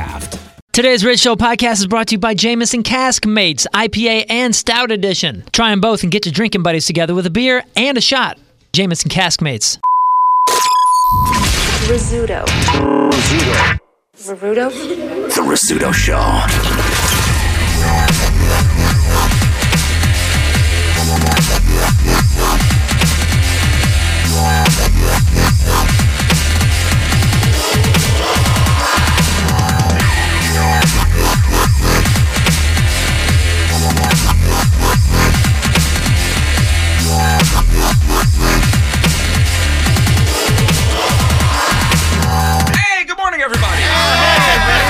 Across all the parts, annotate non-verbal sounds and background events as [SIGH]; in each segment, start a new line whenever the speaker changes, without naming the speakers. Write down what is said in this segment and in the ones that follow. Today's Rich Show podcast is brought to you by Jameson Cask Mates, IPA and Stout Edition. Try them both and get your drinking buddies together with a beer and a shot. Jameson Cask Mates.
Rizzuto. Rizzuto.
The Rizzuto Show.
Hey, good morning, everybody.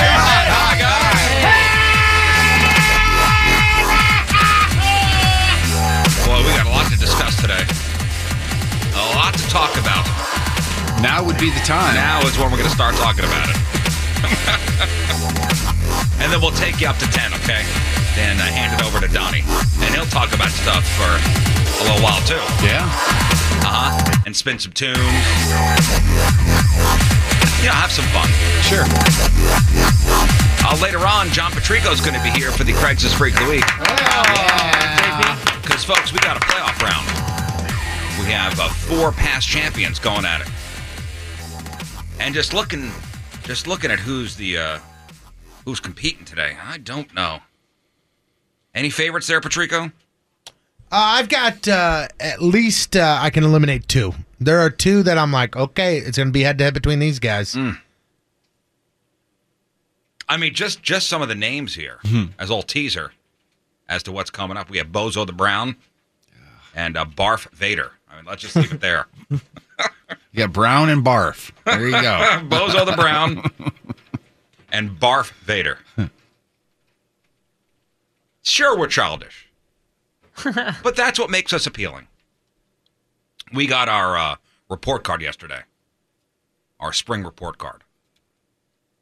Boy, we got a lot to discuss today. A lot to talk about. Now would be the time. Now is when we're going to start talking about it. and then we'll take you up to 10, okay? Then uh, hand it over to Donnie. And he'll talk about stuff for a little while, too. Yeah. Uh huh. And spin some tunes. You know, have some fun. Sure. Uh, later on, John Patrico's going to be here for the Craigslist Freak of the Week. Because, folks, we got a playoff round. We have uh, four past champions going at it, and just looking, just looking at who's the uh, who's competing today. I don't know. Any favorites there, Patrico?
Uh, I've got uh, at least uh, I can eliminate two. There are two that I'm like, okay, it's going to be head to head between these guys.
Mm, I mean, just just some of the names here as a little teaser as to what's coming up. We have Bozo the Brown and uh, Barf Vader. I mean, let's just leave it there.
You got Brown and Barf. There you go.
[LAUGHS] Bozo the Brown and Barf
[LAUGHS]
Vader. Sure, we're
[LAUGHS]
childish, but that's what makes us appealing. We got our uh, report card yesterday, our spring report card.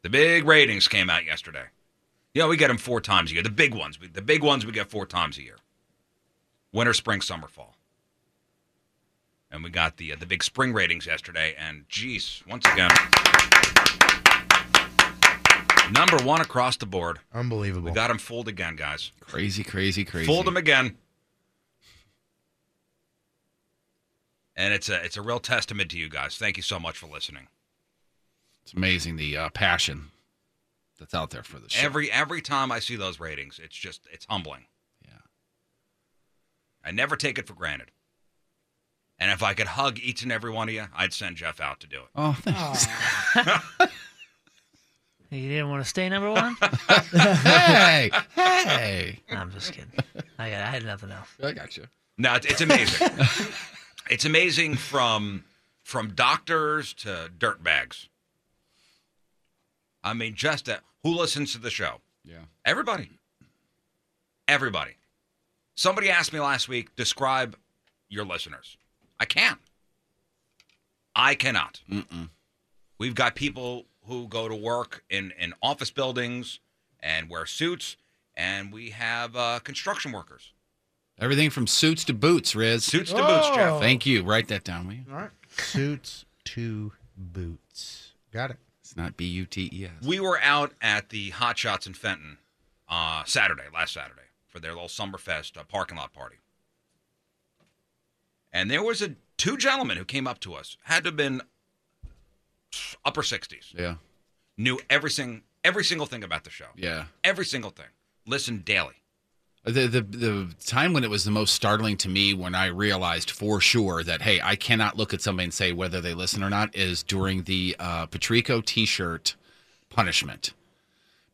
The big ratings came out yesterday. You know, we get them four times a year. The big ones, we- the big ones, we get four times a year: winter, spring, summer, fall. And we got the uh, the big spring ratings yesterday, and geez, once again, number one across the board.
Unbelievable.
We got them fooled again, guys.
Crazy, crazy, crazy.
Fooled them again. And it's a it's a real testament to you guys. Thank you so much for listening.
It's amazing the uh, passion that's out there for the show.
Every every time I see those ratings, it's just it's humbling.
Yeah.
I never take it for granted. And if I could hug each and every one of you, I'd send Jeff out to do it.
Oh, thanks. [LAUGHS]
You didn't want to stay number one?
hey, hey.
No, [LAUGHS] I'm just kidding. I, got, I had nothing else.
I got you.
No, it's, it's
[LAUGHS]
[LAUGHS]
amazing. it's amazing from from doctors to dirt bags. I mean, just that. Who listens to the show?
Yeah.
Everybody. Everybody. Somebody asked me last week, describe your listeners. I can't. I cannot.
Mm-mm.
We've got people who go to work in, in office buildings and wear suits, and we have uh, construction workers.
Everything from suits to boots, Riz.
Suits to boots, Jeff. Oh.
Thank you. Write that down, will you?
All right. Suits to boots. Got it.
It's not B U T E S.
We were out at the Hot Shots in Fenton uh, Saturday, last Saturday, for their little Summerfest uh, parking lot party. And there was a two gentlemen who came up to us, had to have been upper 60s,
Yeah.
knew everything, every single thing about the show.
Yeah.
Every single thing. Listened daily.
The, the the time when it was the most startling to me when I realized for sure that hey I cannot look at somebody and say whether they listen or not is during the uh, Patrico T-shirt punishment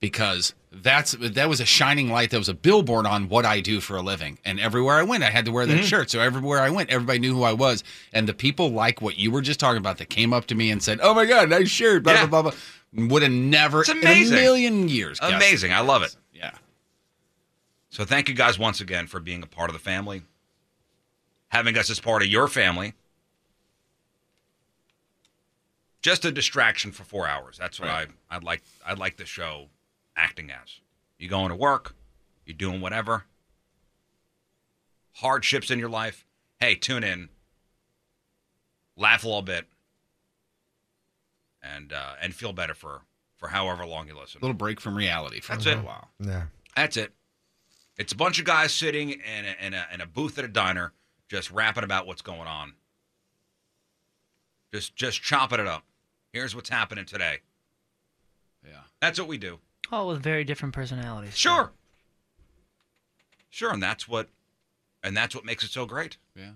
because that's that was a shining light that was a billboard on what I do for a living and everywhere I went I had to wear that
Mm-hmm.
shirt so everywhere I went everybody knew who I was and the people like what you were just talking about that came up to me and said oh my god nice shirt blah
Yeah.
blah blah blah would have never
It's
in
amazing.
a million years guessed.
Amazing. I love it.
yeah
So thank you guys once again for being a part of the family, having us as part of your family. Just a distraction for four hours. That's what
Right.
I I'd like I'd like the show acting as. You're going to work, you're doing whatever. Hardships in your life. Hey, tune in. Laugh a little bit. And uh, and feel better for for however long you listen.
a little break from reality for
That's
a
it.
little while.
Yeah.
That's it. It's a bunch of guys sitting in a, in a, in a booth at a diner, just rapping about what's going on. Just just chopping it up. Here's what's happening today.
Yeah.
That's what we do.
All with very different personalities.
Sure. Sure, and that's what and that's what makes it so great.
Yeah.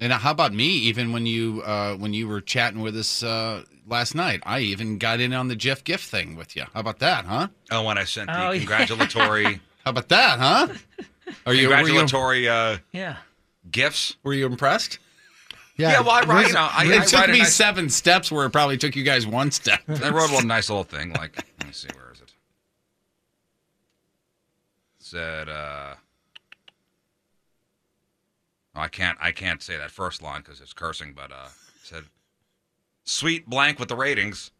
And how about me? Even when you uh, when you were chatting with us uh, last night, I even got in on the Jeff Gift thing with you. How about that, huh?
Oh, when I sent the
Oh, yeah.
congratulatory
[LAUGHS] How about that, huh? Are you were you,
congratulatory uh,
Yeah.
gifts.
were you impressed?
Yeah, well, I write, you know, I, I
it took
write a
me
nice-
seven steps where it probably took you guys one step.
I wrote a little nice little thing. Like, let me see, where is it? Said, uh, oh, I can't, I can't say that first line because it's cursing. But uh, said, sweet blank with the ratings.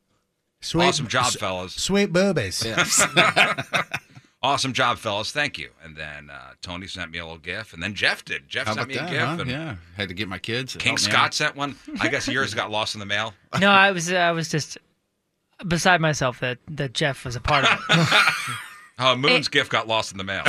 Sweet,
Awesome job,
s-
fellas.
Sweet boobies.
[LAUGHS]
[LAUGHS]
Awesome job, fellas. Thank you. And then uh, Tony sent me a little gif, and then Jeff did. Jeff
How
sent
about
me a
that?
gif,
huh?
and
Yeah, had to get my kids.
King
Help me
Scott sent one. I guess yours got lost in the mail.
No, I was I was just beside myself that that Jeff was a part of it.
[LAUGHS] Uh, Moon's gif got lost in the mail.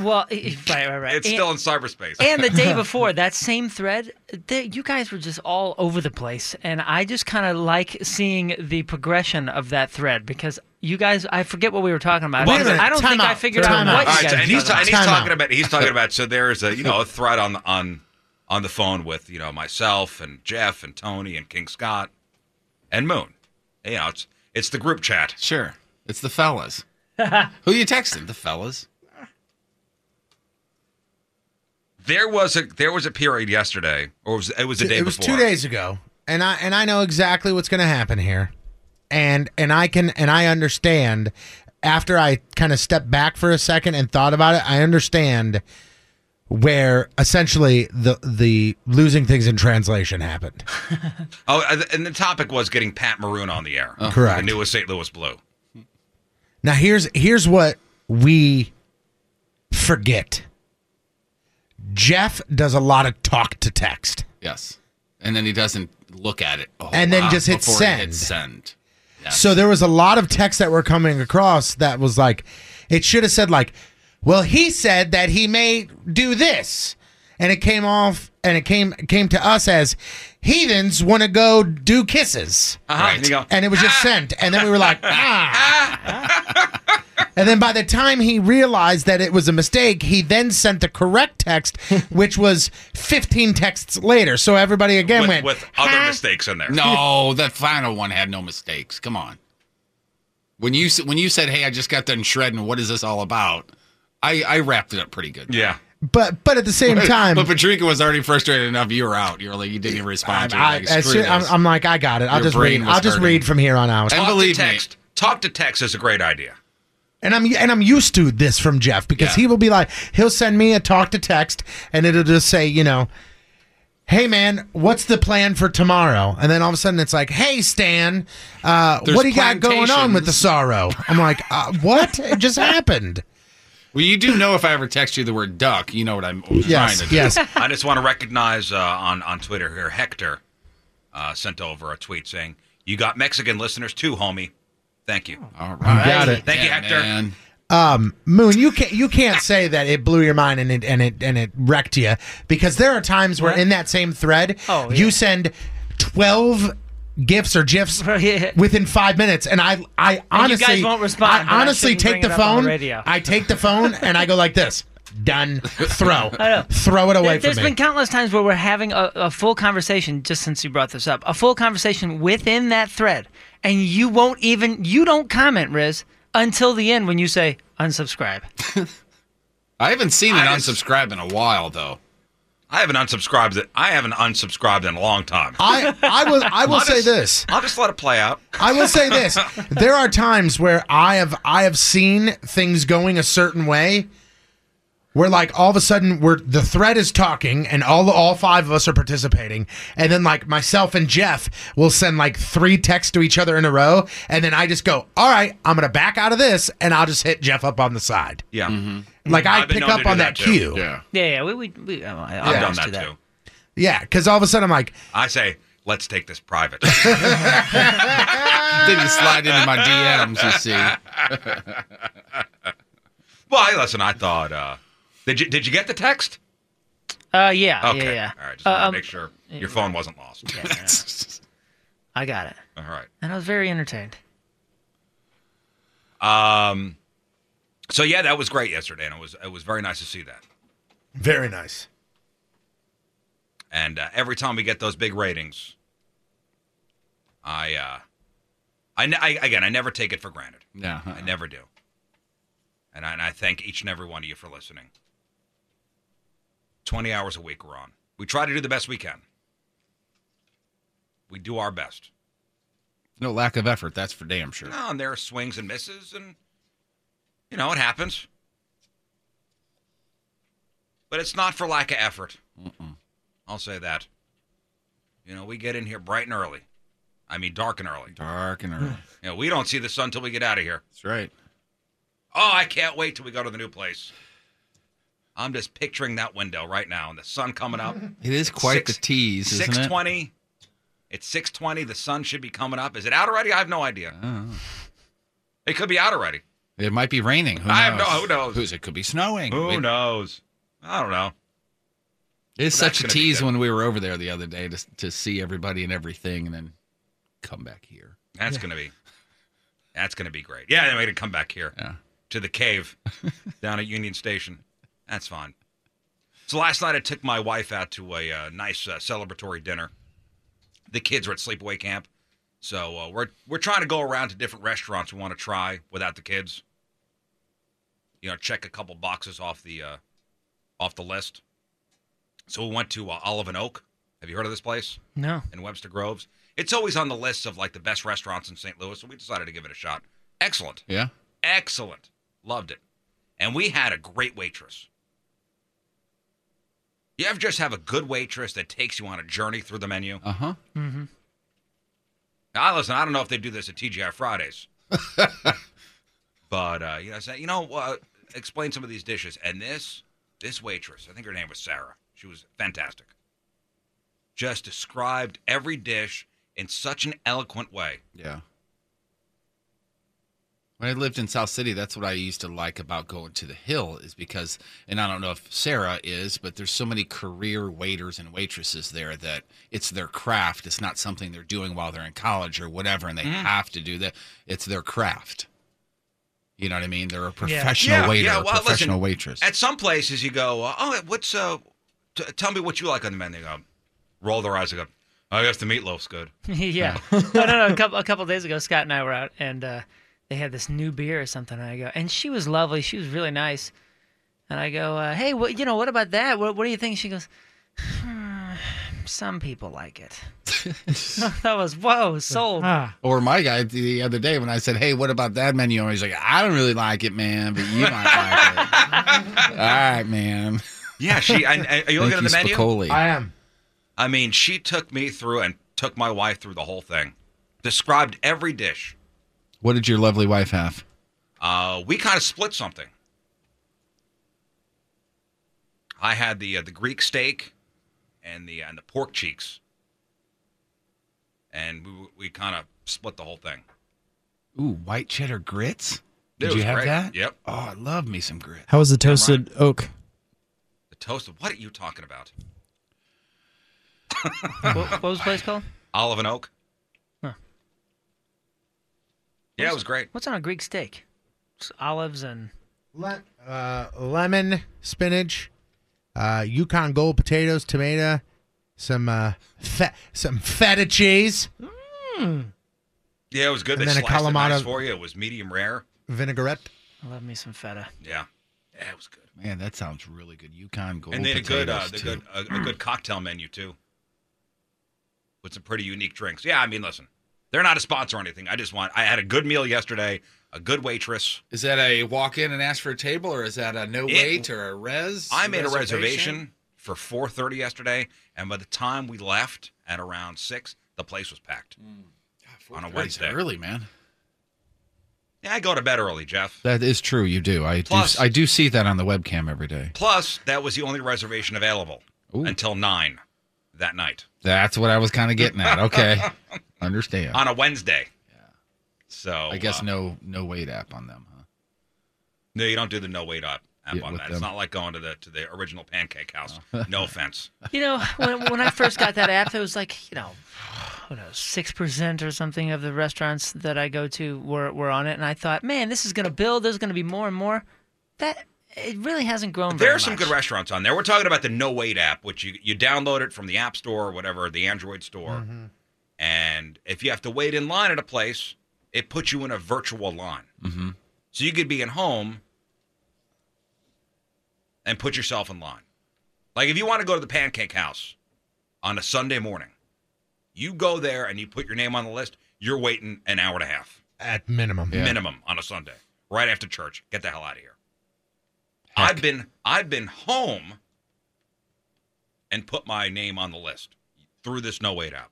well, eh, eh, [LAUGHS] right, right, right.
It's
And-
still in cyberspace.
and the
[LAUGHS]
day
[LAUGHS]
before that same thread that you guys were just all over the place and i just kind of like seeing the progression of that thread because you guys i forget what we were talking about I
Wait a
don't-
minute,
i don't
time
think i
out,
figured out
time out.
um, what
All
you
right,
guys
so- and
were
he's,
talking
and he's
about.
Time
talking
out.
about he's
[LAUGHS]
talking about so there's a you know a thread on on on the phone with you know myself and Jeff and Tony and King Scott and Moon. You know it's it's the group chat.
Sure, it's the
[LAUGHS]
fellas. Who you texting? The fellas.
There was a there was a period yesterday, or it was it was the day
it was
before.
two days ago, and I and I know exactly what's going to happen here, and and I can and I understand. After I kind of stepped back for a second and thought about it, I understand where essentially the the losing things in translation happened.
Oh, and the- and the topic was getting Pat Maroon on the air.
Correct.
The newest St. Louis Blue.
Now here's here's what we forget. Jeff does a lot of talk to text.
Yes. And then he doesn't look at it. a whole
And then
lot
just hit
before he
send.
hits send.
So there was a lot of text that were coming across that was like, it should have said like, well, he said that he may do this, and it came off and it came came to us as heathens want to go do kisses,
Uh,
Uh-huh.
Right.
And you go,
and it was just sent, and then we were like, ah. And then by the time he realized that it was a mistake, he then sent the correct text, which was 15 texts later. So everybody again
with,
went,
with other
"Huh?"
mistakes in there.
No, that final one had no mistakes. Come on. When you s- when you said, "Hey, I just got done shredding. What is this all about?" I I wrapped it up pretty good.
Yeah.
But but at the same time,
But Patrick was already frustrated enough. You were out. You were like, you didn't even respond to it.
I,
Like,
as
screw
soon- I'm,
this.
I'm like, I got it. I'll
Your
just
brain
read.
was
I'll just
hurting.
read from here on out.
And
Talk
believe
to
me-
text. Talk to text is a great idea.
And I'm and I'm used to this from Jeff because
Yeah.
he will be like, he'll send me a talk to text, and it'll just say, you know, hey man, what's the plan for tomorrow? And then all of a sudden it's like, hey Stan, uh,
There's
what do you got going on with the
plantations.
sorrow? I'm like, uh, what? It just happened.
Well, you do know if I ever text you the word duck, you know what I'm
Yes,
trying to
yes.
[LAUGHS] I just want to recognize uh, on on Twitter here, Hector uh, sent over a tweet saying, "You got Mexican listeners too, homie. Thank you."
do. All right.
got it.
Thank you, Hector.
man.
Um, Moon, you can't you can't say that it blew your mind and it and it and it wrecked you because there are times where in that same thread
Oh, yeah.
you send twelve gifs
[LAUGHS]
or gifs
Yeah.
within five minutes and I I
And
honestly
you guys won't respond, but
I
I
honestly
shouldn't
take
bring
the
it up on the
phone
radio.
I take the phone and I go like this done
[LAUGHS]
throw
know.
throw it
There-
away
There's
from me
been countless times where we're having a, a full conversation just since you brought this up a full conversation within that thread and you won't even you don't comment riz until the end when you say
[LAUGHS]
unsubscribe
I haven't seen an
I just-
unsubscribe in a while, though.
I haven't unsubscribed. That I haven't unsubscribed in a long time.
I I will
[LAUGHS]
[LAUGHS]
I will
I'll
say
just-
this
I'll just let it play out.
I will say this: there are times where I have I have seen things going a certain way, where like all of a sudden we're the thread is talking and all all five of us are participating, and then like myself and Jeff will send like three texts to each other in a row, and then I just go, "All right, I'm gonna back out of this," and I'll just hit Jeff up on the side.
[LAUGHS] Yeah,
Mm-hmm.
Like I
Mm, I've been
pick
known to
up
do
on
that
that,
too.
cue,
Yeah.
yeah yeah we, we, we oh, I,
I've
I
done
always do
that too.
yeah, because all of a sudden I'm like,
I say, let's take this
[LAUGHS]
private.
Then you slide into my DMs, you see.
[LAUGHS] well, I, listen, I thought. Uh, did you did you get the text?
Uh, yeah,
Okay.
yeah, yeah.
All right. Just
Uh,
wanted to
um,
make sure your phone wasn't lost. [LAUGHS]
I got it,
All right.
and I was very entertained.
Um, so yeah, that was great yesterday, and it was it was very nice to see that.
"Very nice."
And uh, every time we get those big ratings, I, uh, I, ne- I again, I never take it for granted.
Yeah.
I never do. And I, and I thank each and every one of you for listening. Twenty hours a week we're on. We try to do the best we can. We do our best.
No lack of effort, that's for damn sure.
Oh, and there are swings and misses, and you know it happens. But it's not for lack of effort. I'll say that. You know, we get in here bright and early. I mean, dark and early.
Dark and early.
You know, we don't see the sun till we get out of here.
That's right.
Oh, I can't wait till we go to the new place. I'm just picturing that window right now, and the sun coming
[LAUGHS]
up.
It is quite
Six-
the tease, isn't
Six
it?
twenty. It's six twenty. The sun should be coming up. Is it out already? I have no idea. It could be out already.
Oh. It might be raining. Who knows?
I have no- who knows?
Who's- it could be snowing.
Who
We-
knows? I don't know.
It's
That's
such a
gonna be
tease
good.
when we were over there the other day to to see everybody and everything, and then come back here.
That's gonna be. That's gonna be great. Yeah, they're gonna come back here
Yeah.
to the cave down at Union Station. That's fine. So last night I took my wife out to a uh, nice uh, celebratory dinner. The kids were at sleepaway camp, so uh, we're we're trying to go around to different restaurants we want to try without the kids. You know, check a couple boxes off the uh, off the list. So we went to uh, Olive and Oak. Have you heard of this place?
Oh.
No,
in Webster Groves. It's always on the list of like the best restaurants in St. Louis, so we decided to give it a shot. Excellent.
Yeah.
Excellent. Loved it. And we had a great waitress. You ever just have a good waitress that takes you on a journey through the menu?
Uh huh.
Now, listen, I don't know if they do this at TGI
[LAUGHS]
Fridays, but uh, you know, say, you know, uh, explain some of these dishes. And this, this waitress, I think her name was Sarah. She was fantastic. Just described every dish in such an eloquent way.
Yeah. When I lived in South City, that's what I used to like about going to the Hill is because, and I don't know if Sarah is, but there's so many career waiters and waitresses there that it's their craft. It's not something they're doing while they're in college or whatever, and they
Mm.
have to do that. It's their craft. You know what I mean? They're a professional waiter, a
well, listen,
professional waitress.
At some places, you go, uh, oh, what's uh, t- tell me what you like on the menu. They go, roll their eyes. They go, I guess the meatloaf's good.
[LAUGHS] yeah, no, [LAUGHS] no, no. A couple, a couple days ago, Scott and I were out, and uh, they had this new beer or something. And I go, and she was lovely. She was really nice. And I go, uh, hey, what you know? What about that? What, what do you think? She goes, "Hmm, some people like it. [LAUGHS] that was whoa, sold.
Or my guy the other day when I said, "Hey, what about that menu?" And He's like, "I don't really like it, man, but you might
[LAUGHS]
like it." All right, man.
Yeah, she. And, and you
Thank
looking at the menu?
you,
uh,
Spicoli.
I am.
I mean, she took me through and took my wife through the whole thing, described every dish.
What did your lovely wife have?
Uh, we kind of split something. I had the uh, the Greek steak, and the and the pork cheeks, and we we kind of split the whole thing.
Ooh, white cheddar grits.
It
Did you
was
have
great.
that?
Yep.
Oh, I love me some grits.
How was the toasted oak?
The toast. What are you talking about?
what, what was the place called?
Olive and oak.
Huh.
Yeah, it was great.
What's on a Greek steak? Just olives and
Le- uh, lemon, spinach, uh, Yukon Gold potatoes, tomato, some uh, fe- some feta cheese,
Yeah, it was good.
And
they
then a
sliced it nice
Kalamata-
for you. It was medium rare.
vinaigrette.
I love me some feta.
Yeah, yeah, it was good.
Man, that sounds really good. Yukon gold
and they had a good, uh, the
potatoes,
good,
too. Mm.
a, a good cocktail menu too, with some pretty unique drinks. Yeah, I mean, listen, they're not a sponsor or anything. I just want. I had a good meal yesterday. A good waitress.
Is that a walk in and ask for a table, or is that a no
It-
wait or a res?
I made a reservation for 4:30 yesterday, and by the time we left at around six, the place was packed.
Mm.
on a Wednesday.
Early, man.
Yeah, I go to bed early, Jeff.
That is true. You do. I
Plus-
do. I do see that on the webcam every day.
Plus, that was the only reservation available
Ooh.
until nine that night
That's what I was kind of getting at. [LAUGHS] Okay, understand.
on a Wednesday. So
I guess
uh,
no no wait app on them. Huh?
No, you don't do the no wait up app
Yeah,
on
with
that. It's
them. Oh.
not like going to the to the original pancake house.
[LAUGHS]
No
[LAUGHS]
offense.
You know, when, when I first got that app, it was like, you know, who knows, 6% or something of the restaurants that I go to were, were on it. And I thought, man, this is going to build. There's going to be more and more. That, it really hasn't grown
There
very
are some
much.
good restaurants on there. We're talking about the no wait app, which you you download it from the app store or whatever, the Android store.
Mm-hmm.
Mm-hmm.
And if you have to wait in line at a place, it puts you in a virtual line.
Mm-hmm.
So you could be at home and put yourself in line. Like if you want to go to the pancake house on a Sunday morning, you go there and you put your name on the list, you're waiting an hour and a half.
At minimum,
Yeah.
minimum on a Sunday, right after church. Get the hell out of here. I've been I've been home and put my name on the list through this no wait app.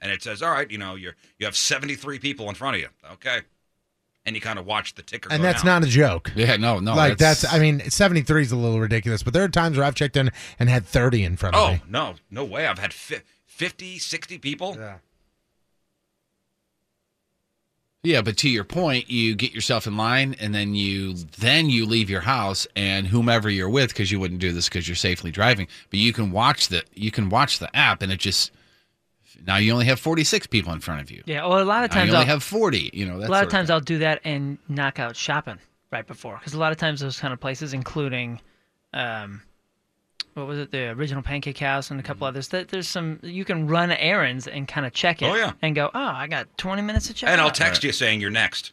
And it says, all right, you know, you're you have seventy three people in front of you. Okay. And you kind of watch the ticker.
and that's not a joke.
Yeah. No. No.
like that's, I mean, seventy three is a little ridiculous, but there are times where I've checked in and had thirty in front of
Oh,
me.
no, no way. I've had fi- 50, 60 people.
Yeah.
Yeah, but to your point, you get yourself in line, and then you then you leave your house, and whomever you're with, because you wouldn't do this because you're safely driving, but you can watch the you can watch the app, and it just now you only have 46 people in front of you.
Yeah. Well, a lot of
Now you
times
only
I'll,
have 40. You know, that
a lot
sort
of times
thing.
I'll do that and knock out shopping right before. Because a lot of times those kind of places, including, um, what was it, the original Pancake House and a couple others, that there's some, you can run errands and kind of check it.
Mm-hmm. Oh, yeah.
And go, oh, I got 20 minutes to check
And
it
I'll
out."
text you saying you're next.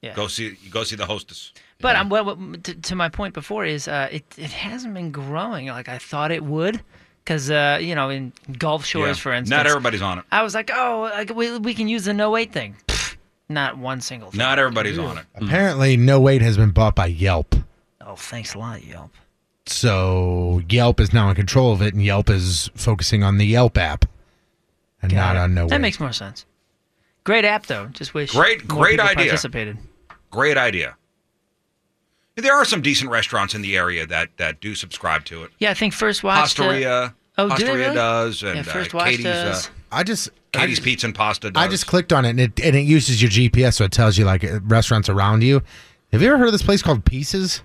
Yeah.
Go see go see the hostess.
But I'm well. what- To, to my point before is uh, it it hasn't been growing like I thought it would, because uh, you know in Gulf Shores,
Yeah.
for instance,
Not everybody's on it.
I was like, oh, like, we we can use the no wait thing. Pfft, Not one single thing.
Not everybody's on it.
Apparently, no wait has been bought by Yelp,
Oh, thanks a lot, Yelp.
so Yelp is now in control of it, and Yelp is focusing on the Yelp app and
Got
not
it.
on no.
That
Wait.
makes more sense. Great app though. Just wish
Great-
more
great
people
idea.
Participated.
Great idea. There are some decent restaurants in the area that that do subscribe to it.
Yeah, I think first watch. uh,
Pastoria,
Oh, do they
Pastoria
really?
does, and
yeah, first
uh,
watch
Katie's uh,
does.
I just I
Katie's
just-
Pizza and Pasta. Does.
I just clicked on it and, it and it uses your GPS, so it tells you like uh, restaurants around you. Have you ever heard of this place called Pieces?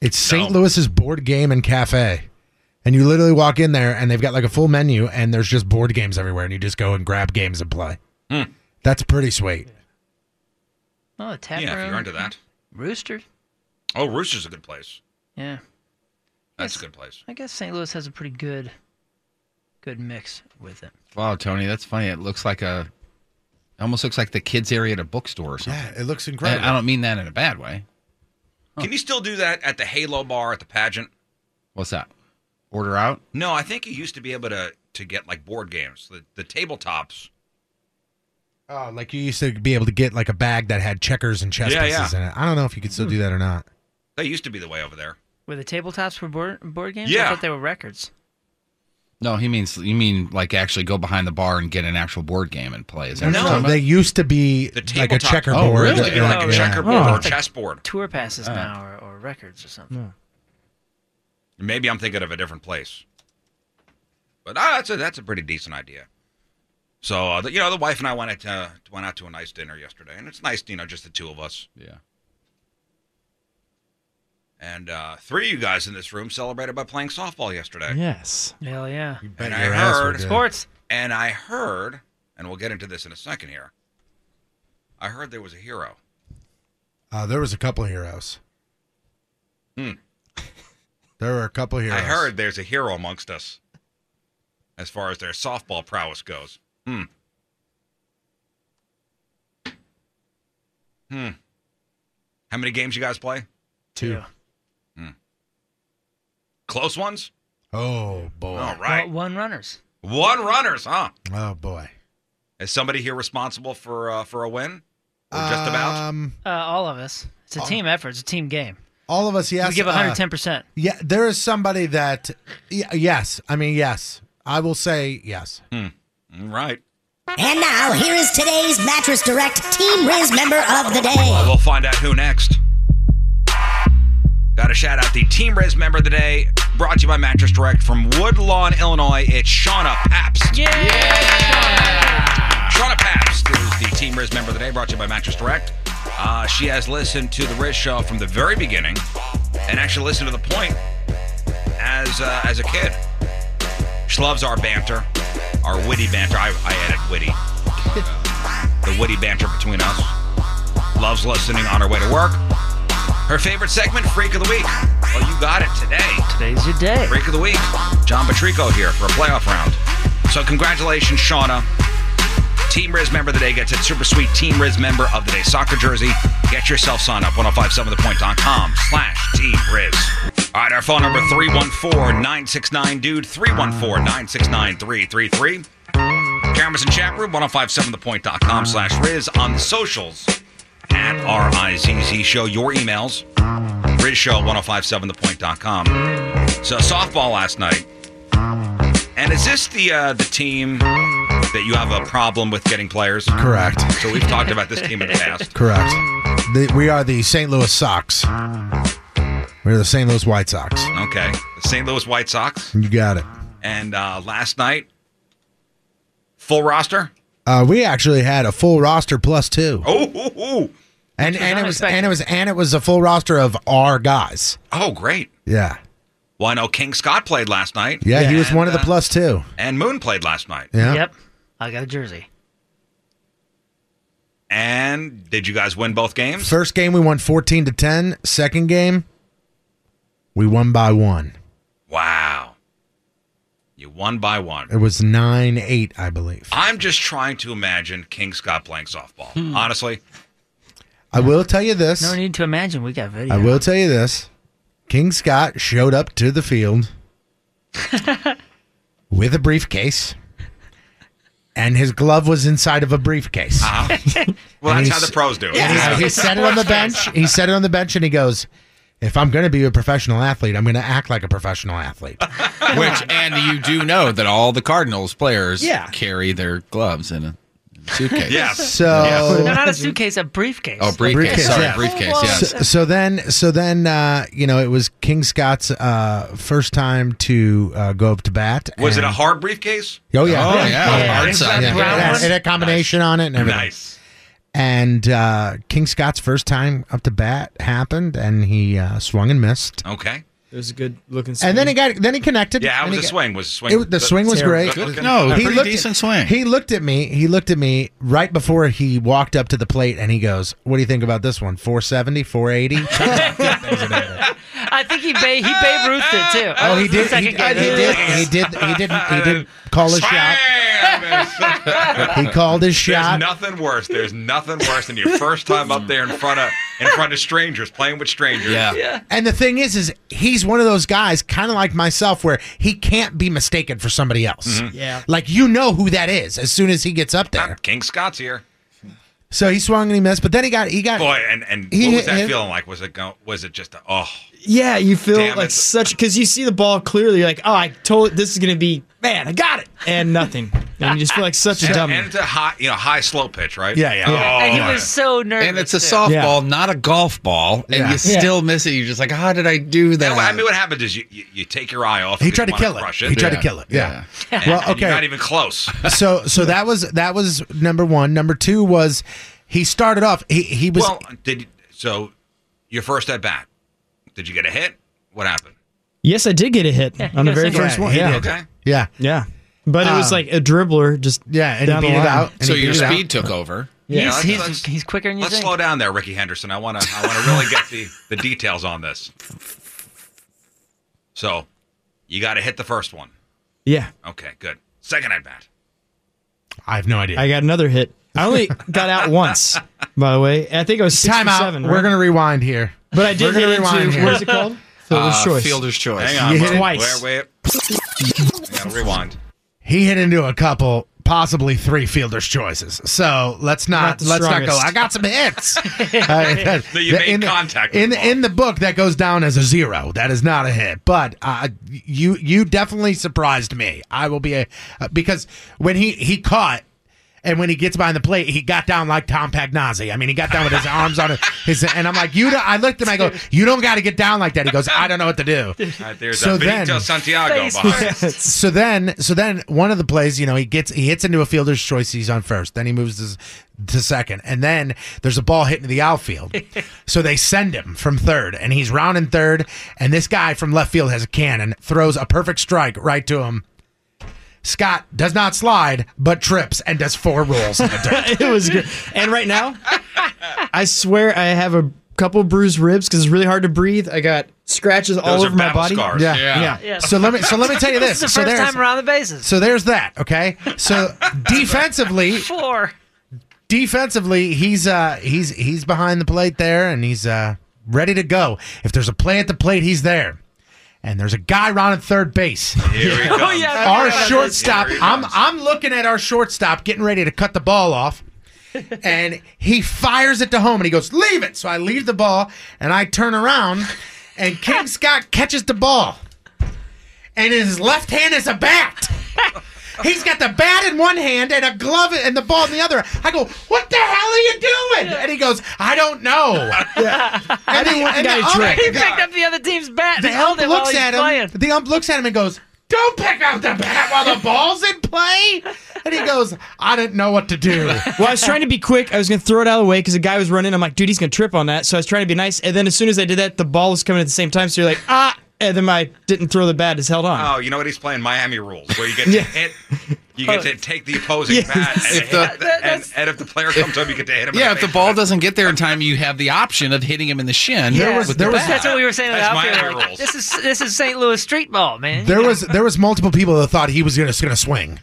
It's St. Louis's board game and cafe, and you literally walk in there and they've got like a full menu, and there's just board games everywhere, and you just go and grab games and play.
Hmm.
That's pretty sweet.
Oh, the tap
yeah, if
room.
you're into that.
Rooster.
Oh, Rooster's a good place.
Yeah,
That's
Yes.
a good place.
I guess St. Louis has a pretty good, good mix with it.
Wow, Tony, that's funny. It looks like a it almost looks like the kids area at a bookstore or something.
it looks
And I don't mean that in a bad way.
Can you still do that at the Halo Bar at the pageant?
What's that? Order out?
No, I think you used to be able to to get like board games, the, the tabletops.
Oh, like you used to be able to get like a bag that had checkers and chess
Yeah,
pieces in it. I don't know if you could still do that or not.
That used to be the way over there.
Were the tabletops for board board games? I
Yeah.
thought they were records.
No, he means you mean like actually go behind the bar and get an actual board game and play. Is that what
No.
you're
So
talking about?
they used to be
The
like a
tabletop-
checkerboard.
Oh, really? Oh.
It'd be like a
Oh, yeah.
checkerboard
Oh.
or a chessboard.
Tour passes now or, or records or something.
Maybe I'm thinking of a different place. But ah, that's a that's a pretty decent idea. So uh, the, you know, the wife and I went out to, went out to a nice dinner yesterday, and it's nice, you know, just the two of us.
Yeah.
And uh, three of you guys in this room celebrated by playing softball yesterday.
Yes.
Hell yeah.
Bet
And I
your ass we
heard-
did.
Sports.
And I heard, and we'll get into this in a second here. I heard there was a hero.
Uh, there was a couple of heroes.
Hmm.
There were a couple of heroes.
I heard there's a hero amongst us as far as their softball prowess goes. Hmm. Hmm. How many games you guys play?
two.
Hmm.
Close ones?
Oh boy.
All
Right.
right.
one runners.
One runners, huh?
Oh boy.
Is somebody here responsible for uh, for a win? Or just about?
Um,
Uh, all of us. It's a team effort. It's a team game.
all of us. Yes.
we give
uh,
110%.
yeah. There is somebody that. y- yes. I mean yes. I will say yes.
All right.
And now, here is today's Mattress Direct Team Riz member of the day.
Well, we'll find out who next. Got to shout out the Team Riz member of the day, brought to you by Mattress Direct from Woodlawn, Illinois. It's Shauna Pabst.
Yeah.
Shauna Pabst is the Team Riz member of the day, brought to you by Mattress Direct. Uh, she has listened to the Riz show from the very beginning, and actually listened to the point as uh, as a kid. She loves our banter, our witty banter. I, I edit witty, the witty banter between us. Loves listening on her way to work. Her favorite segment, Freak of the Week. Well, you got it today.
Today's your day.
Break of the week. John Patrico here for a playoff round. So congratulations, Shauna. Team Riz member of the day gets a super sweet Team Riz member of the day soccer jersey. Get yourself signed up 1057thepoint.com slash Team Riz. All right, our phone number 314-969-DUDE, 314-969-333. Cameras and chat room, 1057thepoint.com slash Riz on the socials at R-I-Z-Z Show. Your emails, rizshow1057thepoint.com. So softball last night. And is this the uh, the team that you have a problem with getting players?
Correct.
So we've talked about this team in the past.
[LAUGHS] Correct. The, we are the St. Louis Sox. We're the St. Louis White Sox.
Okay, the St. Louis White Sox.
You got it.
And uh, last night, full roster.
Uh, we actually had a full roster plus two,
Oh, ooh, ooh.
and
was
and it was
unexpected.
and it was and it was a full roster of our guys.
oh, great.
Yeah,
Well, I know King Scott played last night.
yeah. he was
And,
one of the
uh,
plus two.
And Moon played last night.
Yeah.
Yep. I got a jersey.
And did you guys win both games?
First game we won fourteen to 10. Second game, we won by one.
Wow. You won by one.
It was nine eight, I believe.
I'm just trying to imagine King Scott playing softball.
Hmm. [LAUGHS]
Honestly,
I will tell you this.
No need to imagine. We got video.
I will tell you this. King Scott showed up to the field with a briefcase, and his glove was inside of a briefcase.
Ah.
[LAUGHS]
[LAUGHS] well, that's
And he's-
how the pros do. it.
And he, he set it
[LAUGHS]
on the bench. He set it on the bench, and he goes, "If I'm going to be a professional athlete, I'm going to act like a professional athlete."
Which and you do know that all the Cardinals players
Yeah.
carry their gloves in a suitcase.
Yes.
So,
No, not a suitcase, a briefcase.
Oh, briefcase.
Briefcase,
Sorry,
yeah.
briefcase. Yes.
Oh, so, so then, so then, uh, you know, it was King Scott's uh, first time to uh, go up to bat.
Was it a
and-
hard briefcase?
Oh yeah,
Oh yeah.
Yeah.
Hard side.
Yeah,
Brown
it had-
one?
it had a combination on it and everything.
Nice.
And uh, King Scott's first time up to bat happened, and he uh, swung and missed.
Okay.
It was a good looking
And then he got, then he connected.
Oh, Yeah, how
and
was
he
the
got-
swing? Was the swing?
It, was- the swing was
Terrible.
great.
Good looking?
No,
He
pretty
looked-
decent swing.
He looked at me. He looked at me right before he walked up to the plate, and he goes, "What do you think about this one?
[LAUGHS]
470, 480?"
I think he ba- he Babe Ruth it too.
oh, he did.
Second
He, he
game.
did. He did. He didn't. He
[LAUGHS]
didn't call his shot.
Swing!
He called his
There's
shot.
nothing worse. There's nothing worse than your first time up there in front of in front of strangers playing with strangers.
Yeah.
And the thing is, is he's one of those guys, kind of like myself, where he can't be mistaken for somebody else.
Mm-hmm.
Yeah.
Like you know who that is as soon as he gets up
Ah,
there.
King Scott's here,
So he swung and he missed, but then he got he got
boy, and and
He
what was
hit
that
him.
feeling like? Was it go, Was it just a, oh?
Yeah, you feel
Damn
like
it.
such because you see the ball clearly. You're like, oh, I told this is gonna be man, I got it, and nothing, and you just feel like such
[LAUGHS]
a
and,
dummy.
and it's a high, you know, high slow pitch, right? Oh.
Yeah, yeah. Yeah.
and he
my-
was so nervous.
And it's a
too.
softball, not a golf ball, and
Yeah.
you still miss it. You're just like, how did I do that?
And what- I mean, what happens is you, you, you take your eye off.
He
if you
tried to
wanna
kill it.
crush
He tried to kill it. Yeah.
And-
Well,
and you're
okay.
not even close.
[LAUGHS] so so that was that was number one. Number two was he started off. He he was
well, did so your first at bat? Did you get a hit? What happened?
yes, I did get a hit on the very
second.
first
Yeah,
one.
he
Yeah,
did. Okay.
yeah,
yeah, Um, but it was
Uh,
like a dribbler, just
yeah,
down the line.
so your speed took over.
Yeah,
He's,
let's-
he's,
let's-
he's quicker than you
Let's
think.
slow down there, Ricky Henderson. I want to. I want to really get the the details on this. So, you got to hit the first one.
Yeah,
Okay, good. Second at bat.
I have no idea.
I got another hit. I [LAUGHS] only got out once, by the way. I think I was six
Time
or
out.
seven.
We're
right?
gonna rewind here.
but I
we're
did
gonna
hit into
rewind here.
what is it called? Fielder's
Uh,
choice.
Fielder's choice.
Hang on,
You hit
bro.
it
twice.
Wait, wait. Gotta rewind.
He hit into a couple, possibly three fielders' choices. So let's
Not
not,
the
let's not go.
strongest.
I got
[LAUGHS]
some hits.
[LAUGHS]
Uh, that-
No, you
that-
made
in the-
contact with
in
the
the,
ball.
in the book that goes down as a zero. That is not a hit, but uh, you you definitely surprised me. I will be a uh, because when he he caught. And when he gets behind the plate, he got down like Tom Pagnazzi. I mean, he got down with his arms on his. And I'm like, you. Don't, I looked at
[LAUGHS]
him. I go, you don't got to get down like that. He goes, I don't know what to do.
All right, there's
So
a Benito
then-
Santiago
Face
behind.
first.
[LAUGHS] So then, so then one of the plays, you know, he gets he hits into a fielder's choice. He's on first. Then he moves to, to second, and then there's a ball hit into
[LAUGHS]
the outfield. so they send him from third, and he's rounding third. And this guy from left field has a cannon, throws a perfect strike right to him. Scott does not slide, but trips and does four rolls in the
[LAUGHS]
dirt.
it was good. And right now, I swear I have a couple bruised ribs because it's really hard to breathe. I got scratches all
Those are
over my
battle
body.
scars.
Yeah,
Yeah.
yeah.
Yeah.
So let me so let me tell
[LAUGHS]
you
This
this.
is the
so
first
there's
time [LAUGHS] around the bases.
so there's that. Okay. So defensively,
Four.
defensively, he's uh he's he's behind the plate there and he's uh ready to go. If there's a play at the plate, he's there. And there's a guy round at third base.
Here he comes.
[LAUGHS] Oh, yeah. I
Our
forgot about
shortstop,
Here he
I'm
comes.
I'm looking at our shortstop getting ready to cut the ball off. And he fires it to home and he goes, "Leave it." So I leave the ball and I turn around and King Scott catches the ball. And in his left hand is a bat. He's got the bat in one hand and a glove and the ball in the other. I go, what the hell are you doing? And he goes, I
[LAUGHS]
don't know. And, the, and
guy
the
tricked.
ump-
He picked up the other team's [LAUGHS] bat and
the
held
ump
it while
looks
he's
at him.
playing.
The ump looks at him and goes, "Don't pick up the bat while the ball's in play." And he goes, "I didn't know what to
[LAUGHS]
do."
[LAUGHS]
Well, I was trying to be quick. I was going to throw it out of the way because the guy was running. I'm like, dude, he's going to trip on that. So I was trying to be nice. And then as soon as I did that, the ball was coming at the same time. So you're like, ah. And then I didn't throw the bat. It's held on.
Oh, you know what he's playing? Miami rules, where you get to
Yeah.
hit, you get to take the opposing
Yeah.
bat, and,
If the-
hit, and, and if the player comes up, you get to hit him. in
Yeah, if the
face.
ball doesn't get there in time, you have the option of hitting him in the shin.
There
Yeah.
was-
with the
there was-
bat.
That's what we were saying
That's
about
my
outfield.
rules.
Like, this is this is St. Louis street ball, man.
There was there was multiple people that thought he was gonna, gonna swing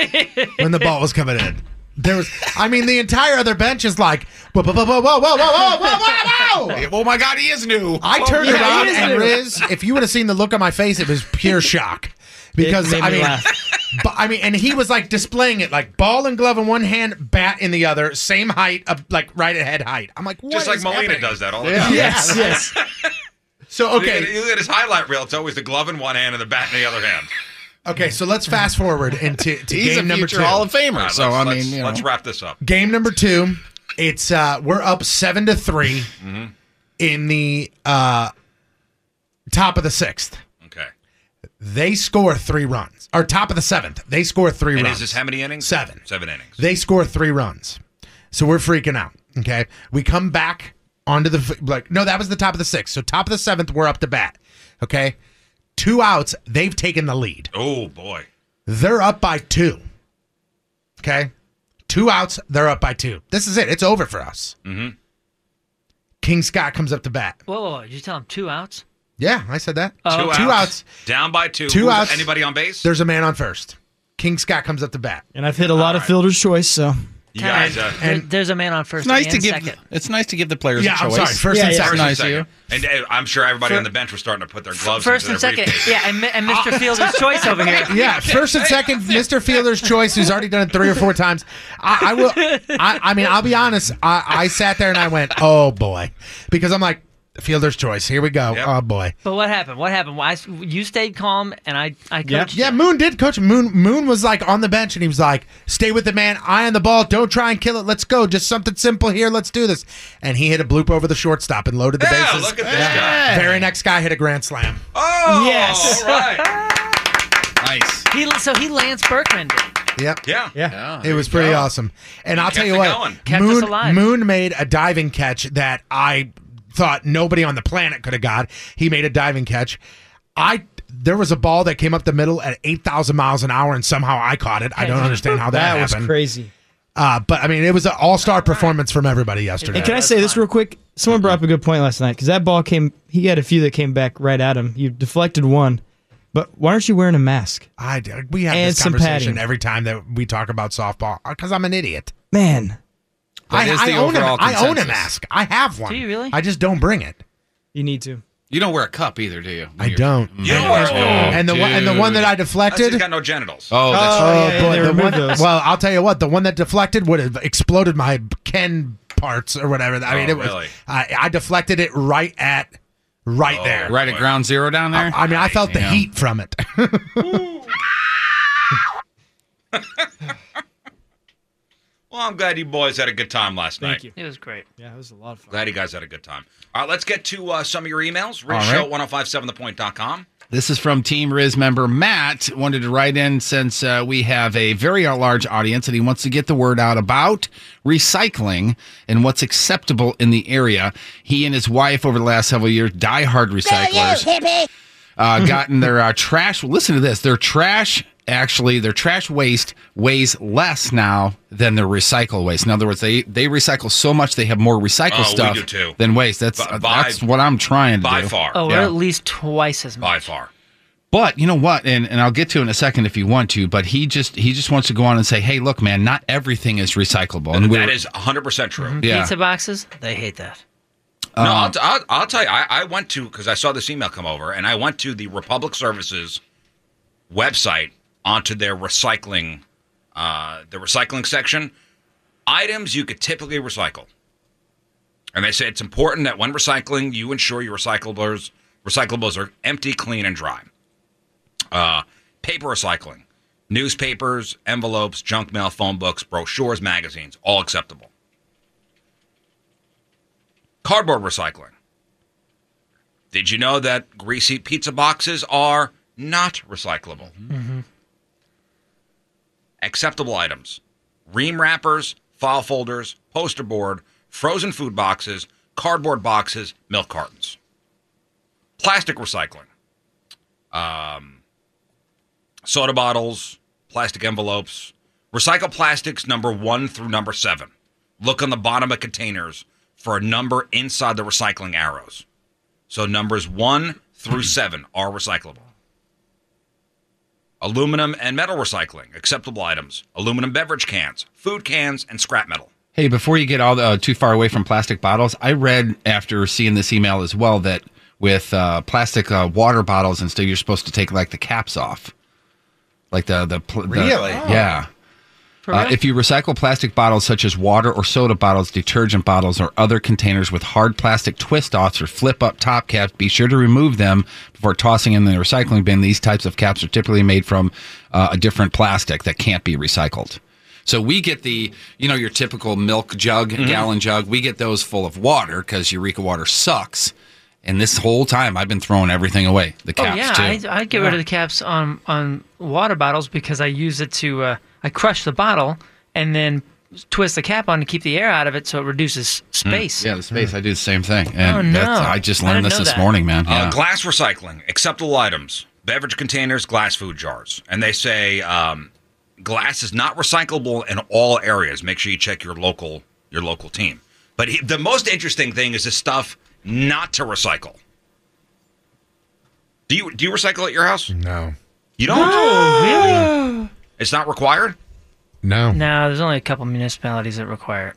[LAUGHS]
when the ball was coming in. There was, I mean, the entire other bench is like, whoa, whoa, whoa, whoa, whoa, whoa, whoa, whoa, whoa, whoa.
Oh my God, he is new. Oh,
I turned
yeah,
around
he is
and
new.
Riz, if you would have seen the look on my face, it was
[LAUGHS]
pure shock. Because
made
I
me
mean,
laugh.
but, I mean, and he was like displaying it, like ball and glove in one hand, bat in the other, same height, uh, like right at head height. I'm like, what
just like
is
Molina
happening?
does that all the
Yeah.
time.
yes,
[LAUGHS]
yes.
So
You look at-
okay,
You look at his highlight reel; it's always the glove in one hand and the bat in the other
[LAUGHS]
hand.
okay. So let's fast forward into to
He's a
game number
future
two.
Hall of Famer.
All right,
so I
let's-
mean,
let's,
you know.
let's wrap this up.
game number two. It's uh we're up seven to 3
Mm-hmm.
in the uh top of the sixth.
Okay.
They score three runs, or top of the seventh. They score three
And
runs.
is this how many innings?
Seven.
Seven innings.
They score three runs. So we're freaking out. Okay. We come back onto the, f- like, no, that was the top of the sixth. So top of the seventh, we're up to bat. Okay. Two outs. They've taken the lead.
Oh boy.
They're up by two. Okay. Two outs. They're up by two. This is it. It's over for us. Mm-hmm. King Scott comes up to bat.
Whoa, whoa, whoa, did you tell him two outs?
Yeah. I said that.
Two,
Uh, Two outs.
Down by two.
Two
Who's-
outs.
Anybody on base?
There's a man on first. King Scott comes up to bat.
And I've hit a lot of fielder's choice. So
you guys. Uh,
There- there's a man on first.
it's nice to
and
give.
second.
It's nice to give the players
Yeah.
a
I'm
choice.
sorry. First
Yeah,
and
yeah.
first and
second.
nice of
second.
you.
And uh, I'm sure everybody on the bench was starting to put their gloves.
First
into
and
their
second.
briefcase.
Yeah, and, mi- and
[LAUGHS]
Mr. Fielder's choice over here.
Yeah, first and second, Mr. Fielder's choice, who's already done it three or four times. I, I will. I, I mean, I'll be honest. I, I sat there and I went, "Oh boy," because I'm like, Fielder's choice. Here we go. Oh boy.
But what happened? What happened? Why you stayed calm and I I coached.
Yeah, Moon did coach. Moon Moon was like on the bench and he was like, "Stay with the man, eye on the ball. Don't try and kill it. Let's go. Just something simple here. Let's do this." And he hit a bloop over the shortstop and loaded the
Yeah,
bases.
look at this guy.
Very next guy hit a grand slam.
Oh,
yes.
all right.
nice.
He so he Lance Berkman did.
Yep.
Yeah.
Yeah. It was pretty awesome. And
He
I'll tell
kept
you
it
what,
going. Kept us
Moon,
alive.
Moon made a diving catch that I thought nobody on the planet could have got. He made a diving catch. I there was a ball that came up the middle at eight thousand miles an hour, and somehow I caught it. I don't understand how that,
That was
happened.
crazy.
Uh, but I mean, it was an all-star performance from everybody yesterday.
And can I say this real quick? Someone brought up a good point last night because that ball came. He had a few that came back right at him. You deflected one, but why aren't you wearing a mask?
I we have
And
this
some
conversation
padding.
every time that we talk about softball because I'm an idiot.
Man,
I,
That is
I
the
own a,
overall
I own a
consensus.
mask. I have one.
Do you really?
I just don't bring it.
You need to.
You don't wear a cup either, do you? Oh,
I don't.
are-
and the one, and the one that I deflected.
got no genitals.
Oh, that's
Oh,
right.
boy, the one- well, I'll tell you what. The one that deflected would have exploded my Ken parts or whatever. I mean,
Oh,
it was.
really?
I, I deflected it right at, right there.
right at ground zero down there.
I mean, I felt the
Damn.
heat from it. [LAUGHS]
Well, I'm glad you boys had a good time last night.
It was great.
Yeah, it was a lot of fun.
Glad you guys had a good time. All right, let's get to uh, some of your emails.
All right.
Rich Show, 1057thepoint.com.
This is from Team Riz member Matt. Wanted to write in since uh, we have a very large audience and he wants to get the word out about recycling and what's acceptable in the area. He and his wife over the last several years, diehard recyclers,
[LAUGHS]
uh, gotten their uh, trash. Listen to this: their trash actually, their trash waste weighs less now than their recycle waste. In other words, they they recycle so much they have more recycled
Oh, we
stuff
do too.
than waste. That's
By-
uh,
by-
that's what I'm trying to
by
do.
far.
Oh,
Yeah.
we're at least twice as much.
By far.
But you know what, and, and I'll get to it in a second if you want to. But he just he just wants to go on and say, hey, look, man, not everything is recyclable, and Mm-hmm.
That is 100% true.
Yeah.
Pizza boxes, they hate that.
No, I'll, t- I'll, I'll tell you, I, I went to, because I saw this email come over, and I went to the Republic Services website onto their recycling, uh, the recycling section, items you could typically recycle. And they say it's important that when recycling, you ensure your recyclables, recyclables are empty, clean, and dry. Uh, paper recycling, newspapers, envelopes, junk mail, phone books, brochures, magazines, all acceptable cardboard recycling. Did you know that greasy pizza boxes are not recyclable?
Mm-hmm.
Acceptable items ream wrappers, file folders, poster board, frozen food boxes, cardboard boxes, milk cartons. Plastic recycling. Um, soda bottles, plastic envelopes. Recycle plastics number one through number seven. Look on the bottom of containers for a number inside the recycling arrows. So numbers one through seven are recyclable. Aluminum and metal recycling, acceptable items. Aluminum beverage cans, food cans, and scrap metal.
Hey, before you get all the, uh, too far away from plastic bottles, I read after seeing this email as well that with uh, plastic uh, water bottles and stuff, you're supposed to take like the caps off, like the the, pl- the-
Really?
yeah.
Oh. For
Uh,
real?
if you recycle plastic bottles such as water or soda bottles, detergent bottles, or other containers with hard plastic twist offs or flip up top caps, be sure to remove them before tossing in the recycling bin. These types of caps are typically made from uh, a different plastic that can't be recycled. So we get the, you know, your typical milk jug,
Mm-hmm.
gallon jug. We get those full of water because Eureka water sucks. And this whole time, I've been throwing everything away. The
Oh
caps
yeah,
too.
I, I get rid of the caps on on water bottles because I use it to uh, I crush the bottle and then twist the cap on to keep the air out of it, so it reduces
Hmm.
space.
Mm. Yeah, the space. I do the same thing.
Oh,
And
no.
that's, I just
I
learned
didn't
this
know
this
that.
morning, man.
Uh, glass recycling, acceptable items, beverage containers, glass food jars. And they say um, glass is not recyclable in all areas. Make sure you check your local your local team. But he, the most interesting thing is the stuff not to recycle. Do you do you recycle at your house?
No.
You don't?
Oh,
really? [GASPS] It's not required?
No.
No, there's only a couple municipalities that require it.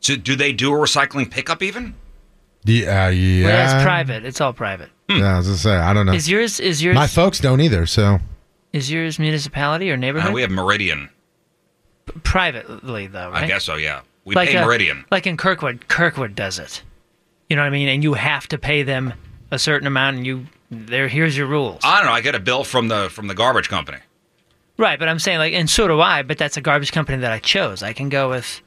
So do they do a recycling pickup even?
Yeah, uh, yeah.
Well, it's private. It's all private.
Yeah, I was gonna say I don't know.
Is yours- is yours-
My folks don't either. So
Is yours municipality or neighborhood?
Uh, we have Meridian.
privately though, right?
I guess so, yeah. We
Like,
pay
uh,
Meridian.
Like in Kirkwood, Kirkwood does it. You know what I mean? And you have to pay them a certain amount, and you there. Here's your rules.
I don't know. I get a bill from the from the garbage company.
Right, but I'm saying like, and so do I. But that's a garbage company that I chose. I can go with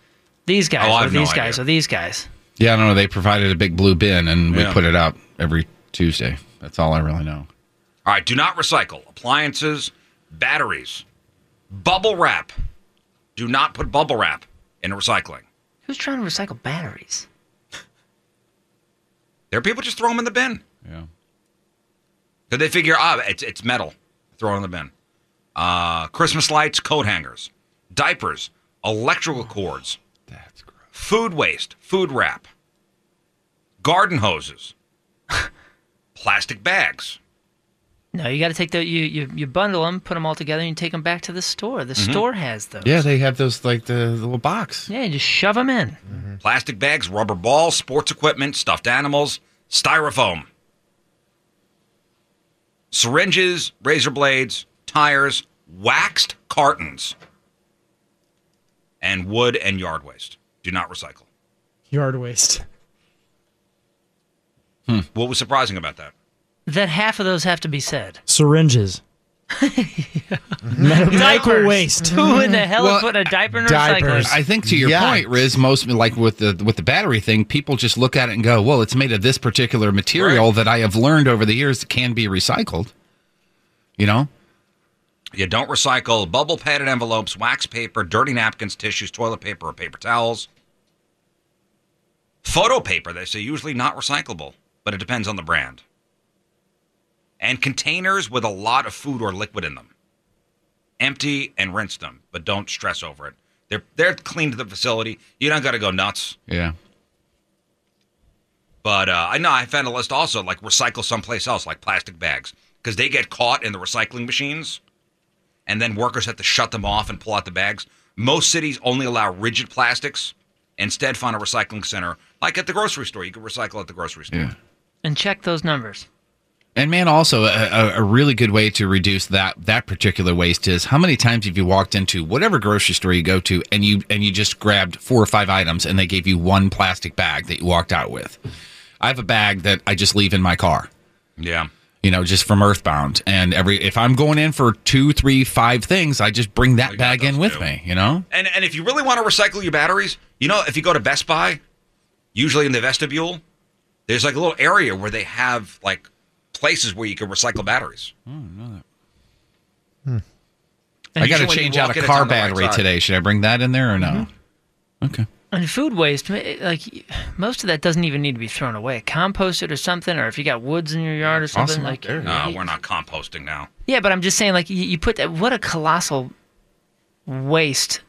these guys,
Oh, I
or
have no
these guys, or these guys.
Yeah, I don't know. They provided a big blue bin, and
Yeah.
we put it out every Tuesday. That's all I really know.
All right, do not recycle appliances, batteries, bubble wrap. Do not put bubble wrap in recycling.
Who's trying to recycle batteries?
There are people just throw them in the bin.
Yeah.
Because they figure, ah, it's, it's metal. Throw it in the bin. Uh, Christmas lights, coat hangers, diapers, electrical cords. That's gross. Food waste, food wrap, garden [LAUGHS] hoses, plastic bags.
No, you got to take the you, you you bundle them, put them all together, and you take them back to the store. The
Mhm.
store has those.
Yeah, they have those like the, the little box.
Yeah, you just shove them in.
Plastic bags, rubber balls, sports equipment, stuffed animals, styrofoam, syringes, razor blades, tires, waxed cartons, and wood and yard waste. Do not recycle.
Yard waste.
What was surprising about that?
That half of those have to be said. [LAUGHS]
Syringes. Medical
Diapers.
waste.
Who in the hell is putting a diaper in a recycling?
Mm-hmm. I think to your point, Riz, most like with the with the battery thing, people just look at it and go, "Well, it's made of this particular material that I have learned over the years can be recycled." You know,
You don't recycle bubble padded envelopes, wax paper, dirty napkins, tissues, toilet paper, or paper towels. Photo paper, they say, usually not recyclable, but it depends on the brand. And containers with a lot of food or liquid in them. Empty and rinse them, but don't stress over it. They're, they're clean to the facility. You don't got to go nuts.
yeah.
But uh, I know I found a list also like recycle someplace else, like plastic bags, because they get caught in the recycling machines, and then workers have to shut them off and pull out the bags. Most cities only allow rigid plastics. Instead, find a recycling center, like at the grocery store. You can recycle at the grocery store.
and check those numbers.
And man, also a, a- a really good way to reduce that that particular waste is how many times have you walked into whatever grocery store you go to and you and you just grabbed four or five items and they gave you one plastic bag that you walked out with. I have a bag that I just leave in my car.
Yeah.
You know, just from Earthbound, and every if I'm going in for two, three, five things, I just bring that bag in with me. You know,
And and if you really want to recycle your batteries, you know, if you go to Best Buy, usually in the vestibule, there's like a little area where they have like places where you can recycle batteries.
I got to
Usually when you
change out
walk
a
in, it's
car
on the right
battery
side. Mm-hmm.
today. Should I bring that in there or no?
And food waste, ma- eh, like most of that doesn't even need to be thrown away. Compost it or something, or if you got woods in your yard or something. like
no, we're not composting now.
Yeah, but I'm just saying, like, you, you put that, what a colossal waste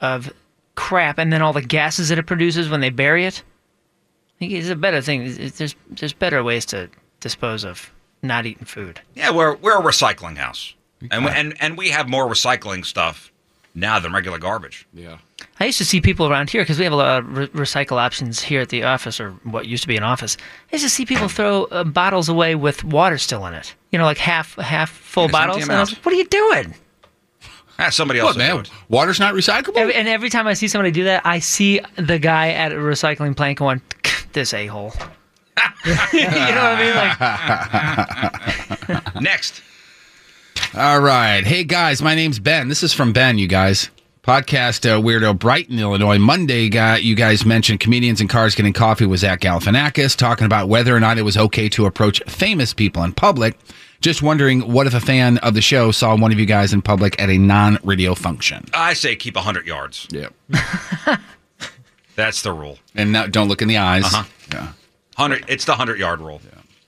of crap, and then all the gases that it produces when they bury it. I think it's a better thing. It's- it's- There's there's better ways to dispose of not eating food.
Yeah, we're we're a recycling house, and we, and and we have more recycling stuff now than regular garbage.
Yeah,
I used to see people around here because we have a lot of re- recycle options here at the office, or what used to be an office. I used to see people throw uh, bottles away with water still in it. You know, like half half full
Just empty
bottles.
them
And I was
out.
like, what are you doing?
Ah, somebody else,
What,
will do
man?
it.
Water's not recyclable.
Every, and every time I see somebody do that, I see the guy at a recycling plant going, "This a hole." you know what I mean? Like,
[LAUGHS] Next.
All right. Hey, guys, my name's Ben. This is from Ben, you guys. Podcast uh, Weirdo Brighton, Illinois. Monday, guy, you guys mentioned comedians and cars getting coffee with Zach Galifianakis, talking about whether or not it was okay to approach famous people in public. Just wondering what if a fan of the show saw one of you guys in public at a non radio function?
I say keep hundred yards.
Yeah,
[LAUGHS] that's the rule.
And now don't look in the eyes.
Uh-huh.
Yeah.
Hundred. It's the hundred yard rule.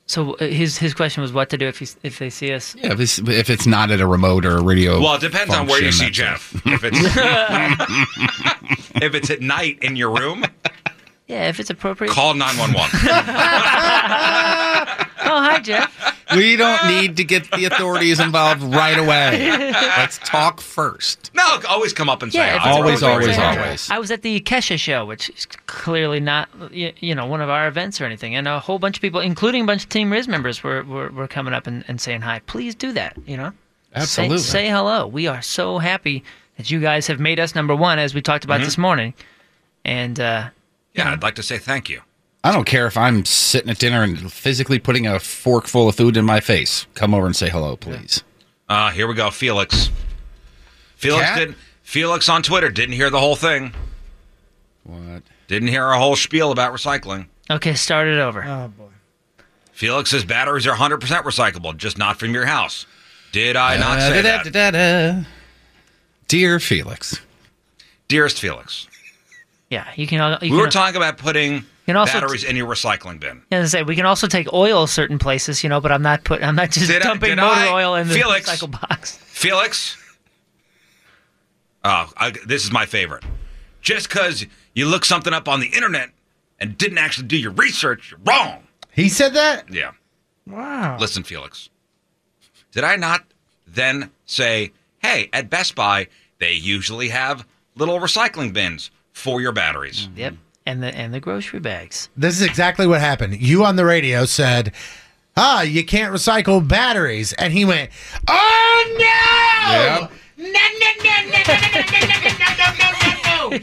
so uh, his his question was, "What to do if he, if they see us?"
Yeah, if it's, if it's not at a remote or a radio.
Well, it depends on where you see
Oh, function,
Jeff. If [LAUGHS]
[LAUGHS]
it's if it's at night in your room,
Yeah, if it's appropriate.
call nine one one.
Oh, hi, Jeff.
that's it. We don't need to get the authorities involved right away.
[LAUGHS]
Let's talk first.
No, always come up and say
Yeah, if
hi.
it's
Always,
appropriate.
always, always.
I was at the Kesha show, which is clearly not y- you know one of our events or anything, and a whole bunch of people, including a bunch of Team Riz members, were were, were coming up and, and saying hi. Please do that. You know, Say-
Absolutely.
Say, hello. We are so happy that you guys have made us number one, as we talked about
Mhm.
this morning, and. uh
Yeah, I'd like to say thank you.
I don't care if I'm sitting at dinner and physically putting a fork full of food in my face. Come over and say hello, please.
Uh, here we go, Felix. Felix
Cat?
didn't. Felix on Twitter didn't hear the whole thing.
What?
Didn't hear our whole spiel about recycling.
Okay, start it over.
Oh boy.
Felix's batteries are 100% recyclable, just not from your house. Did I
Uh,
not say that?
Da-da-da-da-da. Dear Felix.
Dearest Felix,
Yeah, you can. al- You
we
can,
were talking about putting
can also
batteries in your recycling bin.
Yeah, as I say we can also take oil certain places, you know. But I'm not put. I'm not just
Did I-
dumping
did
motor
I-
oil in the
Felix?
recycle box.
Felix, oh, I, this is my favorite. Just because you look something up on the internet and didn't actually do your research, you're wrong.
He said that?
Yeah.
Wow.
Listen, Felix. Did I not then say, hey, at Best Buy, they usually have little recycling bins for your batteries?
Yep, and the and the grocery bags.
This is exactly what happened. You on the radio said, "Ah, you can't recycle batteries," and he went, "Oh no!"
Yep.
No, no, no, no, no, no, no, no, no, no, no, no, no."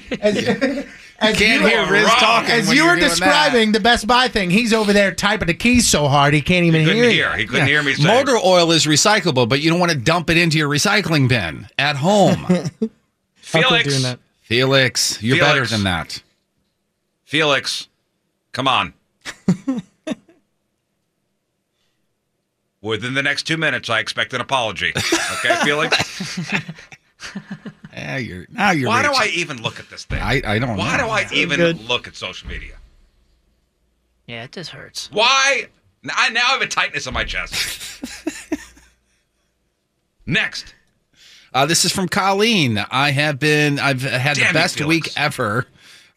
As, as
Can't hear Riz
wrong.
talking
As
when
you
you're
were
doing
describing the Best Buy thing, he's over there typing the keys so hard he can't even
He couldn't
hear.
hear.
you.
He couldn't hear me say,
Motor oil is recyclable, but you don't want to dump it into your recycling bin at home.
[LAUGHS]
I'll quit
Felix,
doing that.
Felix, you're
Felix.
better than that.
Felix, come
[LAUGHS]
on. Within the next two minutes, I expect an apology. Okay, Felix?
[LAUGHS]
Yeah, you're now you're
Why do I
reaching.
even look at this thing?
I, I don't
Why
know.
do I even
good.
look at social media?
Yeah, it just hurts.
Why? N- I now have a tightness in my
[LAUGHS]
chest. Next.
Uh, this is from Colleen. I have been, I've had
Damn
the
you,
best
Felix.
week ever.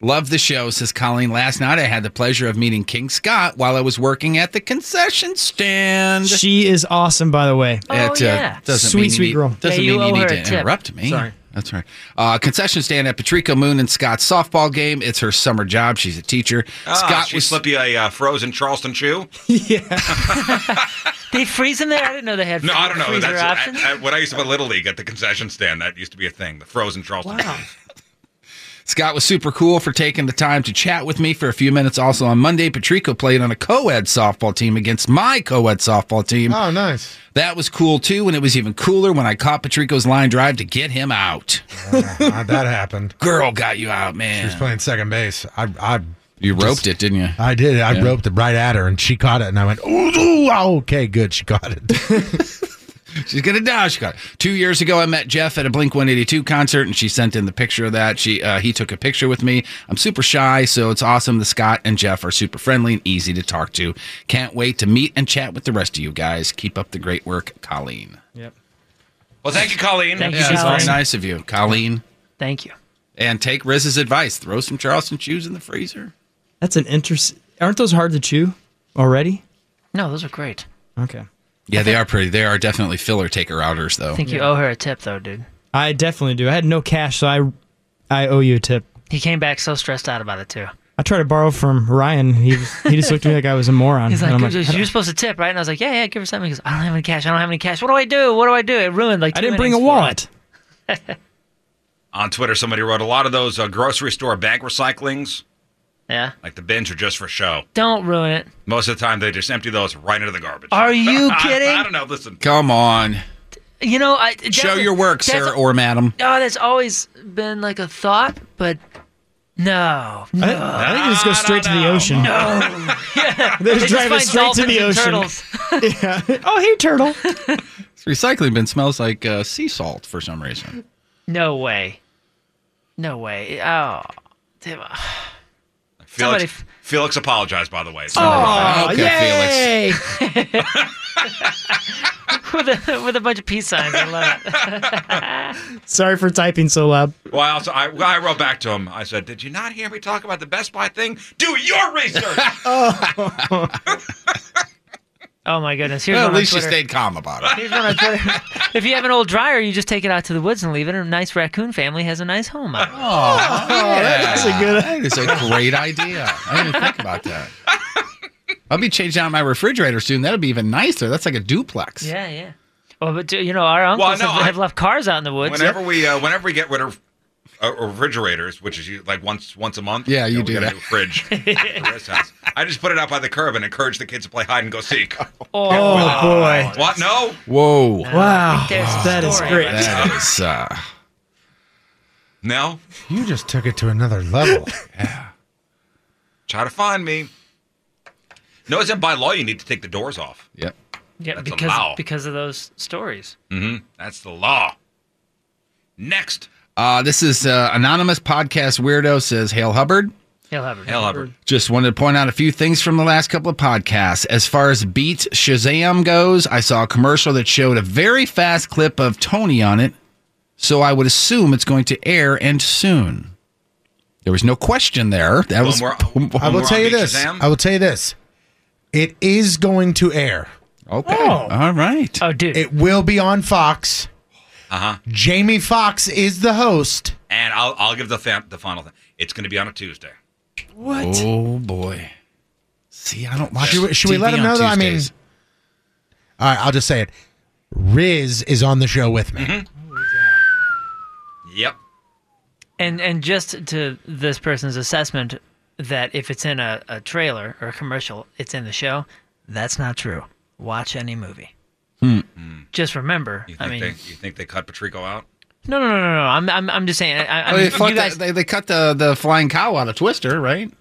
Love the show, says Colleen. Last night I had the pleasure of meeting King Scott while I was working at the concession stand. uh,
She is awesome, by the way.
Oh, yeah.
doesn't
Sweet,
mean you
sweet
need-
girl.
Doesn't
Yeah, you
mean you
owe
need
her
to
a tip.
interrupt me.
Sorry.
That's right. Uh, concession stand at Patrico Moon and Scott's softball game. It's her summer job. She's a teacher.
Scott,
Scott
Ah, she
was
slip you a uh, frozen Charleston shoe?
They freeze them there. I didn't know they
[LAUGHS]
had.
No, I don't know.
Freezer
That's
options.
I, I, when I used to play Little League at the concession stand. That used to be a thing. The frozen Charleston.
Wow.
shoes.
Scott was super cool for taking the time to chat with me for a few minutes. Also on Monday, Patrico played on a co-ed softball team against my co-ed softball team.
Oh, nice.
That was cool too, and it was even cooler when I caught Patrico's line drive to get him out.
How'd [LAUGHS] that happened.
Girl got you out,
He was
man.
playing second base. I, I,
You roped it, didn't you?
I did. it. I
Yeah.
roped it right at her, and she caught it, and I went, "Ooh, ooh, okay, good, she got it."
She's gonna die. She got it. Two years ago, I met Jeff at a Blink 182 concert, and she sent in the picture of that. She uh, he took a picture with me. I'm super shy, so it's awesome. The Scott and Jeff are super friendly and easy to talk to. Can't wait to meet and chat with the rest of you guys. Keep up the great work, Colleen.
Well, thank you, Colleen.
Thank you,
Yeah, that's
Colleen.
very nice of you, Colleen.
Thank you.
And take Riz's advice. Throw some Charleston shoes in the freezer.
That's an interest. Aren't those hard to chew already?
No, those are great.
Okay.
Yeah, they are pretty. They are definitely filler taker outers, though.
I think you owe her a tip though, dude.
I definitely do. I had no cash, so I, I owe you a tip.
He came back so stressed out about it too.
I tried to borrow from Ryan. He he just looked at me like I was a moron.
He's
And
like,
I'm
"You're- you're supposed to tip, right? And I was like, yeah, yeah, give her something. He goes, I don't have any cash. I don't have any cash. What do I do? What do I do? It ruined like.
I
two
didn't bring a
innings for him.
wallet.
On Twitter, somebody wrote a lot of those uh, grocery store bag recyclings,
Yeah.
like the bins, are just for show.
[LAUGHS] Don't ruin it.
Most of the time, they just empty those right into the garbage.
[LAUGHS]
Are you
I-
kidding?
I, don't know. Listen,
Come on,
You know, I that's
show
a-
your work,
that's
sir
a-
or madam.
Oh, that's always been like a thought, but no, [LAUGHS]
I, think- I think they just go straight to the
no,
ocean. they just drive us straight to the ocean. [LAUGHS] Yeah. Oh, hey, turtle.
This [LAUGHS] recycling bin smells like uh, sea salt for some reason.
No way. No way. Oh. Damn.
Felix,
Somebody f-
Felix apologized, by the way. It's not a-
Oh, okay,
Hey.
[LAUGHS]
[LAUGHS] with, a, with a bunch of peace signs. I love it. [LAUGHS]
[LAUGHS] Sorry for typing so loud.
Well, I, also, I, well, I wrote back to him. I said, "Did you not hear me talk about the Best Buy thing? Do your
[LAUGHS]
research."
Oh my goodness. Here's
Well, at
one on
least you
Twitter.
stayed calm about it.
Here's one on Twitter.
[LAUGHS]
if you have an old dryer, you just take it out to the woods and leave it. A nice raccoon family has a nice home. out of it.
[LAUGHS]
Oh, that's
a good-
That is a great idea. I didn't even think about that. I'll be changing out my refrigerator soon. That'll be even nicer. That's like a duplex.
Yeah, yeah. Well, but uh, you know, our uncles
no,
have,
I-
have left cars out in the woods.
whenever we, uh, whenever we get rid of a uh, refrigerators, which is you- like once once a month.
Yeah, you
we
do
got a
that.
new fridge.
[LAUGHS]
at the rest house. I just put it out by the curb and encourage the kids to play hide and go seek.
[LAUGHS] Oh,
boy.
What? No.
[LAUGHS] Whoa.
Wow.
there's a
That is
story.
great.
That is. Uh,
No.
You just took it to
[LAUGHS]
another level.
Try to find me. No, it's in by law you need to take the doors off.
yep.
Yeah,
That's a
because
law.
because of those stories.
Mm-hmm. That's the law. Next.
Uh, this is uh, anonymous podcast weirdo says Hale Hubbard.
He'll have it.
Hell, Hubbard.
Just wanted to point out a few things from the last couple of podcasts. As far as Beat Shazam goes, I saw a commercial that showed a very fast clip of Tony on it, so I would assume it's going to air and soon. There was no question there. That was. [LAUGHS]
When we're-
I will
We're
tell
on
you
Beat
this.
Shazam?
I will tell you this. It is going to air.
Okay. All right.
Oh, dude.
It will be on Fox.
Uh-huh.
Jamie Fox is the host.
And I'll I'll give the fa- the final thing. It's going to be on a Tuesday.
what?
Oh boy. See, I don't watch.
Should we- should we
TV
let him
on
know, though? I mean-
Tuesdays.
All right, I'll just say it. Riz is on the show with me.
Yep.
And and just to this person's assessment that if it's in a, a trailer or a commercial, it's in the show. That's not true. Watch any movie.
Hmm.
Just remember.
Hmm. You think
I mean,
they you think they cut Patrico out?
no, no, no, no, no. I'm I'm, I'm just saying. I, I, I
Oh,
mean,
they, fucked
you guys.
the, they, they cut the, the flying cow out of Twister, right?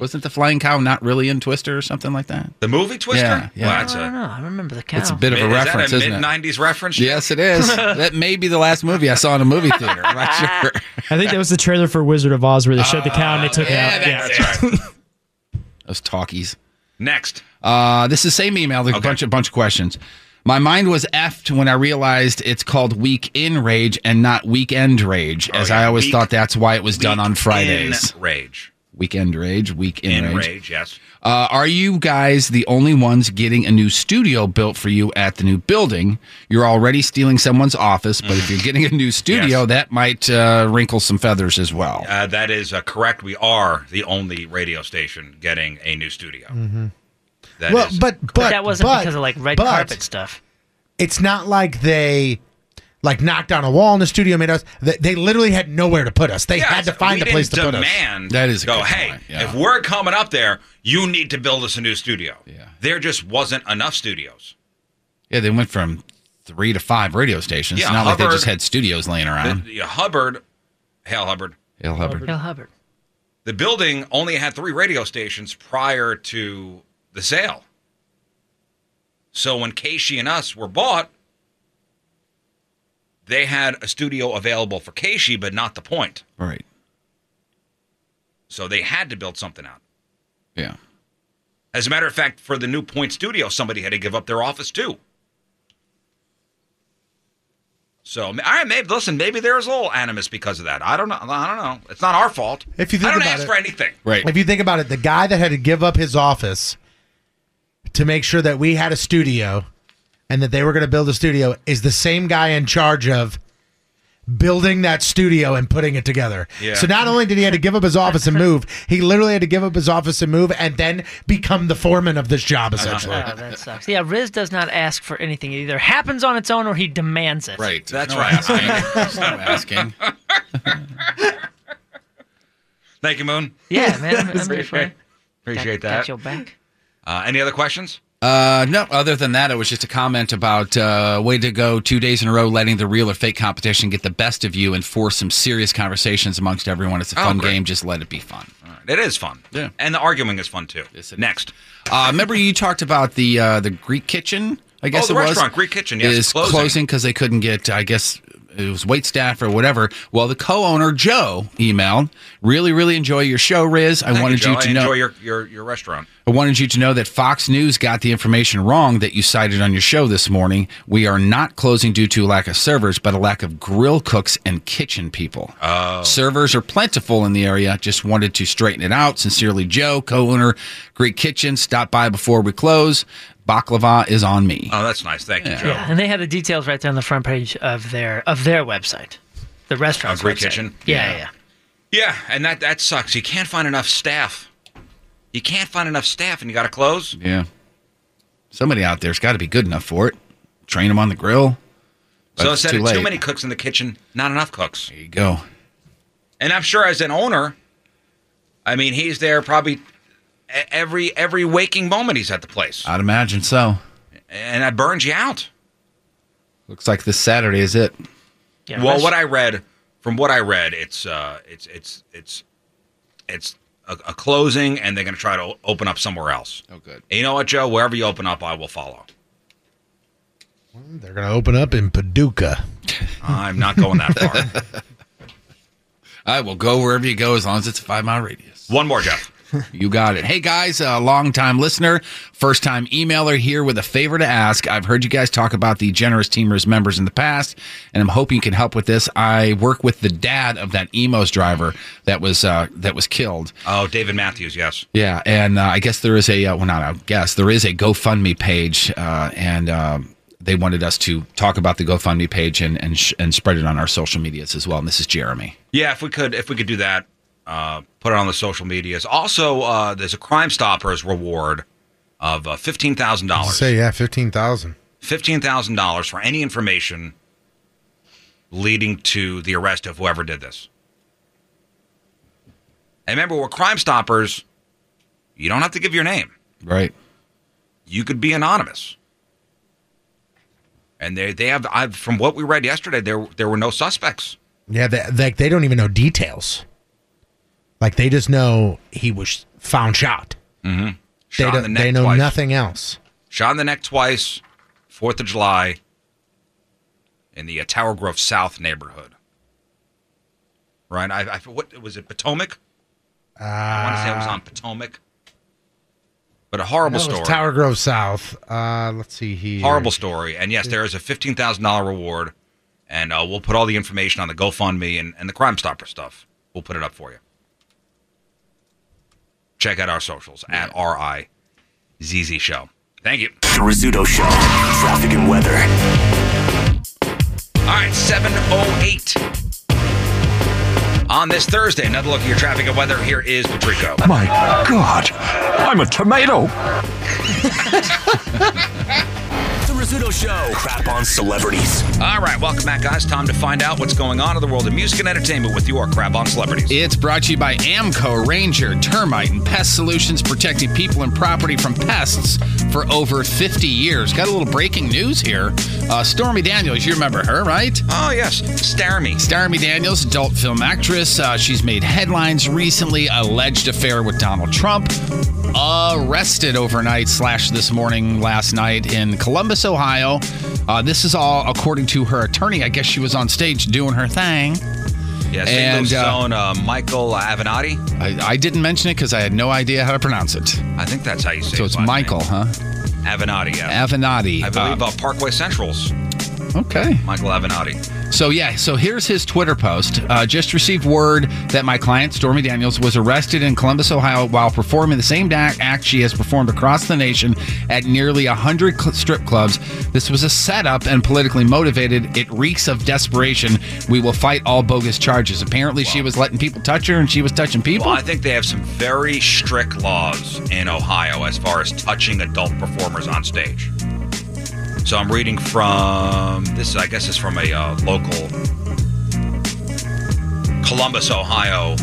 Wasn't the flying cow not really in Twister or something like that?
The movie Twister?
Yeah, yeah.
Well,
I
that's
don't
a,
know. I remember the [LAUGHS] cow.
It's a bit of
is
a reference,
that a
isn't
mid
it?
nineties reference?
Yes,
[LAUGHS]
it is. that may be the last movie I saw in a movie theater. I'm
[LAUGHS]
not sure.
I think that was the trailer for Wizard of Oz where they showed the cow and they took
yeah,
it out.
that's
yeah.
That's right.
[LAUGHS] Those talkies.
Next.
Uh, this is same email. A
Okay.
bunch of bunch of questions. My mind was effed when I realized it's called Week in Rage and not Weekend Rage, as
Oh, yeah.
I always
Week-
thought that's why it was done on
Week
Fridays.
In rage.
Weekend Rage, Week in,
In
Rage.
rage. yes.
Uh, are you guys the only ones getting a new studio built for you at the new building? You're already stealing someone's office, but if you're getting a new studio,
Mm-hmm. Yes.
that might uh, wrinkle some feathers as well.
Uh, that is uh, correct. We are the only radio station getting a new studio. Mm-hmm.
well, but, but
But that wasn't
but-
because of like red
but
carpet stuff.
It's not like they like knocked down a wall in the studio and made us. They, they literally had nowhere to put us. They had to find a place to
demand,
put us.
That is a
go.
good
Hey,
point, yeah.
if we're coming up there, you need to build us a new studio. Yeah. There just wasn't enough studios.
Yeah, they went from three to five radio stations.
Yeah,
not like they
Hubbard-
just had studios laying
The,
around.
the Hubbard, Hale Hubbard,
Hale Hubbard.
Bill Hubbard.
the building only had three radio stations prior to the sale. So when Casey and us were bought, they had a studio available for Casey, but not the point.
Right.
So they had to build something out.
Yeah.
As a matter of fact, for the new Point Studio, somebody had to give up their office too. So, all right, maybe listen, maybe there's a little animus because of that. I don't know. I don't know. It's not our fault.
If you think
I don't
about
ask
it-
for anything.
Right.
If you think about it, the guy that had to give up his office to make sure that we had a studio and that they were going to build a studio is the same guy in charge of building that studio and putting it together.
Yeah.
So not only did he had to give up his office and move, he literally had to give up his office and move and then become the foreman of this job essentially.
Oh, that sucks. Yeah, Riz does not ask for anything. It either happens on its own or he demands it.
Right.
That's
No
right.
Asking. There's no
[LAUGHS]
asking.
Thank you, Moon.
Yeah, man.
[LAUGHS]
I'm, I'm here for you.
Appreciate
Got-
that.
Got your back.
Uh, any other questions?
Uh, no, other than that, it was just a comment about uh, way to go two days in a row letting the real or fake competition get the best of you and force some serious conversations amongst everyone. It's a
Oh,
fun
great.
game. Just let it be fun.
All right. It is fun.
Yeah.
And the arguing is fun too.
Yes, it is.
Next.
Uh, remember you talked about the uh, the Greek kitchen? I guess
Oh, the
it was
restaurant, Greek kitchen, yes,
is
closing.
closing because they couldn't get. I guess it was wait staff or whatever. Well, the co-owner Joe emailed. Really, really enjoy your show, Riz. I
Thank
wanted
Joe.
you,
I
to
enjoy
know.
your, your your restaurant.
I wanted you to know that Fox News got the information wrong that you cited on your show this morning. We are not closing due to a lack of servers, but a lack of grill cooks and kitchen people. Oh. Servers are plentiful in the area. Just wanted to straighten it out. Sincerely, Joe, co-owner Greek Kitchen. Stop by before we close. Baklava is on me.
Oh, that's nice. Thank you, Joe.
Yeah, and they have the details right there on the front page of their of their website, the restaurant.
Oh, Great Kitchen?
Yeah, yeah.
Yeah, and that that sucks. You can't find enough staff. You can't find enough staff, and you got to close.
Yeah. Somebody out there's got to be good enough for it. Train them on the grill. But
so
it's
instead
too
of too
late.
many cooks in the kitchen, not enough cooks.
There you go.
And I'm sure as an owner, I mean, he's there probably e- every every waking moment he's at the place,
I'd imagine so.
and that burns you out.
Looks like this Saturday is it. Yeah,
well,
that's-
what I read from what I read, it's uh, it's it's it's it's a, a closing, and they're going to try to o- open up somewhere else.
Oh, good.
you know what, Joe? Wherever you open up, I will follow.
They're going to open up in Paducah.
I'm not going that far.
I will go wherever you go as long as it's a five mile radius.
One more, Jeff.
[LAUGHS] you got it. Hey, guys, a long time listener, first time emailer here with a favor to ask. I've heard you guys talk about the Generous Teamers members in the past, and I'm hoping you can help with this. I work with the dad of that Emos driver that was uh, that was killed.
Oh, David Matthews, yes.
Yeah, and uh, I guess there is a uh, well, not I guess there is a GoFundMe page, uh, and um, they wanted us to talk about the GoFundMe page and and sh- and spread it on our social medias as well. And this is Jeremy.
Yeah, if we could, if we could do that, uh, put it on the social medias. Also, uh, there's a Crime Stoppers reward of uh, fifteen thousand dollars.
[LAUGHS] Say yeah, fifteen thousand.
Fifteen thousand dollars for any information leading to the arrest of whoever did this. And remember, we're Crime Stoppers. You don't have to give your name.
Right.
You could be anonymous. And they they have I, from what we read yesterday, there there were no suspects.
Yeah, they, like they don't even know details. Like they just know he was found shot.
Mm-hmm.
They
Shot in the
don't,
neck
they know
twice.
nothing else.
Shot in the neck twice, 4th of July, in the uh, Tower Grove South neighborhood. Right? I, I what was it, Potomac? I
Uh,
want to say it was on Potomac. But a horrible
No, it was
story.
Tower Grove South. Uh, let's see here.
horrible story. And yes, there is a $15,000 reward. And uh, we'll put all the information on the GoFundMe and, and the Crime Stopper stuff. We'll put it up for you. Check out our socials at RIZZ Show. Thank you.
The Rizzuto Show. Traffic and weather.
All right, 708. On this Thursday, another look at your traffic and weather. Here is Patrico.
My God, I'm a tomato. the Rizzuto Show. Crap on celebrities.
All right, welcome back, guys. Time to find out what's going on in the world of music and entertainment with your crab on celebrities.
It's brought to you by Amco Ranger Termite and Pest Solutions, protecting people and property from pests for over 50 years. Got a little breaking news here. Uh, Stormy Daniels, you remember her, right?
Oh, yes. Starmy.
Starmy Daniels, adult film actress. Uh, she's made headlines recently, alleged affair with Donald Trump. Arrested overnight slash this morning, last night in Columbus, Ohio. Uh, this is all according to her attorney. I guess she was on stage doing her thing.
Yeah,
And,
St. Louis
uh,
own uh, Michael Avenatti.
I, I didn't mention it because I had no idea how to pronounce it.
I think that's how you say
So
it.
it's Michael, huh?
Avenatti, yeah.
Avenatti.
I believe uh, Parkway Central's
Okay.
Michael Avenatti.
So, yeah, so here's his Twitter post. Uh, just received word that my client, Stormy Daniels, was arrested in Columbus, Ohio while performing the same da- act she has performed across the nation at nearly 100 cl- strip clubs. This was a setup and politically motivated. It reeks of desperation. We will fight all bogus charges. Apparently, she was letting people touch her and she was touching people.
Well, I think they have some very strict laws in Ohio as far as touching adult performers on stage. So I'm reading from this. I guess is from a uh, local Columbus, Ohio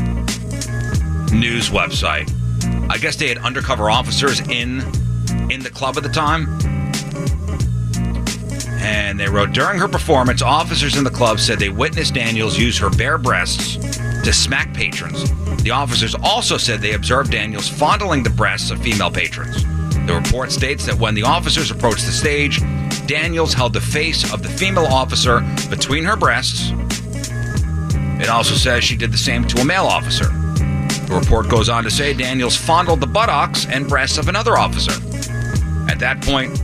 news website. I guess they had undercover officers in in the club at the time. And they wrote during her performance, officers in the club said they witnessed Daniels use her bare breasts to smack patrons. The officers also said they observed Daniels fondling the breasts of female patrons. The report states that when the officers approached the stage, Daniels held the face of the female officer between her breasts. It also says she did the same to a male officer. The report goes on to say Daniels fondled the buttocks and breasts of another officer. At that point,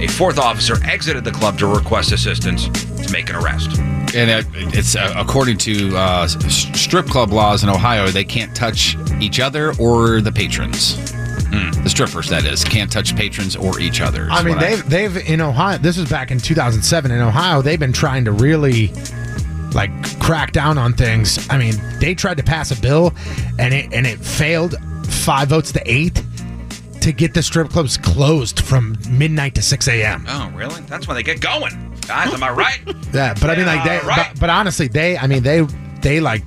a fourth officer exited the club to request assistance to make an arrest.
And it, it's uh, according to uh, s- strip club laws in Ohio, they can't touch each other or the patrons. Hmm. The strippers, that is, can't touch patrons or each other. is
I mean,
what
they've they've in Ohio. This is back in 2007 in Ohio. They've been trying to really like crack down on things. I mean, they tried to pass a bill, and it and it failed five votes to eight to get the strip clubs closed from midnight to 6 a.m.
Oh, really? That's when they get going. Guys, am I right? [LAUGHS]
Yeah, but I mean, like they.
All right.
But, but honestly, they. I mean, they. They like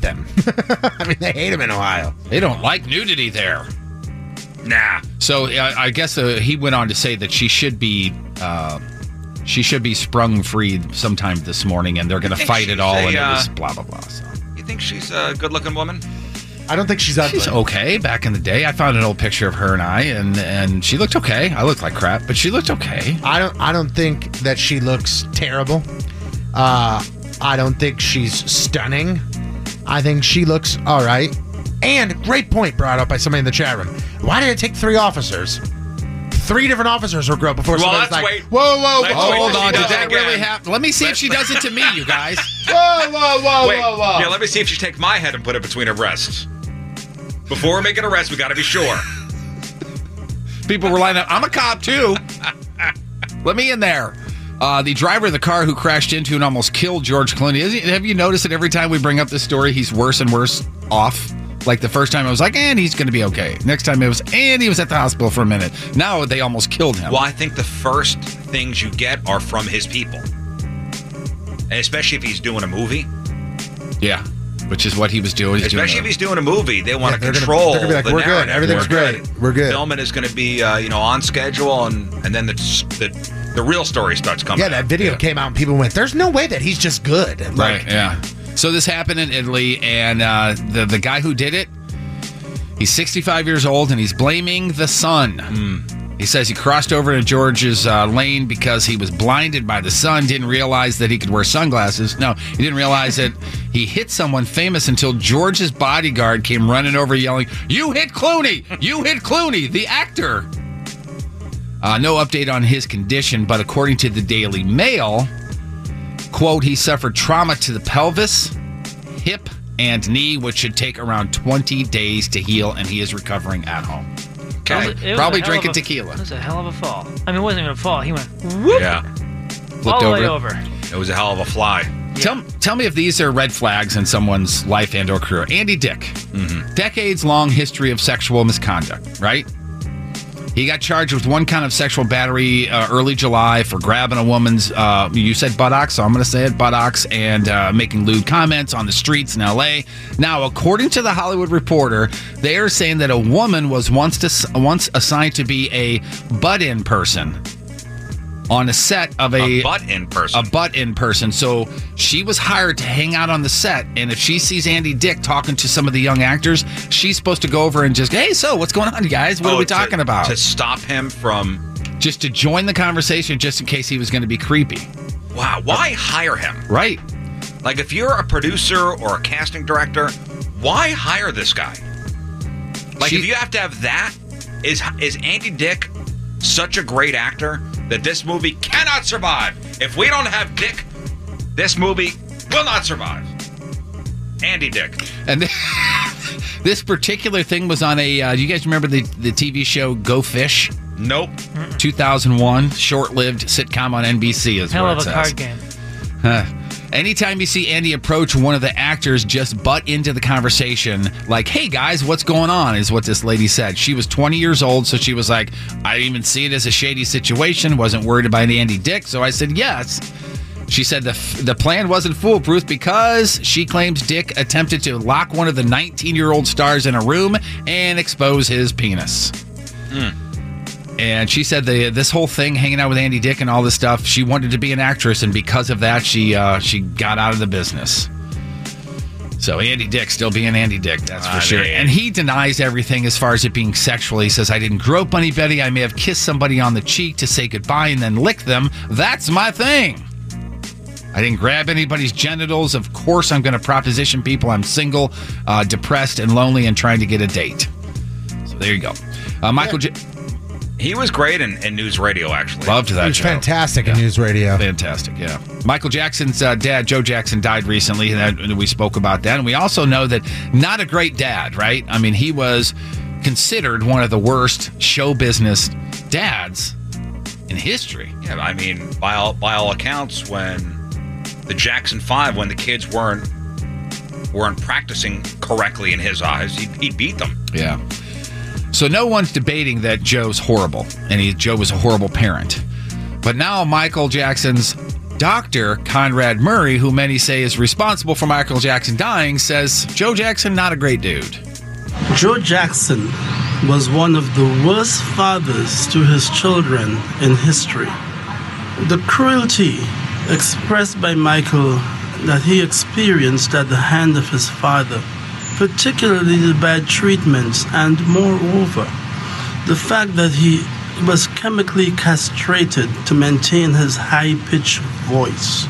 [LAUGHS]
them. I mean, they hate them in Ohio.
They don't like nudity there. Nah. So uh, I guess uh, he went on to say that she should be uh, she should be sprung free sometime this morning, and
[LAUGHS]
they're going to
think
fight it
she's
all,
a,
and it
uh,
was blah blah blah. So.
You think she's a good-looking woman?
I don't think she's ugly.
She's okay. Back in the day, I found an old picture of her and I, and and she looked okay. I looked like crap, but she looked okay.
I don't. I don't think that she looks terrible. Uh, I don't think she's stunning. I think she looks all right. And great point brought up by somebody in the chat room. Why did it take three officers? Three different officers were grilled before.
Well,
somebody was
let's
like,
wait-
Whoa, whoa,
let's
whoa!
wait
hold
till she
on,
does
did
that
that really
again.
happen?
hap- Let me see if she does it to me, [LAUGHS] you guys.
Whoa, whoa, whoa,
Wait,
whoa, whoa.
Yeah, let me see if she takes my head and put it between her breasts. Before we make an arrest, we got to be [LAUGHS] sure.
People were lining up. I'm a cop too. [LAUGHS] Let me in there. Uh, the driver of the car who crashed into and almost killed George Clooney. Isn't, have you noticed that every time we bring up this story, he's worse and worse off? Like the first time I was like, and he's going to be okay. Next time it was, and he was at the hospital for a minute. Now they almost killed him.
Well, I think the first things you get are from his people, and especially if he's doing a movie.
Yeah, which is what he was doing. He's doing
Especially
a-
if he's doing a movie, they want
Yeah,
to
they're gonna-
control.
they're gonna be like,
the
"We're good.
narrative.
Everything's
great. We're good."
Filming is going to be, uh, you know, on schedule, and and then the the, the real story starts coming.
Yeah, that video came out and people went, "There's no way that he's just good." Like,
Right. Yeah. So this happened in Italy, and uh, the the guy who did it, he's 65 years old, and he's blaming the sun. He says he crossed over into George's uh, lane because he was blinded by the sun, didn't realize that he could wear sunglasses. No, he didn't realize that he hit someone famous until George's bodyguard came running over yelling, You hit Clooney! You hit Clooney, the actor! Uh, no update on his condition, but according to the Daily Mail, quote, he suffered trauma to the pelvis, hip, and knee, which should take around 20 days to heal, and he is recovering at home.
It was-
Okay.
it was a
Probably
hell
drinking
of a-
tequila.
It was a hell of a fall. I mean, it wasn't even a fall. He went whoop.
Yeah.
Flipped
all the way
over.
over.
It was a hell of a fly.
Tell, tell me if these are red flags in someone's life and or career. Andy Dick,
Mm-hmm.
decades-long history of sexual misconduct, right? He got charged with one count of sexual battery uh, early July for grabbing a woman's, uh, you said buttocks, so I'm going to say it, buttocks, and uh, making lewd comments on the streets in LA. Now, according to the Hollywood Reporter, they are saying that a woman was once, to, once assigned to be a butt in person on a set of a,
A butt-in person.
A butt in person. So she was hired to hang out on the set, and if she sees Andy Dick talking to some of the young actors, she's supposed to go over and just, hey, so what's going on, guys? What
Oh,
are we
to-
talking about?
To stop him from.
just to join the conversation just in case he was going to be creepy.
Wow, why hire him?
Right.
Like, if you're a producer or a casting director, why hire this guy? Like, if you have to have that, is is Andy Dick such a great actor that this movie cannot survive? If we don't have Dick, this movie will not survive. Andy Dick.
And [LAUGHS] this particular thing was on a. Uh, do you guys remember the the TV show Go Fish?
Nope.
2001, short-lived sitcom on NBC is
Hell
what
of
it
a
says.
card game.
Huh. Anytime you see Andy approach one of the actors, just butt into the conversation, like, hey guys, what's going on? Is what this lady said. She was 20 years old, so she was like, I didn't even see it as a shady situation, wasn't worried about Andy Dick, so I said yes. She said the, f- the plan wasn't foolproof because she claims Dick attempted to lock one of the 19 year old stars in a room and expose his penis. Hmm. And she said the this whole thing, hanging out with Andy Dick and all this stuff, she wanted to be an actress, and because of that, she uh, she got out of the business. So Andy Dick still being Andy Dick, that's for
Ah,
sure.
there you go.
And he denies everything as far as it being sexual. He says I didn't grope anybody. I may have kissed somebody on the cheek to say goodbye and then lick them. That's my thing. I didn't grab anybody's genitals. Of course, I'm going to proposition people. I'm single, uh, depressed, and lonely, and trying to get a date. So there you go. Uh, Michael J.
He was great in, in news radio, actually.
Loved that
He was
show.
fantastic in news radio.
Fantastic, yeah. Michael Jackson's uh, dad, Joe Jackson, died recently, and that- and we spoke about that. And we also know that not a great dad, right? I mean, he was considered one of the worst show business dads in history.
Yeah, I mean, by all by all accounts, when the Jackson Five, when the kids weren't weren't practicing correctly in his eyes, he, he beat them.
Yeah. So no one's debating that Joe's horrible, and he, Joe was a horrible parent. But now Michael Jackson's Dr. Conrad Murray, who many say is responsible for Michael Jackson dying, says Joe Jackson, not a great dude.
Joe Jackson was one of the worst fathers to his children in history. The cruelty expressed by Michael that he experienced at the hand of his father, particularly the bad treatments, and moreover, the fact that he was chemically castrated to maintain his high pitched voice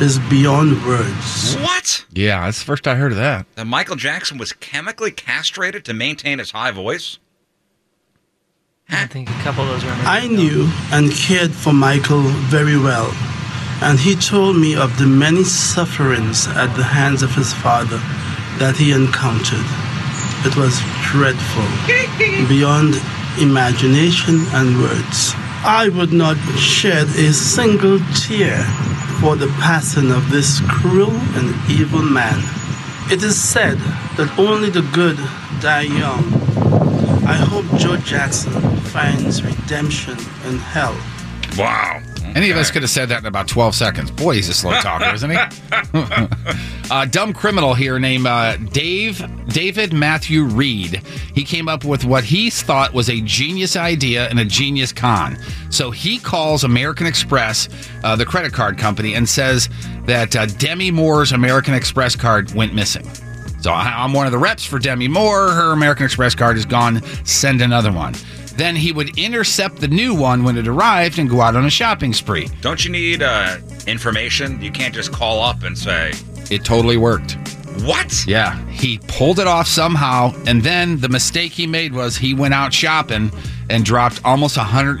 is beyond words.
What?
Yeah, that's the first I heard of that.
That Michael Jackson was chemically castrated to maintain his high voice?
I think a couple of those were.
I knew and cared for Michael very well, and he told me of the many sufferings at the hands of his father that he encountered. It was dreadful, beyond imagination and words. I would not shed a single tear for the passing of this cruel and evil man. It is said that only the good die young. I hope Joe Jackson finds redemption in hell.
Wow.
Any of us could have said that in about 12 seconds. Boy, he's a slow talker, isn't he? a Uh, dumb criminal here named uh, Dave David Matthew Reed. He came up with what he thought was a genius idea and a genius con. So he calls American Express, uh, the credit card company, and says that uh, Demi Moore's American Express card went missing. So I, I'm one of the reps for Demi Moore. Her American Express card is gone. Send another one. Then he would intercept the new one when it arrived and go out on a shopping spree.
Don't you need uh, information? You can't just call up and say,
It totally worked.
What?
Yeah, he pulled it off somehow, and then the mistake he made was he went out shopping and dropped almost $170,000 at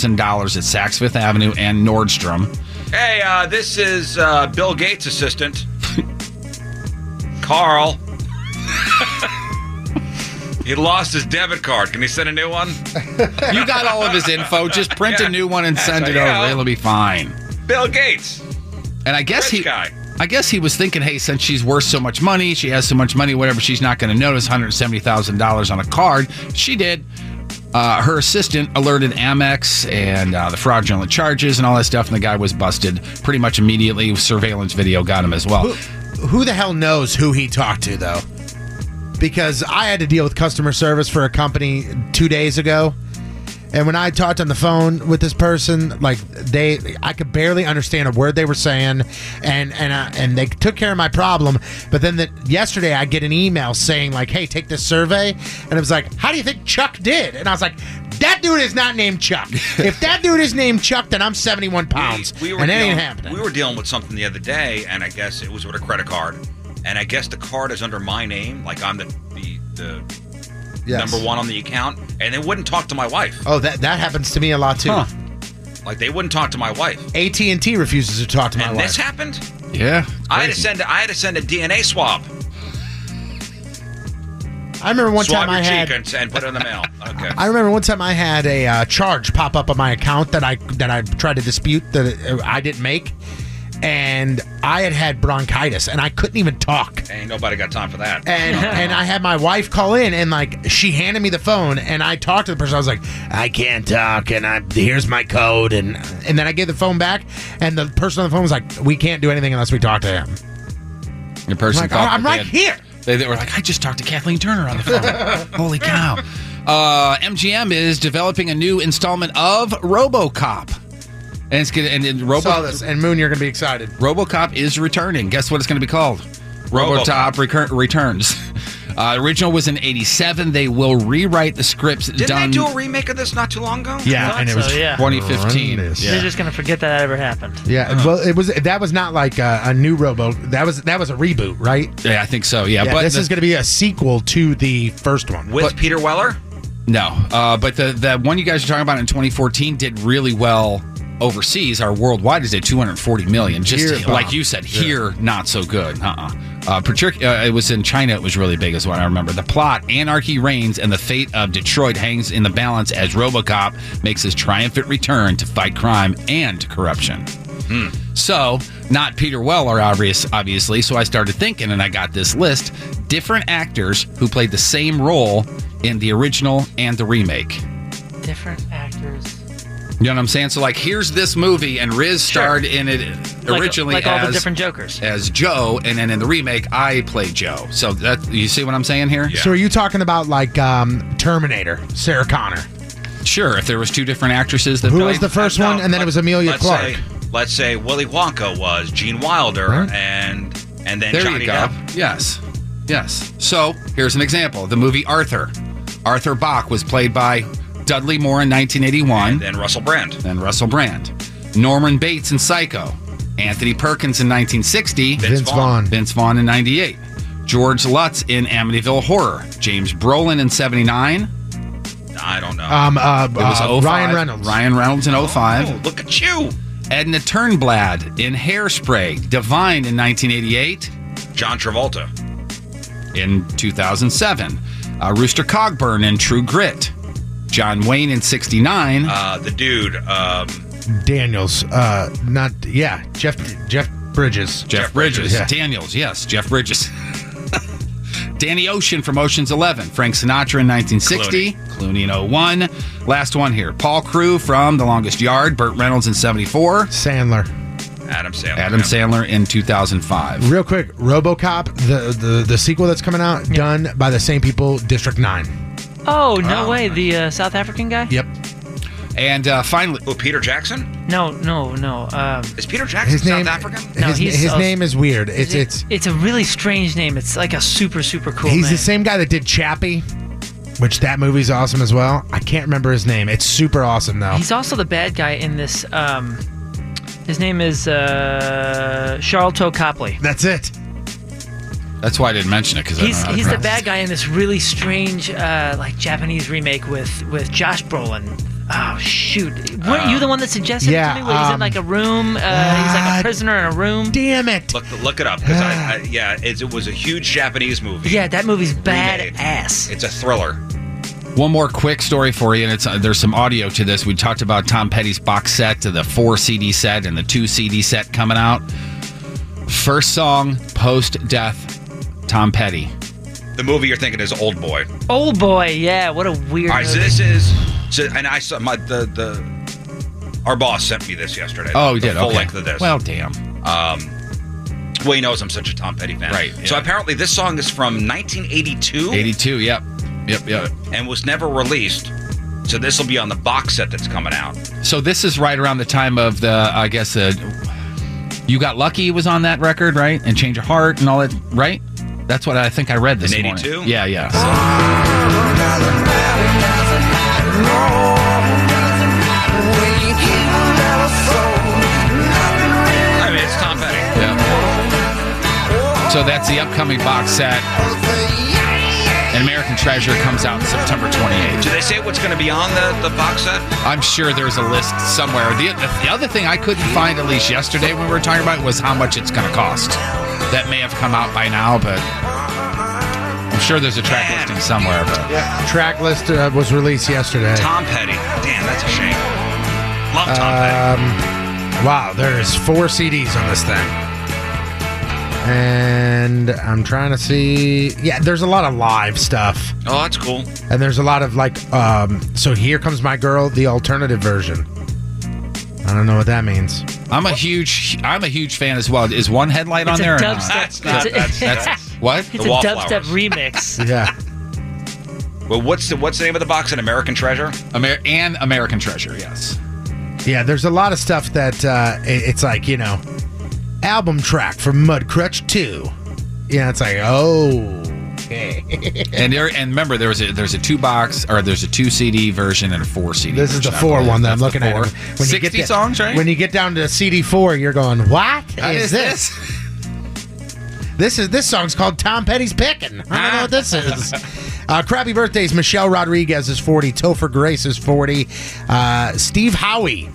Saks Fifth Avenue and Nordstrom.
hey, uh, this is uh, Bill Gates' assistant, [LAUGHS] Carl. [LAUGHS] he lost his debit card. Can he send a new one?
You got all of his info. Just print a new one and
Yeah,
send
so,
it
yeah.
over. It'll be fine.
Bill Gates.
And I guess he, I guess he was thinking, hey, since she's worth so much money, she has so much money, whatever, she's not going to notice $170,000 on a card. She did. Uh, her assistant alerted Amex and uh, the fraudulent charges and all that stuff, and the guy was busted pretty much immediately. Surveillance video got him as well.
Who the hell knows who he talked to though? Because I had to deal with customer service for a company two days ago, and when I talked on the phone with this person, like they, I could barely understand a word they were saying, and and I, and they took care of my problem. But then the, yesterday, I get an email saying like, "Hey, take this survey," and it was like, "How do you think Chuck did?" And I was like. That dude is not named Chuck. if that dude is named Chuck, then I'm 71 pounds, and it ain't
dealing,
happening.
We were dealing with something the other day, and I guess it was with a credit card, and I guess the card is under my name, like I'm the the, the
Yes.
number one on the account, and they wouldn't talk to my wife.
Oh, that that happens to me a lot too.
Like they wouldn't talk to my wife.
AT and T refuses to talk to my
and
wife.
this happened.
yeah,
I had to send I had to send a DNA swab.
I remember one
swab
time I
your
had.
cheek and, and put it in the mail. Okay.
I remember one time I had a uh, charge pop up on my account that I that I tried to dispute that uh, I didn't make, and I had had bronchitis and I couldn't even talk.
Ain't nobody got time for that. [LAUGHS]
And and I had my wife call in and like she handed me the phone and I talked to the person. I was like, I can't talk and I here's my code and and then I gave the phone back and the person on the phone was like, we can't do anything unless we talk to him.
The person
I'm like,
thought
"Oh, I'm
that they had-
right here."
They, they were like, I just talked to Kathleen Turner on the phone.
[LAUGHS]
Holy cow. Uh, MGM is developing a new installment of RoboCop. And it's gonna and, and Robo-
Saw this and Moon, you're gonna be excited.
RoboCop is returning. Guess what it's going to be called? RoboCop recur- returns. [LAUGHS] Uh, original was in '87. They will rewrite the scripts
Didn't
done.
they do a remake of this not too long ago?
Yeah,
I thought
and it was
so, yeah.
2015. Horrendous. Yeah.
They're just gonna forget that ever happened.
Yeah, well, it was that was not like a, a new Robo. That was that was a reboot, right?
yeah, I think so. Yeah,
Yeah,
but
this
the-
is going to be a sequel to the first one.
With Peter Weller?
No, uh, but the the one you guys are talking about in 2014 did really well overseas. Our worldwide is at 240 million. Just
Here,
like
Bob.
you said, here not so good. Uh-uh. Uh, partic- uh, it was in China. It was really big, is what I remember. The plot: anarchy reigns, and the fate of Detroit hangs in the balance as RoboCop makes his triumphant return to fight crime and corruption. So, not Peter Weller, obvious, obviously. So I started thinking, and I got this list: different actors who played the same role in the original and the remake.
Different actors.
You know what I'm saying? So like, here's this movie, and Riz starred in it
Like-
originally
like all
as
the different Jokers
as Joe, and then in the remake, I play Joe. So that you see what I'm saying here?
So are you talking about like um, Terminator, Sarah Connor?
Sure. If there was two different actresses that
Who
played
was the first one, and then it was Amelia
let's
Clark.
Say, let's say Willy Wonka was Gene Wilder
Right.
and and then
there
Johnny
you go.
Depp.
Yes. Yes. So here's an example: the movie Arthur. Arthur Bach was played by Dudley Moore in 1981. And
then Russell Brand.
Then Russell Brand. Norman Bates in Psycho. Anthony Perkins in 1960.
Vince Vince Vaughn. Vaughn.
Vince Vaughn in 98. George Lutz in Amityville Horror. James Brolin in 79.
I don't know.
Um, uh,
it was
uh,
05.
Ryan Reynolds.
Ryan Reynolds in 05.
Oh, look at you.
Edna Turnblad in Hairspray. Divine in 1988.
John Travolta.
In 2007. Uh, Rooster Cogburn in True Grit. John Wayne in 69.
Uh, the dude. Um,
Daniels, uh, not yeah, Jeff Jeff Bridges.
Jeff, Bridges.
Yeah.
Daniels, yes, Jeff Bridges. [LAUGHS] Danny Ocean from Ocean's 11. Frank Sinatra in 1960. Clooney, in 01. Last one here. Paul Crew from The Longest Yard. Burt Reynolds in 74.
Sandler.
Adam Sandler.
Adam Sandler in 2005.
Real quick, RoboCop, the the the sequel that's coming out, done by the same people, District Nine.
Oh no way! The uh, South African guy?
Yep.
And uh, finally,
oh, Peter Jackson.
No, no, no. Um,
is Peter Jackson
His name-
South African?
his- his name is weird. It's- it's-
it's a really strange name. It's like a super super cool
He's
name.
the same guy that did Chappie, which that movie's awesome as well. I can't remember his name. It's super awesome though.
He's also the bad guy in this. Um, his name is uh, Charlton Copley.
That's it.
That's why I didn't mention it because
He's
I don't know how to
he's the
pronounce
bad guy in this really strange uh, like Japanese remake with with Josh Brolin. Oh shoot! Weren't you the one that suggested
yeah,
it to me? Where he's in
um,
like a room. Uh, he's like a prisoner in a room.
Damn it!
Look look it up because I, I yeah it's, it was a huge Japanese movie.
Yeah, that movie's
Remade.
badass.
It's a thriller.
One more quick story for you, and it's uh, there's some audio to this. We talked about Tom Petty's box set to the four CD set and the two CD set coming out. First song post death, Tom Petty.
The movie you're thinking is Old Boy.
Old Oh, boy, yeah. What a weird.
All right, so
movie.
this is so, and I saw my the the our boss sent me this yesterday.
Oh, he
the
did?
full
Okay.
length of this.
Well, damn.
Um, well, he knows I'm such a Tom Petty fan, right? So apparently, this song is from 1982.
82, yep, yep, yep.
and was never released. So this will be on the box set that's coming out.
So this is right around the time of the, I guess, uh, you got lucky was on that record, right? And change of heart and all that, right? That's what I think I read this
In
morning.
82?
Yeah, yeah. So-
I mean, it's Tom Petty.
So that's the upcoming box set. And American Treasure comes out September 28th.
Do they say what's going to be on the, the box set?
I'm sure there's a list somewhere. The, the other thing I couldn't find, at least yesterday when we were talking about it, was how much it's going to cost. That may have come out by now, but I'm sure there's a track listing somewhere. But
Track list uh, was released yesterday.
Tom Petty. Damn, that's a shame. Love Tom
Um, wow, there's four CDs on this thing. And I'm trying to see. Yeah, there's a lot of live stuff.
Oh, that's cool.
And there's a lot of like, um, so here comes my girl, the alternative version. I don't know what that means.
I'm a huge, I'm a huge fan as well. Is one headlight on
It's a
there? or
dubstep-
not?
That's not- [LAUGHS] it's a- that's-
what?
It's a
[LAUGHS]
dubstep remix.
Yeah.
Well, what's the what's the name of the box set? American Treasure.
Amer- and American Treasure. Yes.
Yeah, there's a lot of stuff that uh, i- it's like, you know, album track for Mudcrutch 2. Yeah, it's like, oh, okay.
and there, and remember, there was a there's a two box or there's a two CD version and a four CD.
This is the
version, I
four
believe.
one that I'm
That's
looking
the
at.
four.
you
Sixty
get to-
songs, right?
When you get down to CD four, you're going, "What is
What is
this? [LAUGHS] this is this song's called Tom Petty's Pickin'. I don't know what
Ah.
this is." Uh, crappy birthdays. Michelle Rodriguez is 40. Topher Grace is 40. Uh, Steve Howie.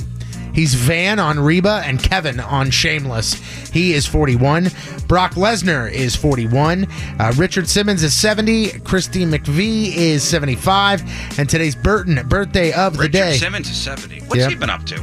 He's Van on Reba and Kevin on Shameless. He is 41. Brock Lesnar is 41. Uh, Richard Simmons is 70. Christine McVie is 75. And today's Burton birthday of the
Richard
day.
Simmons is 70. What's
Yep.
he been up to?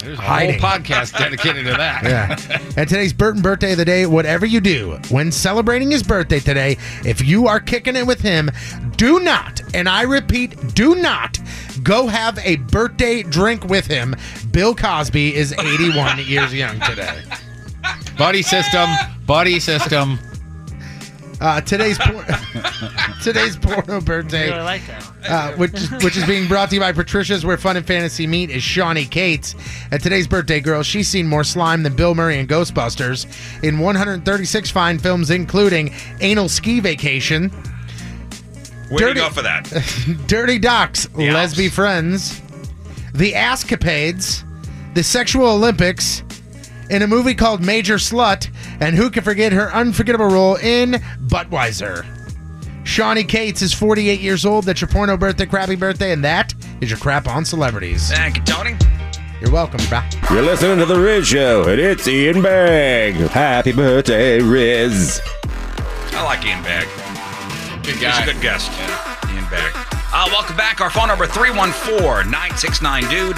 There's
a whole Hiding.
podcast dedicated to that.
Yeah.
[LAUGHS]
and today's Burton birthday of the day. Whatever you do when celebrating his birthday today, if you are kicking it with him, do not, and I repeat, do not Go have a birthday drink with him. Bill Cosby is 81
[LAUGHS]
years young today.
Buddy system, buddy system.
Uh, today's por- [LAUGHS] today's porno birthday,
Really like that.
uh, which which is being brought to you by Patricia's, where fun and fantasy meet, is Shawnee Cates. At today's birthday girl, she's seen more slime than Bill Murray and Ghostbusters in 136 fine films, including Anal Ski Vacation,
[LAUGHS] Where do you go for that?
[LAUGHS] Dirty Docs, Lesby Friends, The Ascapades, The Sexual Olympics, in a movie called Major Slut, and who can forget her unforgettable role in Budweiser? Shawnee Cates is 48 years old. That's your porno birthday, crappy birthday, and that is your crap on celebrities.
Thank you, Tony.
You're welcome, bro.
You're listening to The Riz Show, and it's Ian Bang. Happy birthday, Riz.
I like Ian Bag.
Good
He's a good guest. Ian Bag. Uh, welcome back. Our phone number 314 969 Dude.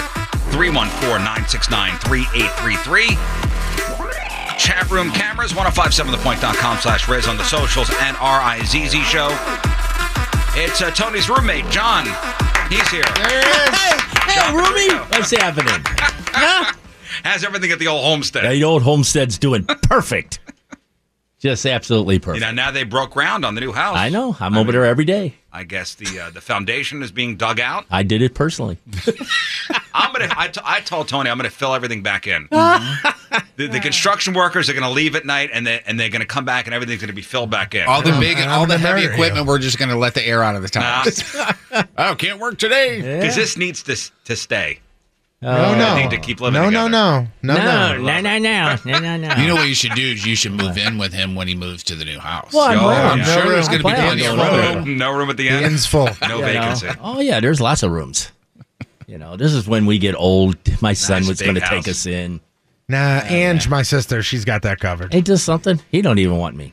314 969 3833. Chat room cameras 1057thepoint.com slash Riz on the socials and R I Z Z show. It's uh, Tony's roommate, John. He's here.
Hey, Rumi,
[LAUGHS]
what's happening?
How's everything at the old homestead?
The old homestead's doing perfect. Just absolutely
You
perfect.
know, now they broke ground on the new house.
I know. I'm over there every day.
I guess the uh, the foundation is being dug out.
I did it
[LAUGHS]
personally.
I'm gonna. I, t- I told Tony I'm gonna fill everything back in.
Uh,
the, the construction workers are gonna leave at night, and they and they're gonna come back, and everything's gonna be filled back in.
All the
[LAUGHS]
big, all the heavy equipment, we're just going to let the air out of the top.
Oh, can't work today
Yeah.
because this needs to s- to stay.
No,
Oh, We
no.
need to keep living.
No,
together.
no, no, no,
No,
no,
no, no, no, no, no, no.
You know what you should do is you should move in with him when he moves to the new house.
Well, I'm
Oh,
glad.
I'm
No
sure there's
room.
going to be plenty of
I'm glad. No
room.
room.
No room at the end.
The end's full.
No
[LAUGHS] You know.
vacancy.
Oh yeah, there's lots of rooms. You know, this is when we get old. My son
Nice
was
big
going to
house.
take us in.
Nah, Ange, my sister, she's got that covered.
Ain't this something? He don't even want me.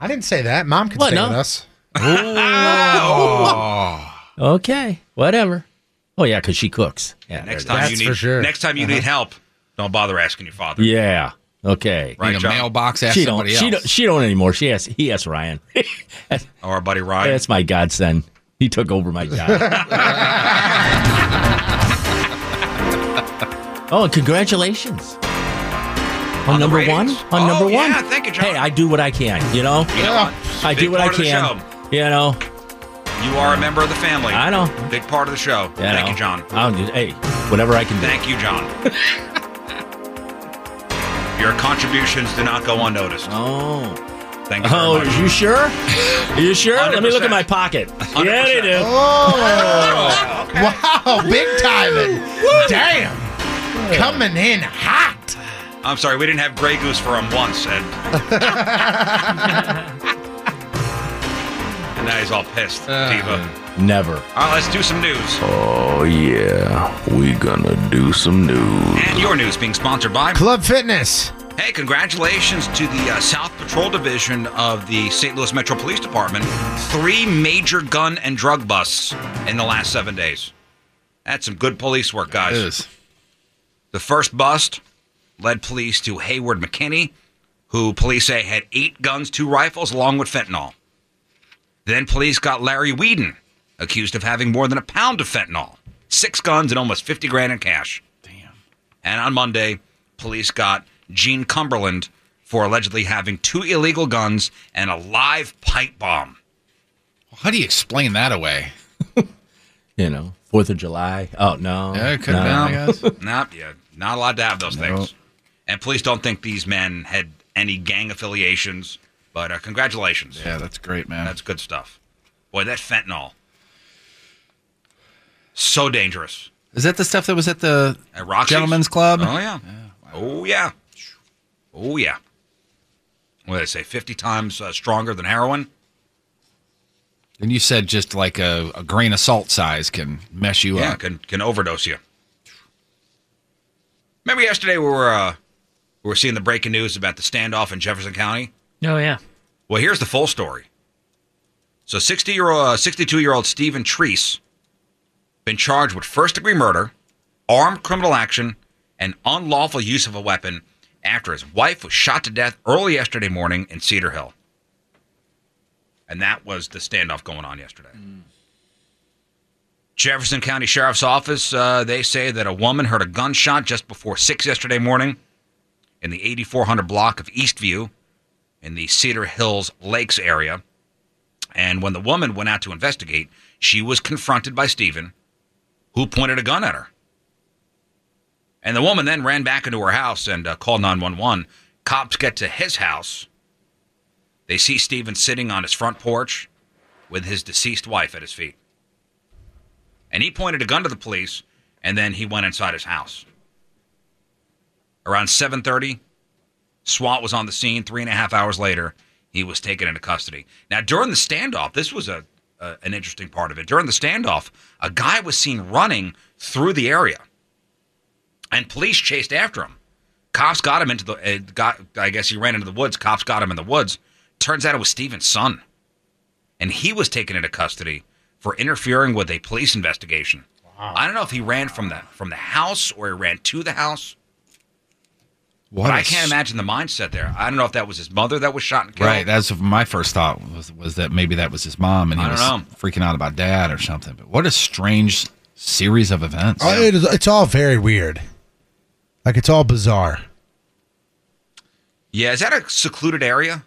I didn't say that. Mom can
What,
stay
no?
with us.
[LAUGHS] Okay, whatever. Oh yeah, because she cooks. Yeah,
Next
there it
time
is.
you need next time you need help, don't bother asking your father.
Uh-huh. Yeah. Okay.
Right, Need a John? mailbox, ask
she
somebody
don't, She
else.
don't, she don't anymore. She asks. He asks Ryan. [LAUGHS]
Oh, Our buddy Ryan.
That's my godson. He took over
[LAUGHS]
my job. oh, and congratulations on,
the
number one.
ratings?
On
Oh,
number
yeah,
one.
thank you,
Hey, I do what I can. You know.
You know what?
I
Big
do what I
part of the
can. You know.
You are a member of the family.
I know.
Big part of the show.
Yeah,
Thank
no.
you, John.
I'll do, hey, whatever I can do.
Thank you, John. Your contributions do not go unnoticed.
Oh.
Thank you.
Oh,
very much.
you sure? you sure? Let me look at
100%.
my pocket. Yeah, they do.
Oh, wow, big timing. Damn, coming in hot. [LAUGHS]
I'm sorry, we didn't have Grey Goose for him once, and, and now he's all pissed,
Uh,
Diva.
Never.
All right, Uh, let's do some news.
Oh, yeah. We gonna do some news.
And your news being sponsored by
Club Fitness.
Hey, congratulations to the uh, South Patrol Division of the St. Louis Metro Police Department. Three major gun and drug busts in the last seven days. That's some good police work, guys. The first bust led police to Hayward McKinney, who police say had eight guns, two rifles, along with fentanyl. Then police got Larry Whedon, accused of having more than a pound of fentanyl, six guns, and almost 50 grand in cash. And on Monday, police got Gene Cumberland for allegedly having two illegal guns and a live pipe bomb.
How do you explain that away?
You know, Fourth of July. Oh no.
Yeah, it could have been, I
[LAUGHS]
guess.
Not, yeah, not allowed to have those things. And police don't think these men had any gang affiliations, but uh, congratulations.
Yeah, that's great, man.
That's good stuff. Boy, that fentanyl. So dangerous.
Is that the stuff that was at the
At Roxy's?
Gentlemen's Club?
Oh, yeah. Oh, yeah. Oh, yeah. What did I say? 50 times uh, stronger than heroin?
And you said just like a, a grain of salt size can mess you
yeah,
up.
can can overdose you. Remember yesterday we were uh, we were seeing the breaking news about the standoff in Jefferson County.
Oh yeah.
Well, here's the full story. So, sixty year old, sixty-two year old Stephen Treese been charged with first degree murder, armed criminal action, and unlawful use of a weapon after his wife was shot to death early yesterday morning in Cedar Hill. And that was the standoff going on yesterday. Jefferson County Sheriff's Office, uh, they say that a woman heard a gunshot just before 6 yesterday morning in the 8400 block of Eastview in the Cedar Hills Lakes area. And when the woman went out to investigate, she was confronted by Stephen, who pointed a gun at her. And the woman then ran back into her house and uh, called 911. Cops get to his house. They see Stephen sitting on his front porch with his deceased wife at his feet. And he pointed a gun to the police and then he went inside his house. Around 7:30, SWAT was on the scene. Three and a half hours later, he was taken into custody. Now, during the standoff, this was a, a an interesting part of it. During the standoff, a guy was seen running through the area, and police chased after him. Cops got him into the. Uh, got, I guess he ran into the woods. Cops got him in the woods. Turns out it was Steven's son, and he was taken into custody for interfering with a police investigation. I don't know if he ran from the from the house or he ran to the house.
What
but
I
I can't imagine the mindset there. I don't know if that was his mother that was shot and killed.
Right. That's my first thought was was that maybe that was his mom and he
I
was
don't
freaking out about dad or something. But what a strange series of events.
Oh, it is, it's all very weird. Like it's all bizarre.
Yeah, is that a secluded area?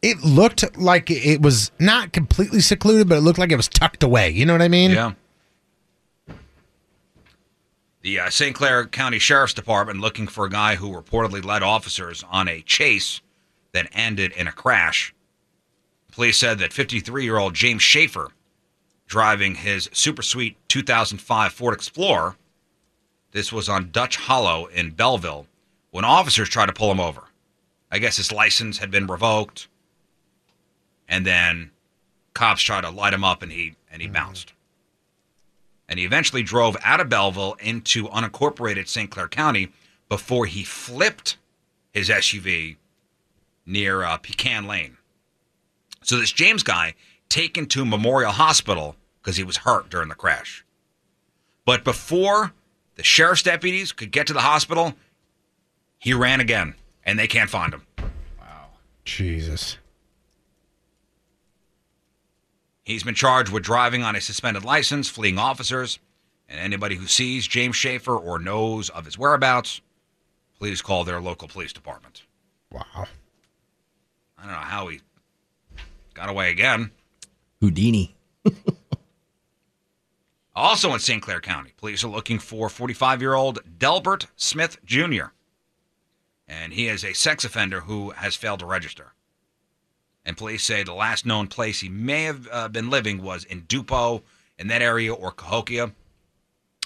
It looked like it was not completely secluded, but it looked like it was tucked away. You know what I mean?
Yeah. The uh, St. Clair County Sheriff's Department looking for a guy who reportedly led officers on a chase that ended in a crash. Police said that 53 year old James Schaefer, driving his super sweet 2005 Ford Explorer, this was on Dutch Hollow in Belleville, when officers tried to pull him over. I guess his license had been revoked, and then cops tried to light him up, and he and he bounced and he eventually drove out of Belleville into unincorporated St. Clair County before he flipped his SUV near uh, Pecan Lane. So this James guy taken to Memorial Hospital because he was hurt during the crash. But before the sheriff's deputies could get to the hospital, he ran again, and they can't find him.
Jesus.
He's been charged with driving on a suspended license, fleeing officers, and anybody who sees James Schaefer or knows of his whereabouts, please call their local police department.
Wow.
I don't know how he got away again.
Houdini.
Also in St. Clair County, police are looking for 45 year old Delbert Smith Jr., and he is a sex offender who has failed to register. And police say the last known place he may have uh, been living was in Dupo, in that area, or Cahokia.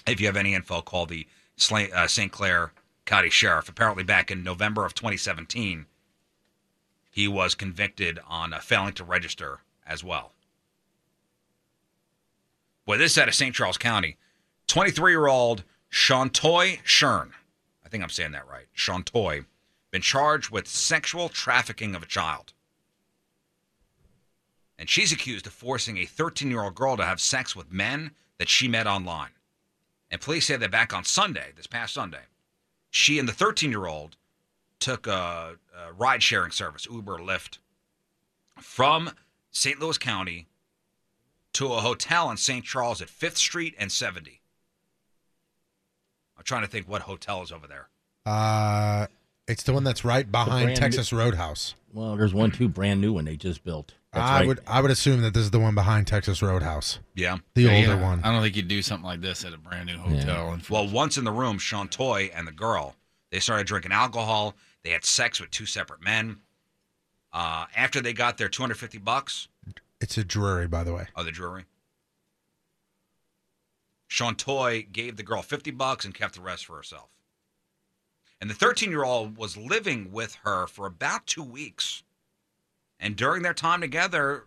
If you have any info, call the Sla- uh, St. Clair County Sheriff. Apparently, back in November of 2017, he was convicted on uh, failing to register as well. Boy, this is out of St. Charles County. 23 year old Shantoy Shern, I think I'm saying that right, Shantoy, been charged with sexual trafficking of a child. And she's accused of forcing a 13 year old girl to have sex with men that she met online. And police say that back on Sunday, this past Sunday, she and the 13 year old took a, a ride sharing service, Uber, Lyft, from St. Louis County to a hotel in St. Charles at 5th Street and 70. I'm trying to think what hotel is over there.
Uh, it's the one that's right behind
brand
Texas
new-
Roadhouse.
Well, there's one too brand new one they just built. That's
I
right.
would I would assume that this is the one behind Texas Roadhouse.
Yeah.
The
Yeah,
older
yeah.
one.
I don't think you'd do something like this at a brand new hotel. And
Well, once in the room, Shantoy and the girl, they started drinking alcohol. They had sex with two separate men. Uh, after they got their 250 bucks
It's a drury, by the way.
of the jewelry, Shantoy gave the girl 50 bucks and kept the rest for herself. And the 13 year old was living with her for about two weeks. And during their time together,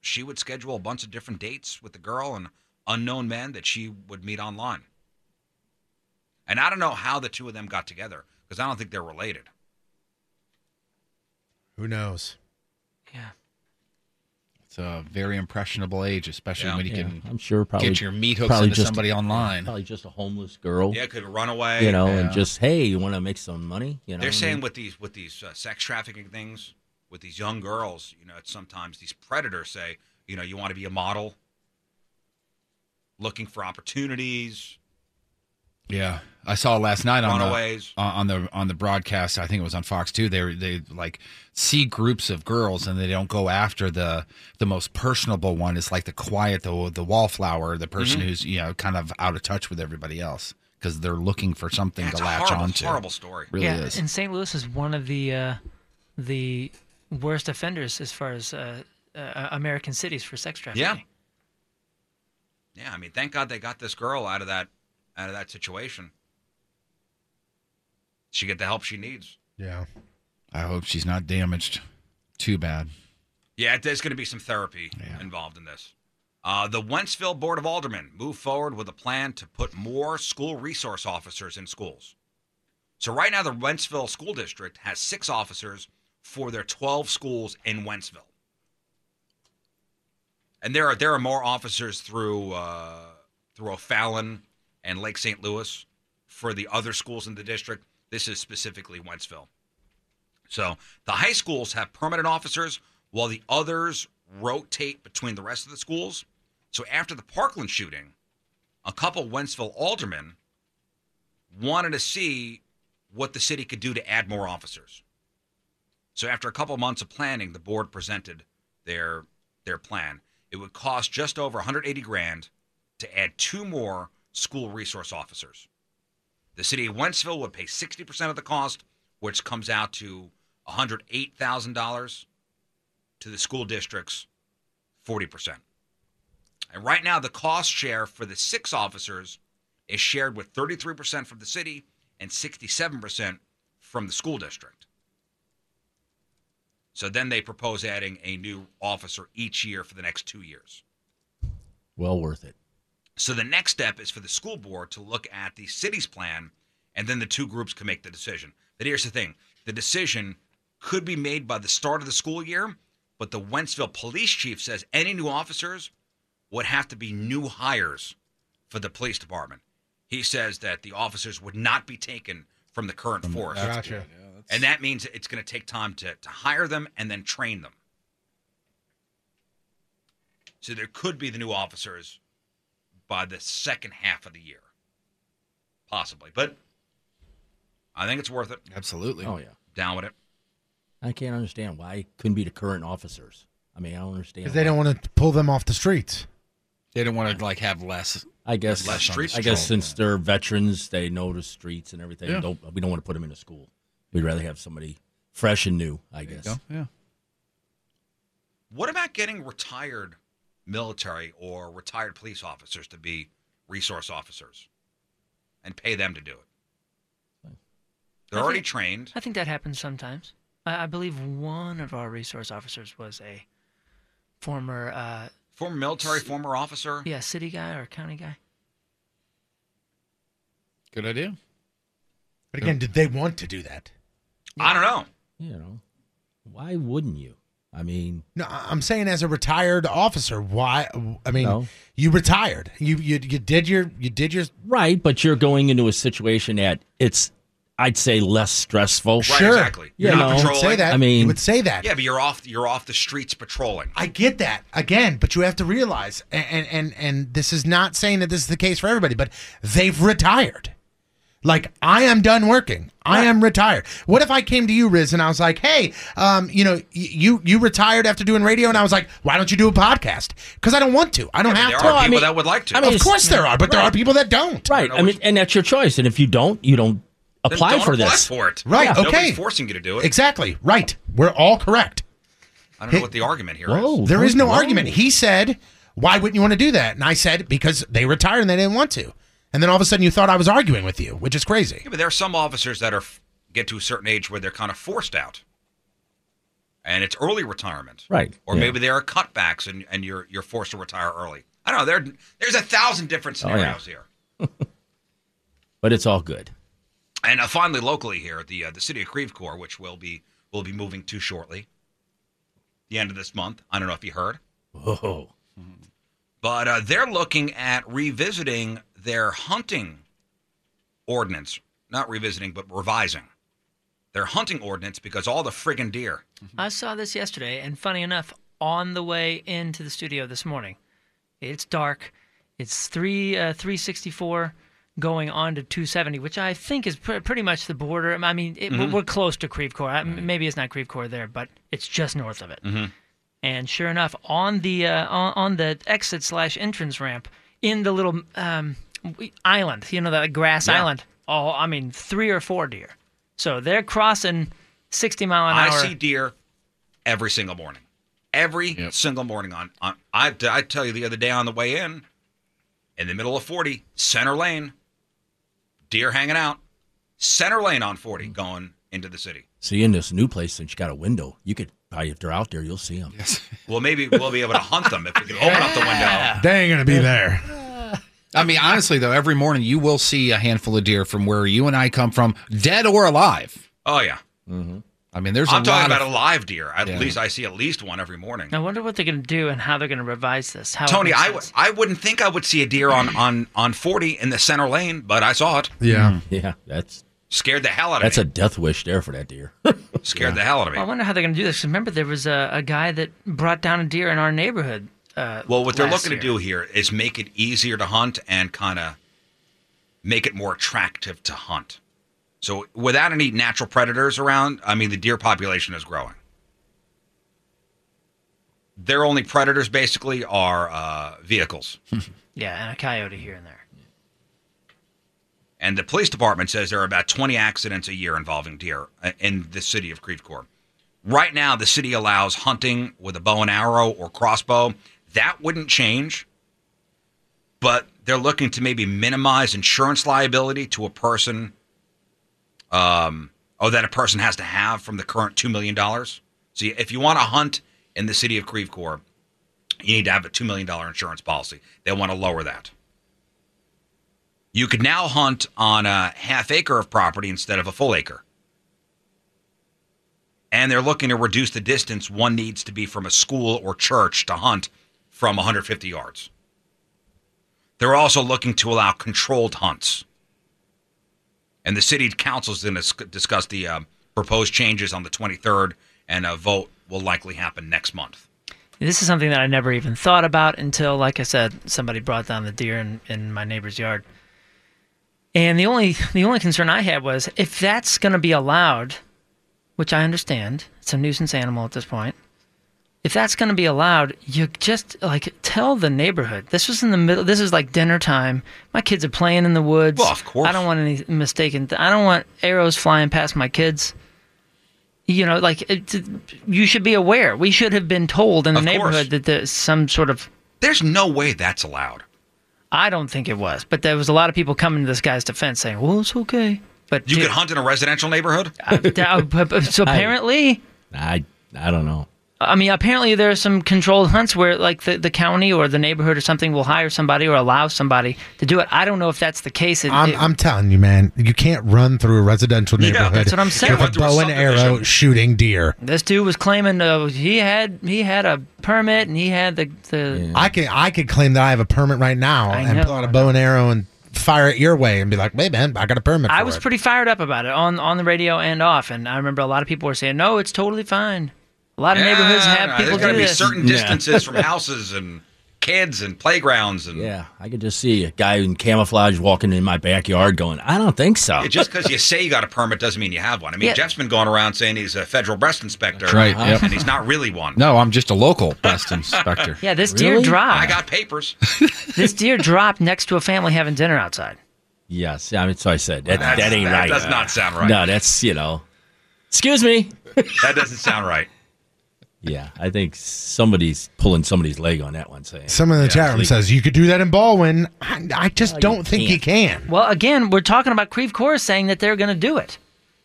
she would schedule a bunch of different dates with the girl and unknown men that she would meet online. And I don't know how the two of them got together because I don't think they're related.
Who knows?
It's a very impressionable age, especially when you
Yeah,
can.
I'm sure probably
get your meat hooks
probably
into
just-
somebody online.
Probably just a homeless girl.
Yeah, could run away.
You know,
Yeah.
and just hey, you want to make some money? You know,
They're
what I
saying
mean?
with these with these uh, sex trafficking things with these young girls, you know, it's sometimes these predators say, you know, you want to be a model. looking for opportunities.
Yeah, I saw last night on
Runaways.
the on on the on the broadcast. I think it was on Fox Two. They were- they like see groups of girls and they don't go after the the most personable one. It's like the quiet, the the wallflower, the person
Mhm.
who's you know kind of out of touch with everybody else because they're looking for something
That's
to
a
latch
horrible,
onto.
horrible story.
Really
yeah,
is.
and St. Louis is one of the uh, the worst offenders as far as uh, uh, American cities for sex trafficking.
Yeah. Yeah, I mean, thank God they got this girl out of that out of that situation. She get the help she needs.
Yeah.
I hope she's not damaged. Too bad.
Yeah, there's going to be some therapy involved in this. Uh, the Wentzville Board of Aldermen moved forward with a plan to put more school resource officers in schools. So right now, the Wentzville School District has six officers for their 12 schools in Wentzville, and there are there are more officers through uh, through O'Fallon and Lake St. Louis for the other schools in the district. This is specifically Wentzville. So the high schools have permanent officers while the others rotate between the rest of the schools. So after the Parkland shooting, a couple Wentzville aldermen wanted to see what the city could do to add more officers. So after a couple months of planning, the board presented their their plan. It would cost just over 180 grand to add two more school resource officers. The city of Wentzville would pay 60% of the cost, which comes out to $108,000 to the school districts, 40%. And right now, the cost share for the six officers is shared with 33% from the city and 67% from the school district. So then they propose adding a new officer each year for the next two years.
Well worth it.
So the next step is for the school board to look at the city's plan, and then the two groups can make the decision. But here's the thing the decision could be made by the start of the school year, but the Wentzville police chief says any new officers would have to be new hires for the police department. He says that the officers would not be taken from the current force.
That's Gotcha. good. Yeah,
and that means it's going to take time to, to hire them and then train them. So there could be the new officers by the second half of the year, possibly. But I think it's worth it.
Absolutely.
Oh, yeah.
Down with it.
I can't understand why it couldn't be the current officers. I mean, I don't understand.
Because they don't want to pull them off the streets.
They don't want to like have less.
I guess.
less street
I guess
patrol.
since they're veterans, they know the streets and everything.
Yeah.
Don't we don't want to put them in a school. We'd rather have somebody fresh and new. I
There you
guess.
go. Yeah.
What about getting retired military or retired police officers to be resource officers and pay them to do it? They're
I
already
think-
trained.
I think that happens sometimes. I, I believe one of our resource officers was a former uh,
former military, former officer.
Yeah, city guy or county guy.
Good idea.
But again, did they want to do that?
I don't know.
You know, why wouldn't you? I mean,
No, I- I'm saying as a retired officer, why? I mean,
No.
you retired. You you you did your you did your
right? But you're going into a situation that it's, I'd say, less stressful.
Right, Sure. exactly.
You
You're not
know,
patrolling. You would say that.
I mean,
You would
say that.
Yeah, but you're off. You're off the streets patrolling.
I get that again, but you have to realize, and- and and and this is not saying that this is the case for everybody, but they've retired. Like I am done working. I am retired. What if I came to you, Riz, and I was like, "Hey, um, you know, y- you you retired after doing radio," and I was like, "Why don't you do a podcast?" Because I don't want to. I don't
Yeah,
have
but
to.
there are
I
people
mean-
that would like to.
I mean, of course there are, but there
Right.
are people that don't.
Right. I mean, and that's your choice. And if you don't, you don't
Then
apply
don't
for
apply
this.
for it.
Right.
Nobody's
Okay.
forcing you to do it.
Exactly. Right. We're all correct.
I don't know what the argument here is.
There is no argument. He said, "Why wouldn't you want to do that?" And I said, "Because they retired and they didn't want to." And then all of a sudden, you thought I was arguing with you, which is crazy.
Yeah, but there are some officers that are get to a certain age where they're kind of forced out, and it's early retirement,
Right.
or
Yeah.
maybe there are cutbacks and, and you're you're forced to retire early. I don't know. There there's a thousand different
Oh, yeah.
scenarios here.
But it's all good.
And uh, finally, locally here, the uh, the city of Crevecore, which will be will be moving to shortly, the end of this month. I don't know if you heard,
Whoa.
but uh, they're looking at revisiting their hunting ordinance. Not revisiting, but revising their hunting ordinance because all the friggin' deer.
I saw this yesterday, and funny enough, on the way into the studio this morning, it's dark. It's three uh, 364 going on to 270, which I think is pr- pretty much the border. I mean, it,
Mm-hmm.
Mhm.
we're close to Creve Corps. I- Maybe it's not Creve Corps there, but it's just north of it.
Mm-hmm.
And sure enough, on the uh, on, on the exit slash entrance ramp in the little um, we- island, you know, that grass
Yeah.
island. Oh, I mean, three or four deer. So they're crossing 60 mile an
I
hour.
see deer every single morning. Every single morning on, on I, I tell you the other day on the way in, in the middle of 40, center lane, deer hanging out, center lane on 40 going into the city.
See, in this new place, since you got a window, you could probably if they're out there, you'll see them.
Well, maybe we'll be able to hunt them if we can open up the window.
They ain't gonna be there.
I mean, honestly, though, every morning you will see a handful of deer from where you and I come from, dead or alive.
Oh, yeah.
Mm-hmm. I mean, there's.
I'm
a
talking
lot
about
of,
a live deer. At
Yeah.
least I see at least one every morning.
I wonder what they're going to do and how they're going to revise this. How it
Tony,
makes
I,
sense.
w- I wouldn't think I would see a deer on, on, on 40 in the center lane, but I saw it.
[LAUGHS] Yeah,
Mm-hmm. yeah, that's
Scared the hell out of
that's
me.
a death wish there for that deer.
Scared the hell out of me.
I wonder how they're going to do this. Remember, there was a, a guy that brought down a deer in our neighborhood. Uh,
Well, what they're
last
looking to
year.
do here is make it easier to hunt and kind of make it more attractive to hunt. So, without any natural predators around, I mean, the deer population is growing. Their only predators basically are uh, vehicles.
Yeah, and a coyote here and there.
And the police department says there are about 20 accidents a year involving deer uh, in the city of Creve Coeur. Right now, the city allows hunting with a bow and arrow or crossbow. That wouldn't change, but they're looking to maybe minimize insurance liability to a person, um, or that a person has to have from the current $2 million. So if you want to hunt in the city of Creve Coeur, you need to have a $2 million insurance policy. They want to lower that. You could now hunt on a half acre of property instead of a full acre. And they're looking to reduce the distance one needs to be from a school or church to hunt from 150 yards. They're also looking to allow controlled hunts. And the city council is going to discuss the uh, proposed changes on the 23rd, and a vote will likely happen next month.
This is something that I never even thought about until, like I said, somebody brought down the deer in, in my neighbor's yard. And the only the only concern I had was if that's going to be allowed, which I understand, it's a nuisance animal at this point. If that's going to be allowed, you just like tell the neighborhood. This was in the middle. This is like dinner time. My kids are playing in the woods. Well, of course. I don't want any mistaken. I don't want arrows flying past my kids. You know, like it, you should be aware. We should have been told in the
Of course.
neighborhood that there's some sort of.
There's no way that's allowed.
I don't think it was, but there was a lot of people coming to this guy's defense saying, "Well, it's okay." But
You
dude,
could hunt in a residential neighborhood? [LAUGHS]
uh, but- but- so apparently,
I I don't know.
I mean, apparently there are some controlled hunts where, like, the, the county or the neighborhood or something will hire somebody or allow somebody to do it. I don't know if that's the case. It-
I'm,
it-
I'm telling you, man, you can't run through a residential
Yeah,
neighborhood
that's what I'm saying.
with
Can't
a
run
bow
through a
and arrow
subdivision.
shooting deer.
this dude was claiming uh, he had he had a permit and he had the the.
I can I could claim that I have a permit right now
I
and
know,
pull out a bow and arrow and fire it your way and be like, "Hey, man, I got a permit."
I
for
was
it."
pretty fired up about it on on the radio and off, and I remember a lot of people were saying, "No, it's totally fine." A lot of neighborhoods
Yeah,
have people
There's gotta
do
be
this.
certain distances
[LAUGHS]
from houses and kids and playgrounds and
Yeah, I could just see a guy in camouflage walking in my backyard, going, "I don't think so."
Yeah, just because you say you got a permit doesn't mean you have one. I mean,
Yeah.
Jeff's been going around saying he's a federal breast inspector,
That's right, yep.
And he's not really one.
no, Oh, I'm just a local best inspector.
Yeah, this deer dropped.
I got papers.
[LAUGHS] this deer dropped next to a family having dinner outside.
Yes, I mean, so I said that,
That's-
that ain't
that
right. Uh,
does not sound right.
No, that's you know. Excuse me.
that doesn't sound right.
[LAUGHS] Yeah, I think somebody's pulling somebody's leg on that one. Saying
Someone in the
Yeah,
chat room
it's
says you could do that in Baldwin. I, I just don't think you can.
Oh, Well, again, we're talking about Creve Corps saying that they're going to do it.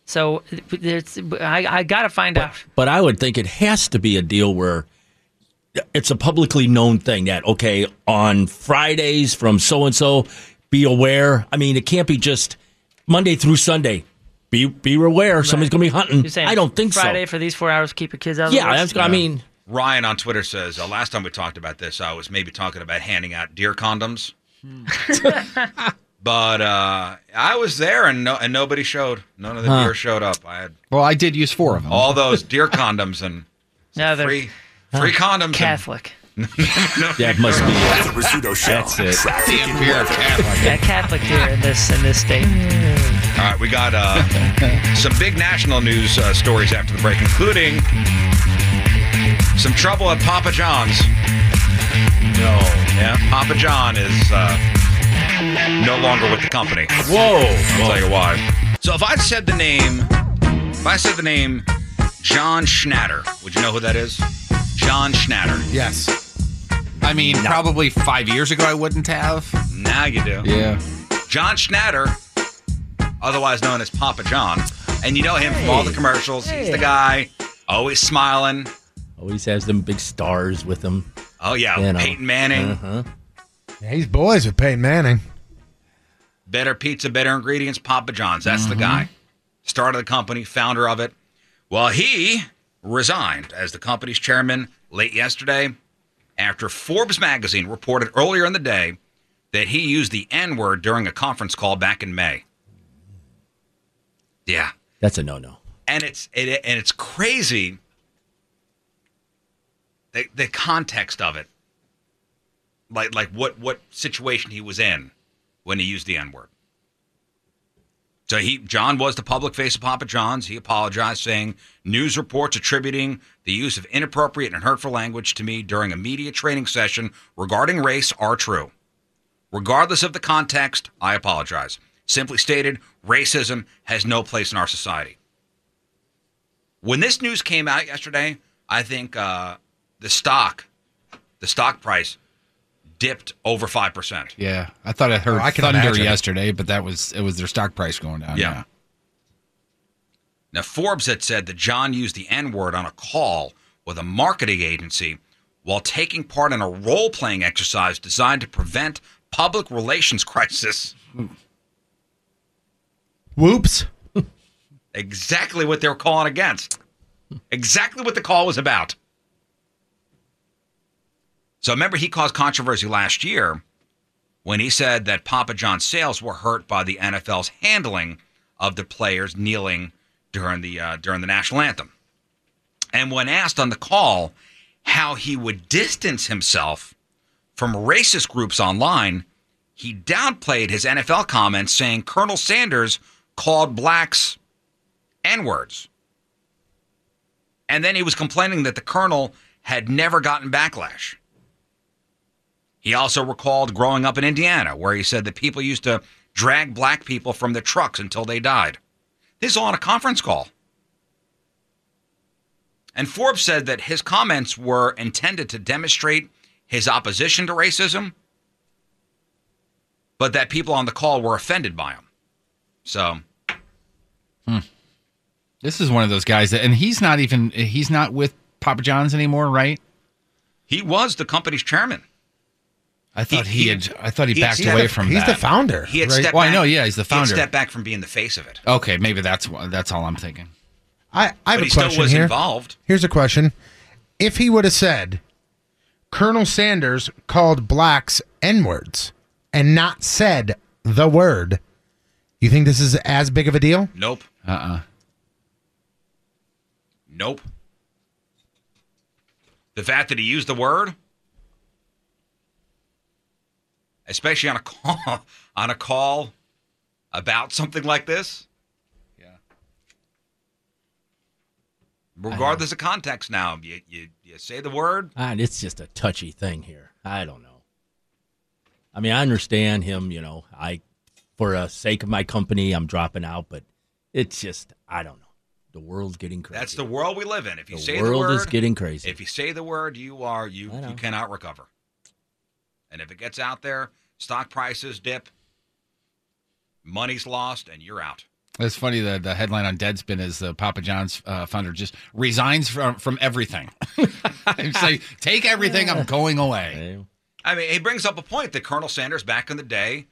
So it's, I, I got to find out.
But I would think it has to be a deal where it's a publicly known thing that okay, on Fridays from so and so, be aware. I mean, it can't be just Monday through Sunday. Be be aware, somebody's going to be hunting.
mm,
You're saying
I don't think
Friday
so.
for these four hours, keep your kids out of the woods?
Ryan on Twitter says uh, last time we talked about this, I was maybe talking about handing out deer
[LAUGHS]
condoms, but uh, I was there and no, and nobody showed. None of the
Huh.
deer showed up. I had
Well, I did use four of them.
all those deer condoms and
No, they're
free free condoms. and
Catholic.
that
[LAUGHS]
must be it.
The Rizzuto Show.
That's it.
Traffic and weather.
yeah, Catholic here in this in this state.
All right, we got uh, some big national news uh, stories after the break, including some trouble at Papa John's. No. Yeah, Papa John is uh, no longer with the company.
Whoa.
I'll tell you why. So if I said the name, if I said the name John Schnatter, would you know who that is? John Schnatter.
Yes. I mean, probably five years ago, I wouldn't have.
Now you do.
Yeah.
John Schnatter, otherwise known as Papa John. And you know him from all the commercials. He's the guy always smiling.
Always has them big stars with him.
Oh, yeah.
You know.
Peyton Manning.
Uh-huh.
Yeah, he's boys with Peyton Manning.
Better pizza, better ingredients, Papa John's. That's the guy. Started the company, founder of it. Well, he resigned as the company's chairman late yesterday after Forbes magazine reported earlier in the day that he used the N word during a conference call back in May. Yeah.
That's a no-no.
and it's it, and it's crazy the the context of it like like what what situation he was in when he used the n word so he John was the public face of Papa John's he apologized saying news reports attributing the use of inappropriate and hurtful language to me during a media training session regarding race are true regardless of the context I apologize simply stated racism has no place in our society when this news came out yesterday, I think uh, the stock, the stock price, dipped over five percent.
Yeah. I thought I heard
Oh, I can
thunder
imagine.
yesterday, but that was it was their stock price going down.
Yeah. Now Forbes had said that John used the N word on a call with a marketing agency while taking part in a role playing exercise designed to prevent public relations [LAUGHS] crisis.
Whoops.
Exactly what they were calling against. Exactly what the call was about. So remember, he caused controversy last year when he said that Papa John's sales were hurt by the NFL's handling of the players kneeling during the uh, during the national anthem. And when asked on the call how he would distance himself from racist groups online, he downplayed his NFL comments, saying Colonel Sanders called blacks N words. And then he was complaining that the colonel had never gotten backlash. He also recalled growing up in Indiana, where he said that people used to drag black people from their trucks until they died. This is all on a conference call. And Forbes said that his comments were intended to demonstrate his opposition to racism, but that people on the call were offended by him. So,
This is one of those guys that, and he's not even he's not with Papa John's anymore, right?
He was the company's chairman.
I thought he, had. I thought he,
he-
backed
he had
away
a-
from.
he's
that.
the founder, He had right? stepped
Well, I
back-
know. Yeah, he's the
he had
founder.
stepped back from being the face of it.
Okay, maybe that's wh- that's all I'm thinking.
I, I
But
have a
he still
question
was
here.
involved.
Here's a question: If he would have said Colonel Sanders called blacks n words and not said the word, you think this is as big of a deal?
Nope.
Uh uh
Nope. The fact that he used the word, especially on a [LAUGHS] call, on a call about something like this. Yeah. Regardless of context, now you, you you say the word.
Ah, and it's just a touchy thing here. I don't know. I mean, I understand him. You know, I for the sake of my company, I'm dropping out. But it's just I don't know. The world's getting crazy.
That's the world we live in. If you
The
say the
world
word,
is getting crazy.
If you say the word, you are you you cannot recover. And if it gets out there, stock prices dip, money's lost, and you're out.
It's funny that the headline on Deadspin is the Papa John's uh, founder just resigns from from everything. [LAUGHS] it's like take everything. I'm going away.
I mean, he brings up a point that Colonel Sanders back in the day,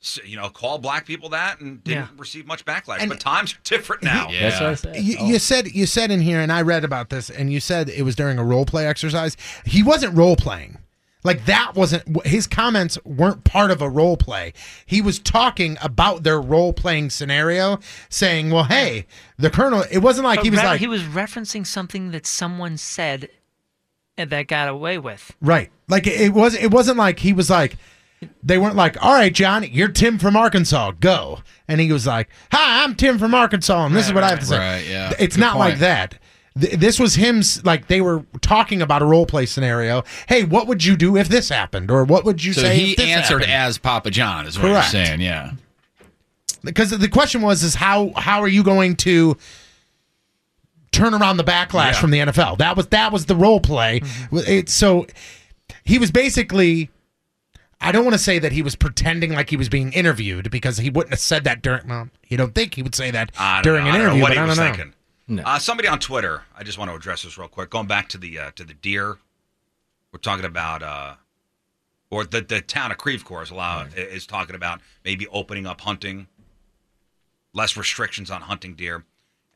s- you know, called black people that and didn't receive much backlash. but times are
[LAUGHS]
different now.
That's what I Oh.
Y- You, said you said in here, and I read about this, and you said it was during a role play exercise. He wasn't role playing. Like that wasn't his comments weren't part of a role play. He was talking about their role playing scenario, saying, "Well, hey, the colonel." It wasn't like
But
he was
re-
like
he was referencing something that someone said and that got away with.
Right. Like it, it was. It wasn't like he was like. They weren't like, "All right, John, you're Tim from Arkansas, go." And he was like, "Hi, I'm Tim from Arkansas, and this is what I have to say."
right, yeah.
It's
Good
not like
point.
that. Th- this was him. s- Like they were talking about a role play scenario. Hey, what would you do if this happened, or what would you
so
say?
he
if this
answered
happened?
as Papa John is what
Correct.
you're saying. Yeah.
because the question was, is how how are you going to turn around the backlash
Yeah.
from the NFL? That was that was the role play.
Mm-hmm.
It- so he was basically. I don't want to say that he was pretending like he was being interviewed because he wouldn't have said that during. Well, you don't think he would say that
I don't
during
know,
an
I don't know
interview?
what
but
he
I
was
don't know.
thinking. Uh, somebody on Twitter. I just want to address this real quick. Going back to the uh, to the deer, we're talking about, uh, or the the town of Creve Coeur is, allow, is talking about maybe opening up hunting, less restrictions on hunting deer.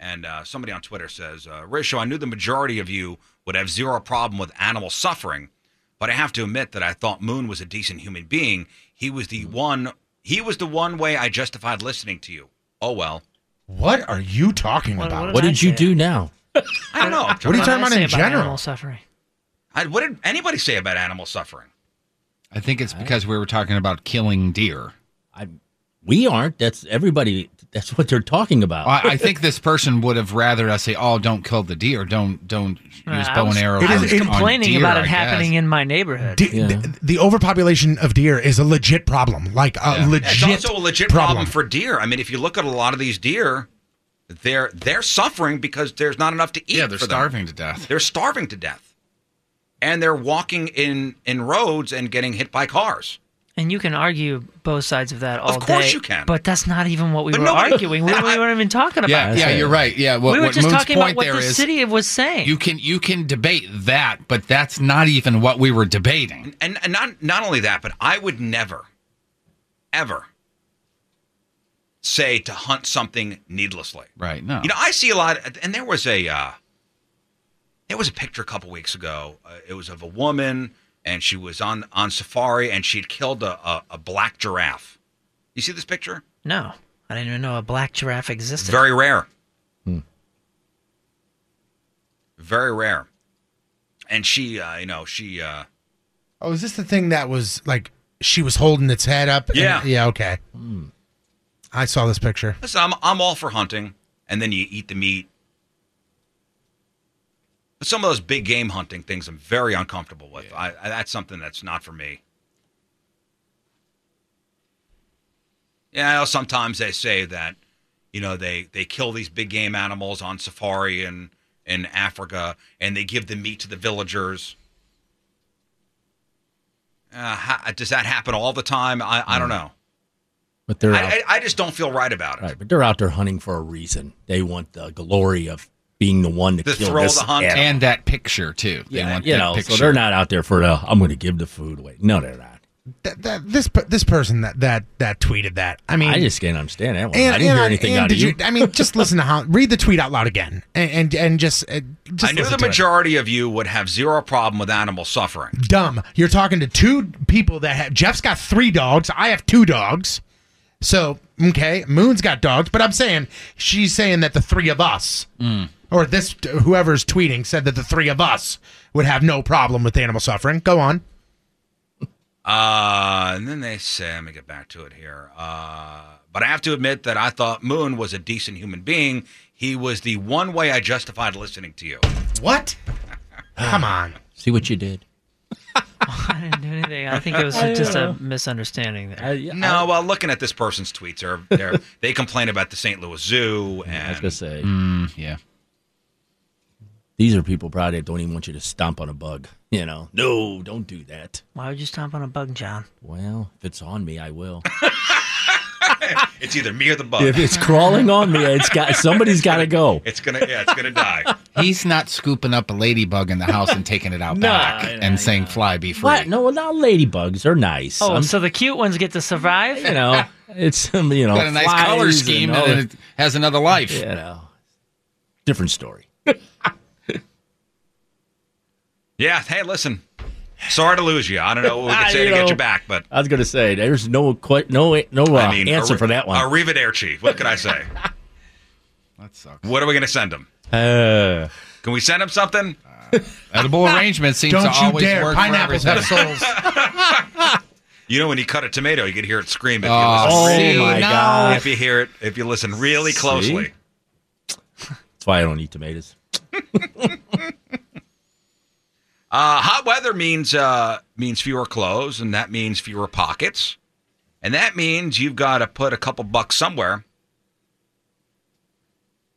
And uh, somebody on Twitter says, uh, "Ratio, I knew the majority of you would have zero problem with animal suffering, but I have to admit that I thought Moon was a decent human being. He was
Mm-hmm.
the one. He was the one way I justified listening to you. Oh well."
What are you talking about?
What did you do now?
I don't know.
What are you talking about in general?
suffering?
I, what did anybody say about animal suffering?
I think it's because we were talking about killing deer.
I, we aren't. That's everybody. That's what they're talking about.
I, I think this person would have rather us say, "Oh, don't kill the deer. Don't don't use
Uh, I
bow
was-
and arrow."
I
on-
was
on
complaining
deer,
about it
I
happening
guess."
in my neighborhood.
D- the, the overpopulation of deer is a legit problem, like a
It's
legit.
also a legit problem. for deer. I mean, if you look at a lot of these deer, they're they're suffering because there's not enough to eat. Yeah,
they're
starving
to death.
They're starving to death, and they're walking in in roads and getting hit by cars.
And you can argue both sides of that all day.
Of course you can.
But that's not even what we
But
were
nobody-
arguing. We, we weren't even talking about
Yeah,
it.
yeah, you're right. Yeah, what,
we were
what
just
Moon's
talking about
point
what
there
the
is,
city was saying.
You can you can debate that, but that's not even what we were debating.
And, and not not only that, but I would never, ever say to hunt something needlessly.
Right? No.
You know, I see a lot, and there was a uh, there was a picture a couple weeks ago. Uh, it was of a woman, and she was on on safari, and she'd killed a, a, a black giraffe. You see this picture?
no, I didn't even know a black giraffe
It's
existed.
very rare.
Hmm.
Very rare. And she, uh, you know, she. Uh,
Oh, is this the thing that was like she was holding its head up? and-
Yeah.
yeah. Okay.
Hmm.
I saw this picture.
Listen, I'm I'm all for hunting, and then you eat the meat. But some of those big game hunting things, I'm very uncomfortable with. I, I that's something that's not for me. Yeah, I know sometimes they say that, you know, they they kill these big game animals on safari and in Africa, and they give the meat to the villagers. Uh, how, does that happen all the time? I, I don't know.
But they're out,
I, I, I just don't feel right about it.
right, but they're out there hunting for a reason. They want the glory of being the one to
The
kill
thrill of
this
the hunt.
animal.
and that picture too. They
Yeah,
want
you
that
know,
picture.
so they're not out there for the. I'm going to give the food away. No, they're not.
That, that this per- this person that that that tweeted that. I mean,
I just can't understand that one. I didn't hear anything
and
out of
did
you.
I mean, just listen to how read the tweet out loud again, and and, and just, uh, just
I knew
listen
the
to it.
majority of you would have zero problem with animal suffering.
Dumb. You're talking to two people that have. Jeff's got three dogs. I have two dogs. So okay, Moon's got dogs, but I'm saying she's saying that the three of us,
Mm.
or this whoever's tweeting said that the three of us would have no problem with animal suffering. Go on.
Uh, and then they say, let me get back to it here. Uh, but I have to admit that I thought Moon was a decent human being. He was the one way I justified listening to you.
What? [SIGHS] Come on.
See what you did.
[LAUGHS] I didn't do anything. I think it
[LAUGHS]
was
I
just a
know.
misunderstanding
Uh,
there.
No, well, looking at this person's tweets, are
[LAUGHS]
they're, they complain about the St. Louis Zoo and
I was going to say,
Mm, yeah.
These are people probably that don't even want you to stomp on a bug. You know, no, don't do that.
Why would you stomp on a bug, John?
Well, if it's on me, I will.
it's either me or the [LAUGHS] bug.
if
[LAUGHS]
it's crawling on me, it's got somebody's got to go.
It's gonna, yeah, it's gonna
[LAUGHS]
die.
He's not scooping up a ladybug in the house and taking it
[LAUGHS]
out
No,
back
no,
and saying "Fly, be free."
What? No, well, now ladybugs are nice.
Oh,
I'm-
so the cute ones get to survive?
[LAUGHS]
[LAUGHS]
you know, it's um, you know,
Got a nice color
flies and
scheme
all
and,
that.
it has another life.
You know, different story.
Yeah, hey, listen, sorry to lose you. [LAUGHS] I don't know what we
[LAUGHS]
can say
You
to get
know,
you back, but
I was going to say there's no que- no no uh,
I mean,
answer
arri-
for that one.
Arrivederci. What can I say?
that sucks.
What are we gonna send him?
Uh,
Can we send him something?
Uh, Edible arrangement seems
Don't
to
you
always
dare.
work.
Pineapples
for
have
everything. [LAUGHS]
souls. You know when you cut a tomato, you can hear it scream if you
Oh,
listen.
see,
really-
my God.
If you hear it, if you listen really
See?
closely.
That's why I don't eat tomatoes.
Uh, hot weather means uh, means fewer clothes, and that means fewer pockets, and that means you've got to put a couple bucks somewhere.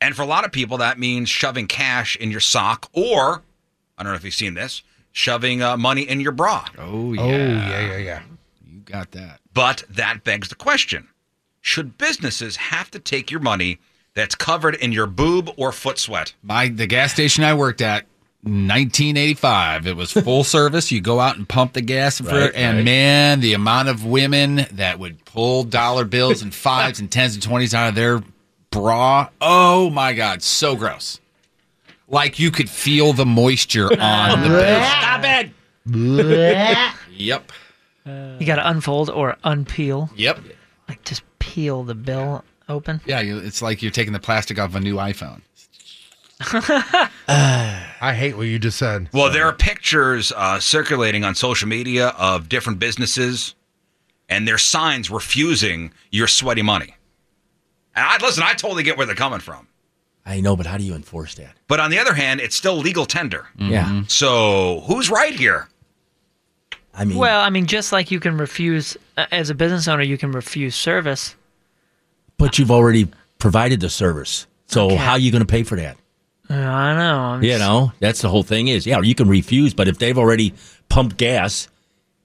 And for a lot of people, that means shoving cash in your sock, or I don't know if you've seen this, shoving uh, money in your bra.
Oh yeah.
yeah, yeah.
You got that.
But that begs the question: Should businesses have to take your money that's covered in your boob or foot sweat?
My the gas station I worked at, 1985. It was full service. You go out and pump the gas for
Right,
it, and
right.
man, the amount of women that would pull dollar bills and fives and tens and twenties out of their bra. Oh my God, so gross. Like you could feel the moisture
[LAUGHS]
on the
Stop it.
bill. yep.
you got to unfold or unpeel.
Yep.
Like just peel the bill open.
Yeah, you- it's like you're taking the plastic off a new iPhone.
[LAUGHS] I hate what you just said.
Well, there are pictures uh, circulating on social media of different businesses and their signs refusing your sweaty money. And I listen, I totally get where they're coming from.
I know, but how do you enforce that?
But on the other hand, it's still legal tender.
Mm-hmm.
Yeah.
So who's right here?
I mean,
well, I mean, just like you can refuse uh, as a business owner, you can refuse service.
But you've already provided the service. So
Okay.
how are you going to pay for that?
Uh, I know. I'm
You know, that's the whole thing is, yeah, you can refuse, but if they've already pumped gas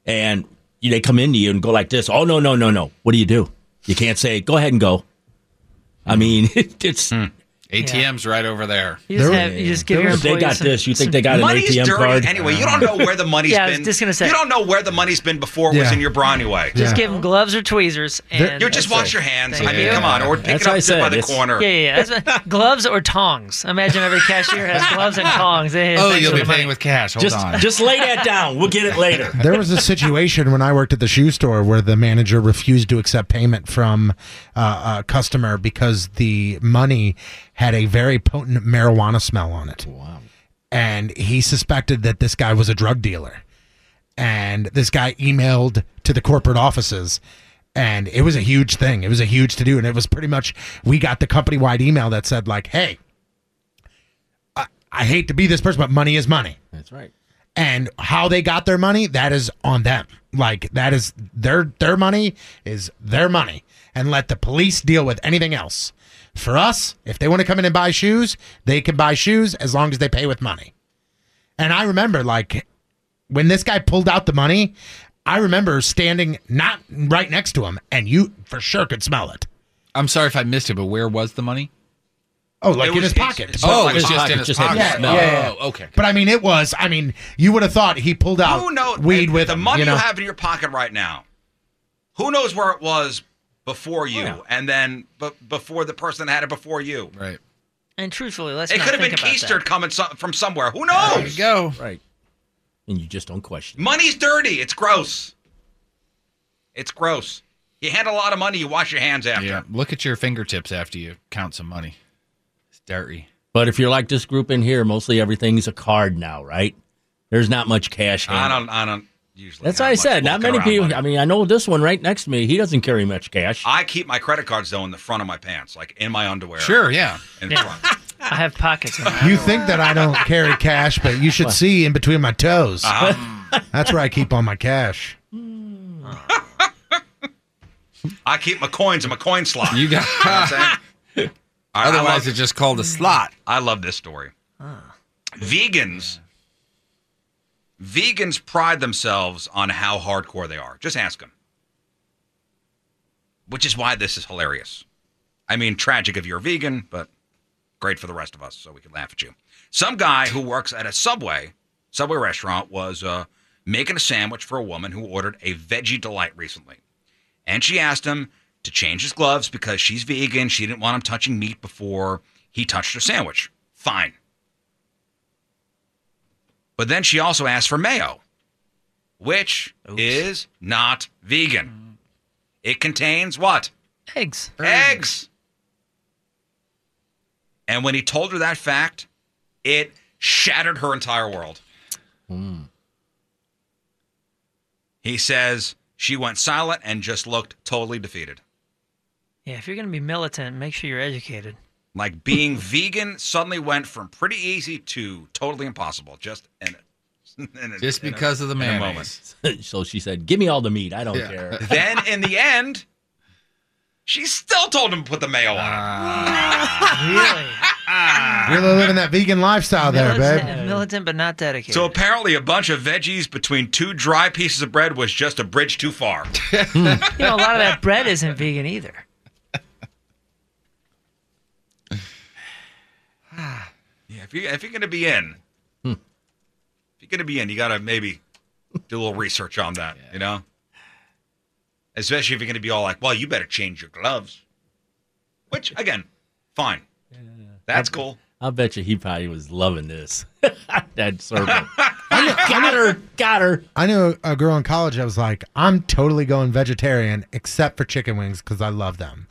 and you- they come into you and go like this, oh, no, no, no, no. What do you do? You can't say, go ahead and go. I mean, [LAUGHS] it's
Hmm.
ATM's right over there.
You just, have, you just give your
If they
employees
got
some-
this. You think
some-
they got an
Money's
ATM
dirty
card?
anyway. You don't know where the money's
[LAUGHS] Yeah, I
been.
was just gonna say.
You don't know where the money's been before it was
Yeah.
in your bra anyway.
Just give them gloves or tweezers, and
you just
that's
wash
it.
your hands.
Thank
I mean,
you.
come on, or pick it up sit by the corner. [LAUGHS]
Yeah, yeah, yeah. That's what- gloves or tongs. Imagine every cashier has gloves and tongs. Hey,
Oh,
thanks
you'll
for
be
the money.
paying with cash. Hold
Just-
on.
just lay that down. We'll get it later.
There was a situation when I worked at the shoe store where the manager refused to accept payment from uh, a customer because the money had a very potent marijuana smell on it. Wow. And he suspected that this guy was a drug dealer. And this guy emailed to the corporate offices. And it was a huge thing. It was a huge to do. And it was pretty much, we got the company wide email that said, like, hey, I, I hate to be this person, but money is money
That's right.
and how they got their money that is on them like that is their their money is their money and let the police deal with anything else for us if they want to come in and buy shoes they can buy shoes as long as they pay with money and i remember like when this guy pulled out the money i remember standing not right next to him and you for sure could smell it
I'm sorry if I missed it, but where was the money?
oh like in his
it's-
pocket
it's- oh, it was just in his pocket.
Yeah, yeah, yeah.
Oh, okay.
but i mean it was i mean you would have thought he pulled out
Who knows?
weed with
the
him,
money
you,
you,
know?
have in your pocket right now. Who knows where it was
Oh,
before you, and then b- before the person that had it before you.
Right.
And truthfully, let's
it
not
could have been
think about that.
keistered coming so- from somewhere. Who knows?
you go.
Right. And you just don't question.
Money's dirty. It's gross. It's gross. You hand a lot of money, you wash your hands after.
Yeah. Look at your fingertips after you count some money. It's dirty.
But if you're like this group in here, mostly everything's a card now, right? There's not much cash.
I
handled.
don't. I don't usually.
That's
have
what I
much
said. Not
walking
many
around
people.
money.
I mean, I know this one right next to me. He doesn't carry much cash.
I keep my credit cards though in the front of my pants, like in my underwear.
Sure, yeah.
In
Yeah.
front.
I have pockets. in my
You think that I don't carry cash, but you should see in between my toes.
Uh-huh.
That's where I keep all my cash.
I keep my coins in my coin slot.
You got-
know what I'm saying? I- I
[LAUGHS] Otherwise,
love-
it's just called a slot.
I love this story.
Ah,
Vegans. Vegans pride themselves on how hardcore they are. Just ask them. Which is why this is hilarious. I mean, tragic if you're a vegan, but great for the rest of us, so we can laugh at you. Some guy who works at a Subway, Subway restaurant, was uh, making a sandwich for a woman who ordered a veggie delight recently, and she asked him to change his gloves because she's vegan. She didn't want him touching meat before he touched her sandwich. Fine. But then she also asked for mayo, which is not
Mm.
vegan. It contains what?
Eggs.
Eggs. And when he told her that fact, it shattered her entire world.
Mm.
He says she went silent and just looked totally defeated.
Yeah, if you're going to be militant, make sure you're educated.
Like
[LAUGHS]
being vegan suddenly went from pretty easy to totally impossible just in a, [LAUGHS] in a-
Just
in a-
because of the
in a moment.
mayonnaise. [LAUGHS]
[LAUGHS] so she said, "Give me all the meat. I don't
Yeah. [LAUGHS]
care." [LAUGHS]
then in the end, she still told him to put the mayo on.
Ah,
really?
Really living that vegan lifestyle there, babe.
[LAUGHS] Militant but not dedicated.
So apparently, a bunch of veggies between two dry pieces of bread was just a bridge too
[LAUGHS]
far.
Hmm.
you know, a lot of that bread isn't vegan either.
Yeah, if you if you're gonna be in,
Hmm.
if you're gonna be in, you gotta maybe do a little research on that. You know, especially if you're gonna be all like, "Well, you better change your gloves," which again, fine, that's cool.
I bet you he probably was loving this. [LAUGHS] that servant. got her. Got her.
I knew a girl in college that was like, I'm totally going vegetarian except for chicken wings because I love them.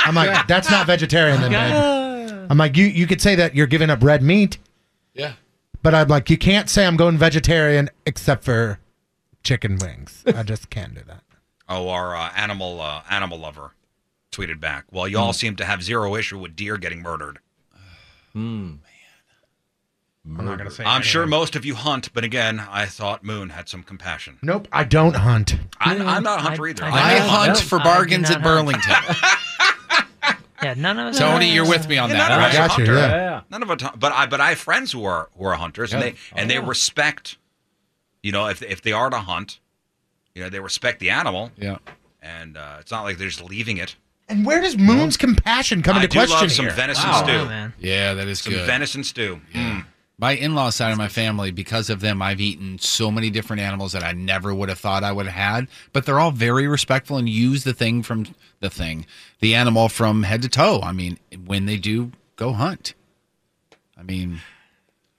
I'm like, that's not vegetarian then, babe. I'm like, you, you could say that you're giving up red meat,
Yeah.
but I'm like, you can't say I'm going vegetarian except for chicken wings. I just can't do that.
Oh, our uh, animal uh, animal lover tweeted back, "Well, y'all
Hmm.
seem to have zero issue with deer getting murdered."
Mm.
I'm not gonna say
I'm sure
anything.
most of you hunt, but again, I thought Moon had some
[LAUGHS]
compassion.
Nope, I don't hunt.
I'm, I'm not a hunter either.
Hmm, I, hunt for bargains at Burlington. [LAUGHS]
yeah, none of us.
Tony, you're with me on
Yeah,
that,
none of
right?
us are
Gotcha,
hunters.
yeah. Yeah.
None of us, but I but I have friends who are who are hunters, and
Yeah.
they and they
Oh.
respect. You know, if if they are to hunt, you know they respect the animal.
Yeah,
and uh, it's not like they're just leaving it.
And where does Moon's compassion come
I
into
do
question
love some
here?
venison
Wow.
stew.
Wow, man. Yeah, that is
some
good.
venison stew. Mm.
My in-law side of my family, because of them, I've eaten so many different animals that I never would have thought I would have had. But they're all very respectful and use the thing from the thing, the animal from head to toe. I mean, when they do go hunt, I mean,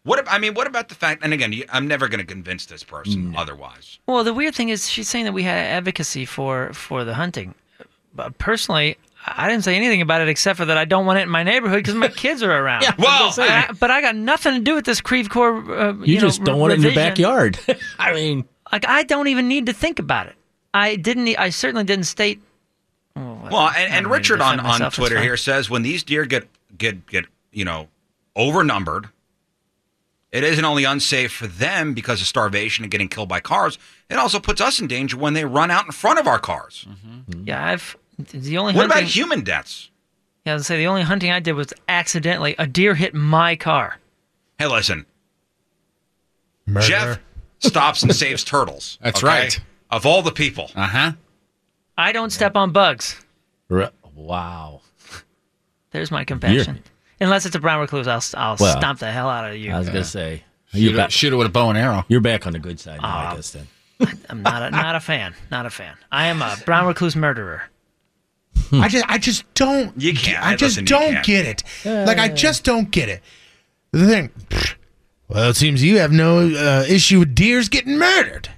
What ab- I mean, what about the fact? And again, you, I'm never going to convince this person otherwise.
Well, the weird thing is, she's saying that we had advocacy for for the hunting. But personally, I didn't say anything about it except for that I don't want it in my neighborhood because my
[LAUGHS]
kids are around.
Yeah, well,
but I, but I got nothing to do with this Creve Corps. Uh,
You,
know,
just don't want it in your
revision. [LAUGHS]
backyard. [LAUGHS] I mean,
Like I don't even need to think about it. I didn't. e, I certainly didn't state. Well,
Well,
I
and, and
don't mean to
Richard on,
defend
on
myself, it's
Twitter
fine.
here says when these deer get get get you know overnumbered, it isn't only unsafe for them because of starvation and getting killed by cars. It also puts us in danger when they run out in front of our cars.
Mm-hmm. Yeah, I've the only.
What about
hunting-
human deaths?
Yeah, I'd say the only hunting I did was accidentally a deer hit my car.
Hey, listen, Jeff stops and saves turtles.
[LAUGHS] That's
okay?
right.
Of all the people,
uh
Uh-huh.
huh.
I don't step on bugs.
wow.
There's my compassion. Unless it's a brown recluse, I'll I'll
Well,
stomp the hell out of you.
I was gonna say,
Shoot it- shoot it with a bow and arrow.
You're back on the good side now,
Ah.
I guess. Then
[LAUGHS] I'm not a, not a fan. Not a fan. I am a brown recluse murderer.
I just I just don't
you can't.
I just
listen, you
don't
can't.
get it. Like I just don't get it. The thing, pfft, well, it seems you have no uh, issue with deers getting murdered.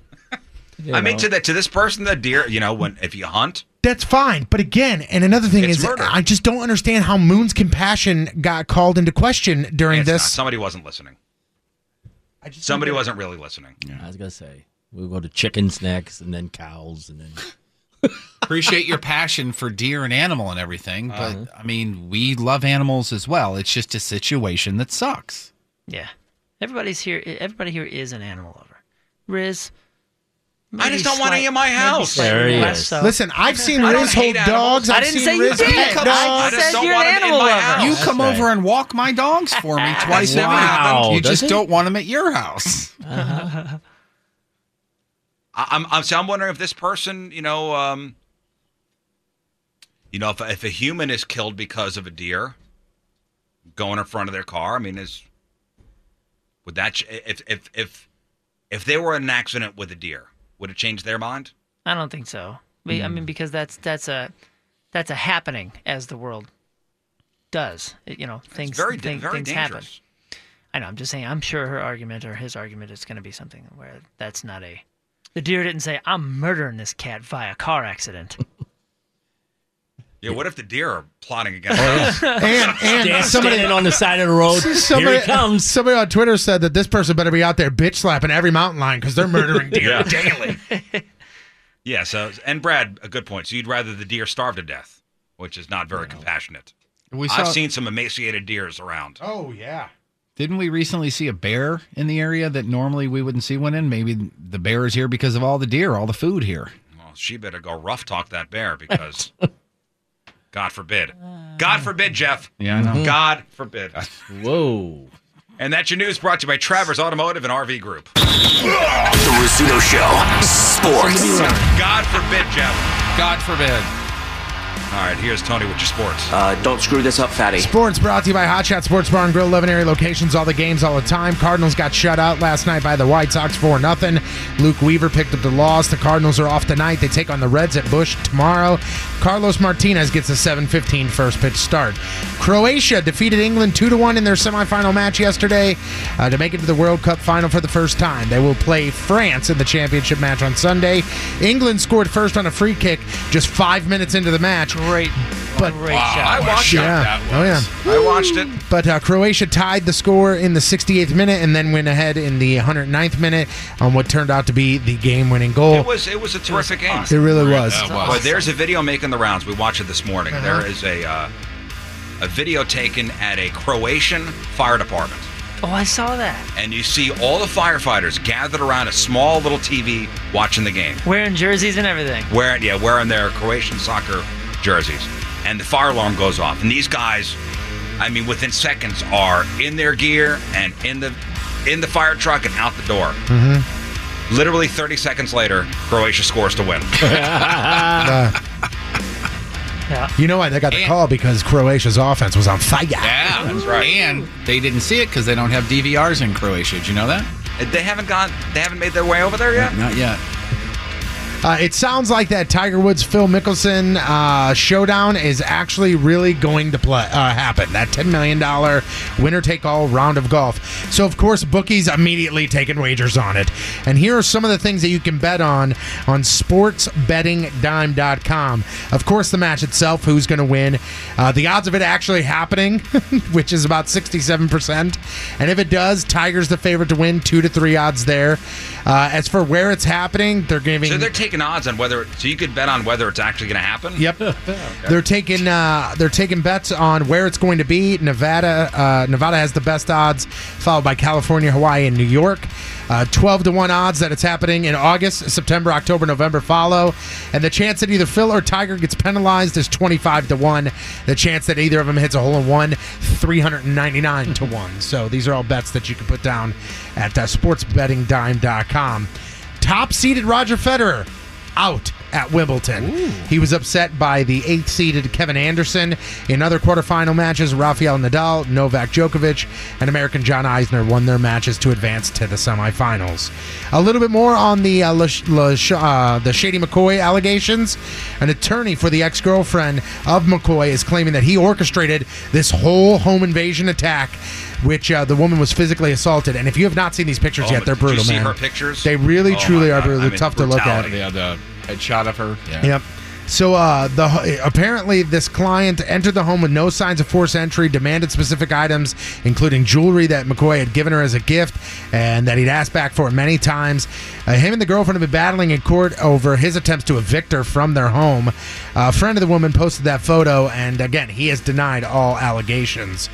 I mean, to that to this person, the deer. You know, when if you hunt,
That's fine, but again, and another thing
It's
is,
murder.
I just don't understand how Moon's compassion got called into question during
it's not.
this.
somebody wasn't listening. Somebody wasn't really listening.
I was gonna say we'll go to chickens next, and then cows, and then
Appreciate your passion for deer and animal and everything, but I mean, we love animals as well. It's just a situation that sucks.
Yeah. Everybody's here. Everybody here is an animal lover. Riz.
I just don't want any in my house.
Listen,
[LAUGHS]
I've seen
I don't
Riz hold
hate animals.
dogs. I've
I didn't
seen
say you
Riz
did.
pet
I
dogs.
just I just don't you're want an them in animal my lover. house.
You
That's
come
right.
over and walk my dogs
[LAUGHS]
for me twice
never
a week.
happened.
You
Does Uh-huh.
just
it?
don't want them at your house.
[LAUGHS] I, I'm, I'm, so I'm wondering if this person, you know, um, you know, if, if a human is killed because of a deer going in front of their car, I mean, is would that ch- if if if if they were in an accident with a deer, would it change their mind?
I don't think so. Be- I
Mm.
mean, because that's that's a that's a happening as the world does. It- you know, things
very da-
thing-
very
things happen.
dangerous.
I know. I'm just saying. I'm sure her argument or his argument is going to be something where that's not a.
[LAUGHS]
The deer didn't say, "I'm murdering this cat via car accident."
Yeah, what if the deer are plotting against
[LAUGHS]
us? [LAUGHS]
and and
Stand-
somebody
standing on the side of the road.
[LAUGHS] Somebody,
Here he comes.
Somebody on Twitter said that this person better be out there bitch slapping every mountain lion because they're murdering deer
Yeah.
daily.
Yeah, so and Brad, a good point. So you'd rather the deer starve to death, which is not very compassionate.
We
I've
saw-
seen some emaciated deers around.
Oh yeah.
Didn't we recently see a bear in the area that normally we wouldn't see one in? Maybe the bear is here because of all the deer, all the food here.
Well, she better go rough talk that bear because God forbid. God forbid, Jeff.
Yeah, I know.
God forbid.
Whoa.
And that's your news brought to you by Travers Automotive and RV Group.
The Rizzuto Show. Sports.
God forbid, Jeff.
God forbid.
All right, here's Tony with your sports.
Uh, don't screw this up, fatty.
Sports brought to you by Hot Shot Sports Bar and Grill, 11 area locations, all the games, all the time. Cardinals got shut out last night by the White Sox 4 0. Luke Weaver picked up the loss. The Cardinals are off tonight. They take on the Reds at Bush tomorrow. Carlos Martinez gets a 7-15 first pitch start. Croatia defeated England 2 1 in their semifinal match yesterday uh, to make it to the World Cup final for the first time. They will play France in the championship match on Sunday. England scored first on a free kick just five minutes into the match. Great. But
I watched
Yeah.
it. That
Oh, yeah.
was- I watched it.
But uh, Croatia tied the score in the 68th minute and then went ahead in the 109th minute on what turned out to be the game-winning goal.
It
[LAUGHS]
was it was a terrific game.
awesome. Uh-huh. It really was.
Uh,
It was.
But there's a video making the rounds. We watched it this morning. There is a uh, a video taken at a Croatian fire department,
Oh, I saw that.
and you see all the firefighters gathered around a small little TV watching the game.
Wearing jerseys and everything.
Wearing yeah, wearing their Croatian soccer jerseys, and the fire alarm goes off, and these guys, I mean, within seconds are in their gear and in the in the fire truck and out the door.
Mm-hmm.
Literally 30 seconds later, Croatia scores to
[LAUGHS]
win. [LAUGHS]
Uh, You know why they got the call? Because Croatia's offense was on fire.
Yeah, that's right. And they didn't see it because they don't have DVRs in Croatia. Did you know that?
They haven't gone. They haven't made their way over there yet.
Not yet.
Uh, it sounds like that Tiger Woods Phil Mickelson uh, showdown is actually really going to play, uh, happen. That $10 million winner take all round of golf. So, of course, bookies immediately taking wagers on it. And here are some of the things that you can bet on on sportsbettingdime.com. Of course, the match itself, who's going to win, uh, the odds of it actually happening, [LAUGHS] which is about 67%. And if it does, Tiger's the favorite to win, two to three odds there. Uh, as for where it's happening, they're giving.
So they're taking odds on whether. So you could bet on whether it's actually going to happen. [LAUGHS]
Yep. They're taking uh, they're taking bets on where it's going to be. Nevada uh, Nevada has the best odds, followed by California, Hawaii, and New York. Uh, Twelve to one odds that it's happening in August, September, October, November follow, and the chance that either Phil or Tiger gets penalized is twenty five to one. The chance that either of them hits a hole in one, three hundred and ninety nine to one. So these are all bets that you can put down at uh, sportsbettingdime.com. Top seeded Roger Federer out at Wimbledon. He was upset by the eighth seeded Kevin Anderson. In other quarterfinal matches, Rafael Nadal, Novak Djokovic, and American John Eisner won their matches to advance to the semifinals. A little bit more on the uh, Lash- Lash- uh, the Shady McCoy allegations. An attorney for the ex girlfriend of McCoy is claiming that he orchestrated this whole home invasion attack. Which uh, the woman was physically assaulted, and if you have not seen these pictures
Oh,
yet, they're
did you
brutal,
see
man.
her pictures?
They really,
Oh, my
truly are
God.
brutal.
I mean,
tough to look at.
Yeah, the headshot of her. Yeah.
Yep. So uh, the apparently this client entered the home with no signs of forced entry, demanded specific items, including jewelry that McCoy had given her as a gift, and that he'd asked back for many times. Uh, him and the girlfriend have been battling in court over his attempts to evict her from their home. a friend of the woman posted that photo, and again, he has denied all allegations.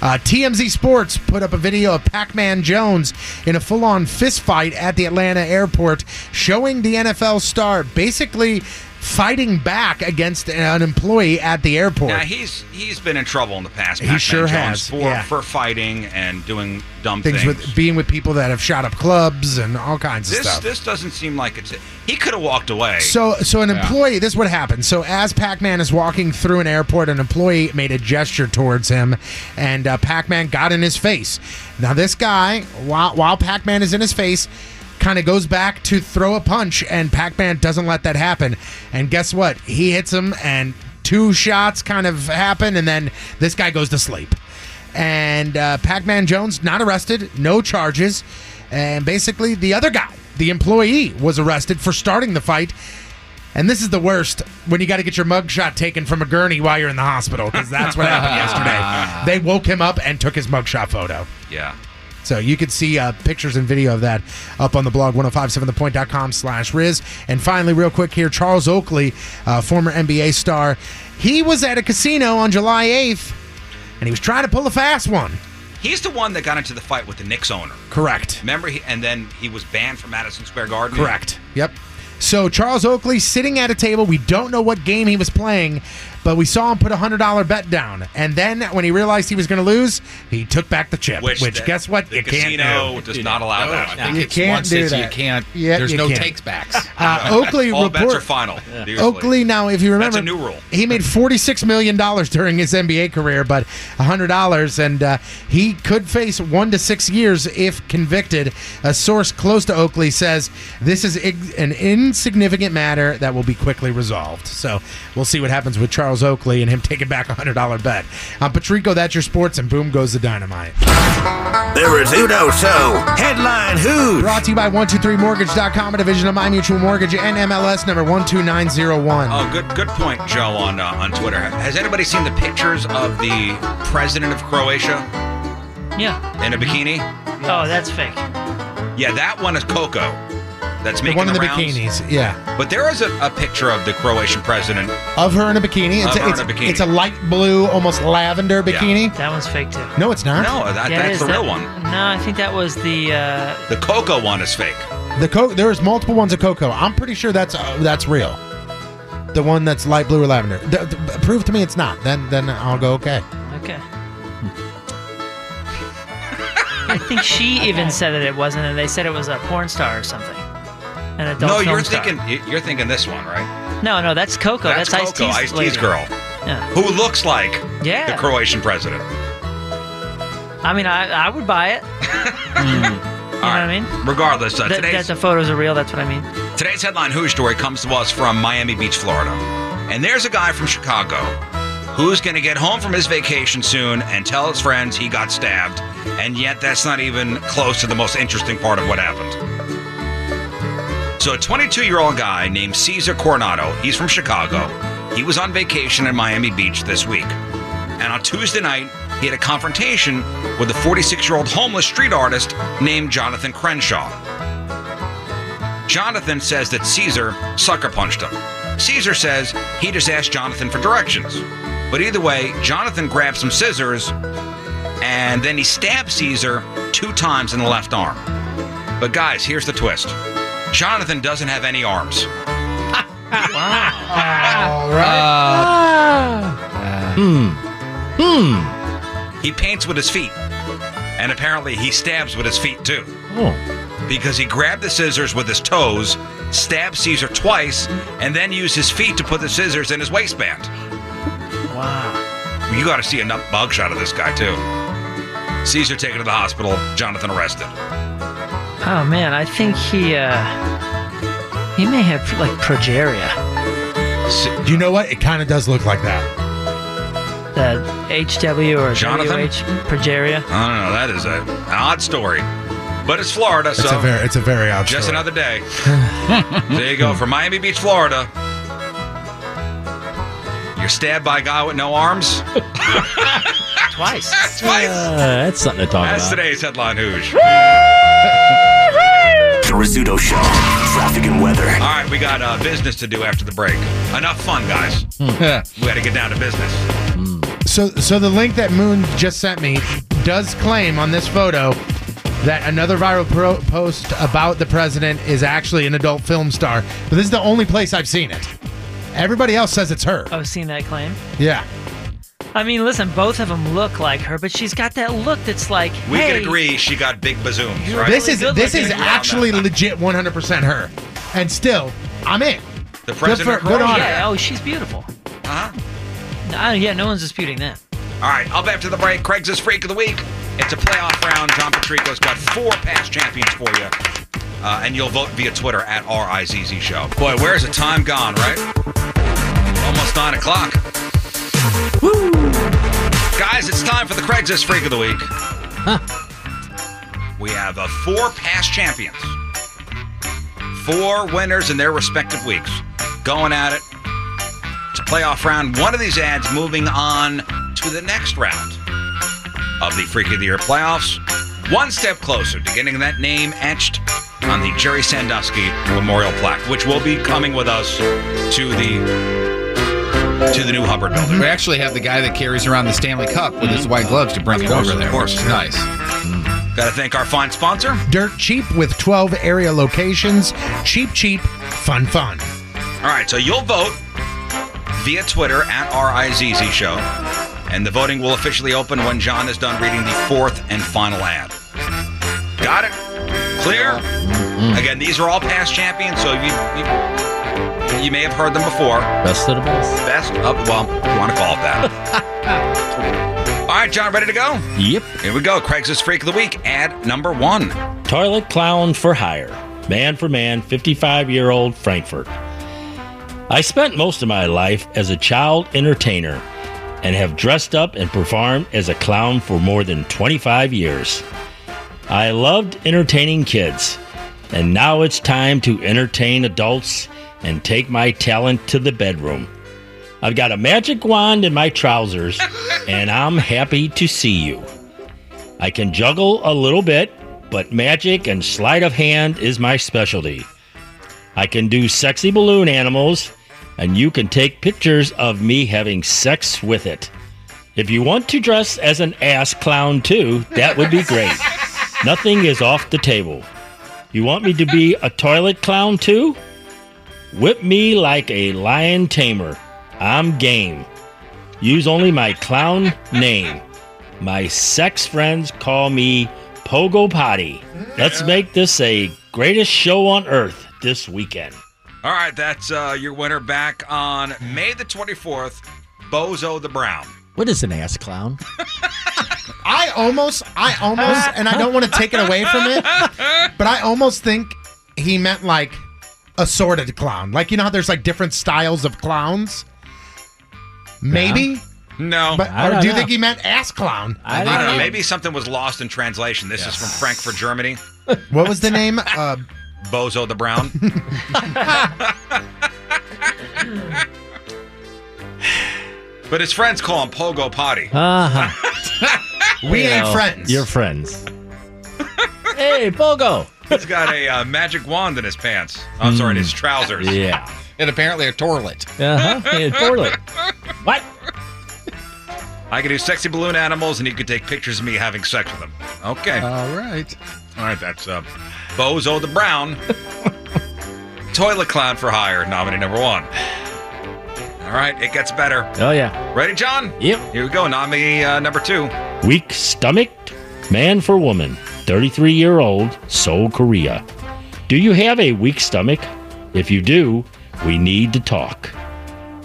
Uh, TMZ Sports put up a video of Pac Man Jones in a full on fist fight at the Atlanta airport, showing the NFL star basically fighting back against an employee at the airport.
Now he's he's been in trouble in the past.
He
Pac-Man
sure
Jones,
has,
for
yeah.
for fighting and doing dumb
things,
things.
with being with people that have shot up clubs and all kinds of
this
stuff.
this doesn't seem like it's. He could have walked away.
So, so an
Yeah.
employee. This is what happened. So, as Pac-Man is walking through an airport, an employee made a gesture towards him, and uh, Pac-Man got in his face. Now, this guy, while while Pac-Man is in his face, kind of goes back to throw a punch, and Pac-Man doesn't let that happen. And guess what? He hits him, and two shots kind of happen, and then this guy goes to sleep. And uh, Pac-Man Jones not arrested, no charges, and basically the other guy. The employee was arrested for starting the fight And this is the worst when you got to get your mugshot taken from a gurney while you're in the hospital because that's what happened yesterday. They woke him up and took his mugshot photo.
Yeah.
So you can see uh, pictures and video of that up on the blog, 1057thepoint.com slash Riz. And finally, real quick here, Charles Oakley, uh, former NBA star, he was at a casino on July 8th and he was trying to pull a fast one.
He's the one that got into the fight with the Knicks owner.
Correct.
Remember, he, and then he was banned from Madison Square Garden.
Correct. Yep. So Charles Oakley sitting at a table. We don't know what game he was playing, but we saw him put a hundred dollar bet down. And then when he realized he was going to lose, he took back the chip. Which,
the-
guess what?
The
you
casino
can't do.
does not allow
No,
that.
I think You it's can't once do it's- you that. can't- Yeah, there's you no can't. takes
backs.
[LAUGHS] Uh, Oakley
All bets are
report-
final. Seriously.
Oakley. Now, if you remember,
That's a new rule.
He made forty-six million dollars during his NBA career, but hundred dollars, and uh, he could face one to six years if convicted. A source close to Oakley says this is ig- an insignificant matter that will be quickly resolved. So we'll see what happens with Charles Oakley and him taking back a hundred-dollar bet. I'm Patrico. That's your sports, and boom goes the dynamite.
The Rizzuto Show. Headline Who?
Brought to you by 123mortgage.com, a division of My Mutual Mortgage and MLS number 12901.
Oh, good good point, Joe, on uh, on Twitter. Has anybody seen the pictures of the president of Croatia
Yeah.
in a bikini?
Oh, that's fake.
Yeah, that one is Coco. That's
The
making
one in the
rounds.
bikinis, yeah.
But there is a, a picture of the Croatian president.
Of her in a bikini.
Of
It's,
her in
it's,
a bikini.
it's a light blue, almost lavender
Yeah.
bikini.
That one's fake too.
No, it's not.
No, that,
Yeah, it
that's
is.
the real
That-
one.
No, I think that was the. Uh,
The Coco one is fake.
The co- there is multiple ones of cocoa. I'm pretty sure that's uh, that's real. The one that's light blue or lavender. Th- th- prove to me it's not. Then then I'll go okay.
okay. I think she even said that it wasn't, and they said it was a porn star or something. An adult
no,
film
you're
star.
thinking you- you're thinking this one, right?
No, no, that's Coco. That's,
Coco,
Ice-T's
Ice-T's
lady.
girl,
Yeah.
who looks like
Yeah.
the Croatian president.
I mean, I, I would buy it. Mm.
[LAUGHS] All right. Regardless, uh,
that,
today's
that the photos are real. That's what I mean.
Today's headline Who story comes to us from Miami Beach, Florida. And there's a guy from Chicago who's going to get home from his vacation soon and tell his friends he got stabbed. And yet, that's not even close to the most interesting part of what happened. So, a 22 year old guy named Cesar Coronado, he's from Chicago. He was on vacation in Miami Beach this week. And on Tuesday night, he had a confrontation with a 46 year old homeless street artist named Jonathan Crenshaw. Jonathan says that Caesar sucker punched him. Caesar says he just asked Jonathan for directions. But either way, Jonathan grabs some scissors and then he stabs Caesar two times in the left arm. But guys, here's the twist Jonathan doesn't have any arms.
Uh,
All
Ah.
right.
Hmm. Hmm. He paints with his feet. And apparently he stabs with his feet too.
Oh.
Because he grabbed the scissors with his toes, stabbed Caesar twice, and then used his feet to put the scissors in his waistband.
Ah.
Wow. You got to see a nut bug shot of this guy too. Caesar taken to the hospital, Jonathan arrested.
Oh man, I think he uh, he may have like progeria,
You know what? It kind of does look like that.
the HW or
Jonathan?
WH progeria.
I don't know. That is a, an odd story, but it's Florida,
It's
so
a very it's a very odd
just
story.
another
[SIGHS]
day. there you go from Miami Beach, Florida. You're stabbed by a guy with no
[LAUGHS]
arms.
Twice.
Twice.
Uh, that's something to talk
That's
about.
today's headline. Hoosh.
The Rizzuto Show. Traffic and weather.
All right, we got uh, business to do after the break. Enough fun, guys.
Hmm.
we got to get down to business.
So so the link that Moon just sent me does claim on this photo that another viral pro- post about the president is actually an adult film star. But this is the only place I've seen it. Everybody else says it's her.
I've Oh, seen that claim.
Yeah.
I mean, listen, both of them look like her, but she's got that look that's like,
We
hey,
can agree she got big bazooms, right?
This is this is actually legit 100% her. And still, I'm in.
The
Good,
president
for, good
of
on
yeah,
her.
oh, she's beautiful.
Uh
huh. yeah, no one's disputing that.
All right, up after the break, Craig's is Freak of the Week. It's a playoff round. John Patrico's got four past champions for you. Uh, and you'll vote via Twitter at RIZZ Show. Boy, where's the time gone, right? Almost 9 o'clock. Woo! Guys, it's time for the Craigslist Freak of the Week. We have uh, four past champions, four winners in their respective weeks. going at it. It's a playoff round. One of these ads moving on to the next round of the Freak of the Year playoffs. One step closer to getting that name etched on the Jerry Sandusky Memorial Plaque, which will be coming with us to the to the new Hubbard building.
We actually have the guy that carries around the Stanley Cup with his white gloves to bring
Of
it
course,
over
of
there.
course.
which is nice.
Got to Mm. thank our fine sponsor.
Dirt cheap with 12 area locations. Cheap, cheap, fun, fun.
All right, so you'll vote via Twitter at RIZZ Show, and the voting will officially open when John is done reading the fourth and final ad. Got it? Clear? Again, these are all past champions, so you, you you may have heard them before.
Best of the best.
Best of, well, you want to call it that. [LAUGHS] all right, John, ready to go?
Yep.
Here we go. Craigslist Freak of the Week, ad number one.
Toilet clown for hire. Man for man, 55 year old Frankfurt. I spent most of my life as a child entertainer and have dressed up and performed as a clown for more than 25 years. I loved entertaining kids, and now it's time to entertain adults and take my talent to the bedroom. I've got a magic wand in my trousers, and I'm happy to see you. I can juggle a little bit, but magic and sleight of hand is my specialty. I can do sexy balloon animals, and you can take pictures of me having sex with it. If you want to dress as an ass clown too, that would be great. Nothing is off the table. You want me to be a toilet clown too? Whip me like a lion tamer. I'm game. Use only my clown name. My sex friends call me Pogo Potty. Let's make this a greatest show on earth this weekend.
All right, that's uh, your winner back on May the 24th, Bozo the Brown.
What is an ass clown?
I almost, I
[LAUGHS]
almost, and I don't want to take it away from it, but I almost think he meant like assorted clown. Like, you know how there's like different styles of clowns? Maybe.
No.
But,
I
or
don't
do you
know.
think he meant ass clown?
I don't, know. Maybe something was lost in translation. This is from Frankfurt, Germany.
What was the name? Uh,
Bozo the Brown. but his friends call him Pogo Potty.
Uh,
Uh-huh.
We ain't friends.
You're friends. hey, Pogo.
He's got a uh, magic wand in his pants. Oh, I'm sorry, in his trousers.
Yeah.
And apparently a toilet.
Uh
Uh-huh.
huh. Toilet. What?
I could do sexy balloon animals, and he could take pictures of me having sex with them. Okay.
All right.
All right, that's uh, Bozo the Brown,
[LAUGHS]
Toilet Clown for Hire, nominee number one. All right, it gets better.
Oh, yeah.
Ready, John?
Yep.
Here we go, nominee uh, number two.
Weak stomached man for woman, 33 year old, Seoul, Korea. Do you have a weak stomach? If you do, we need to talk.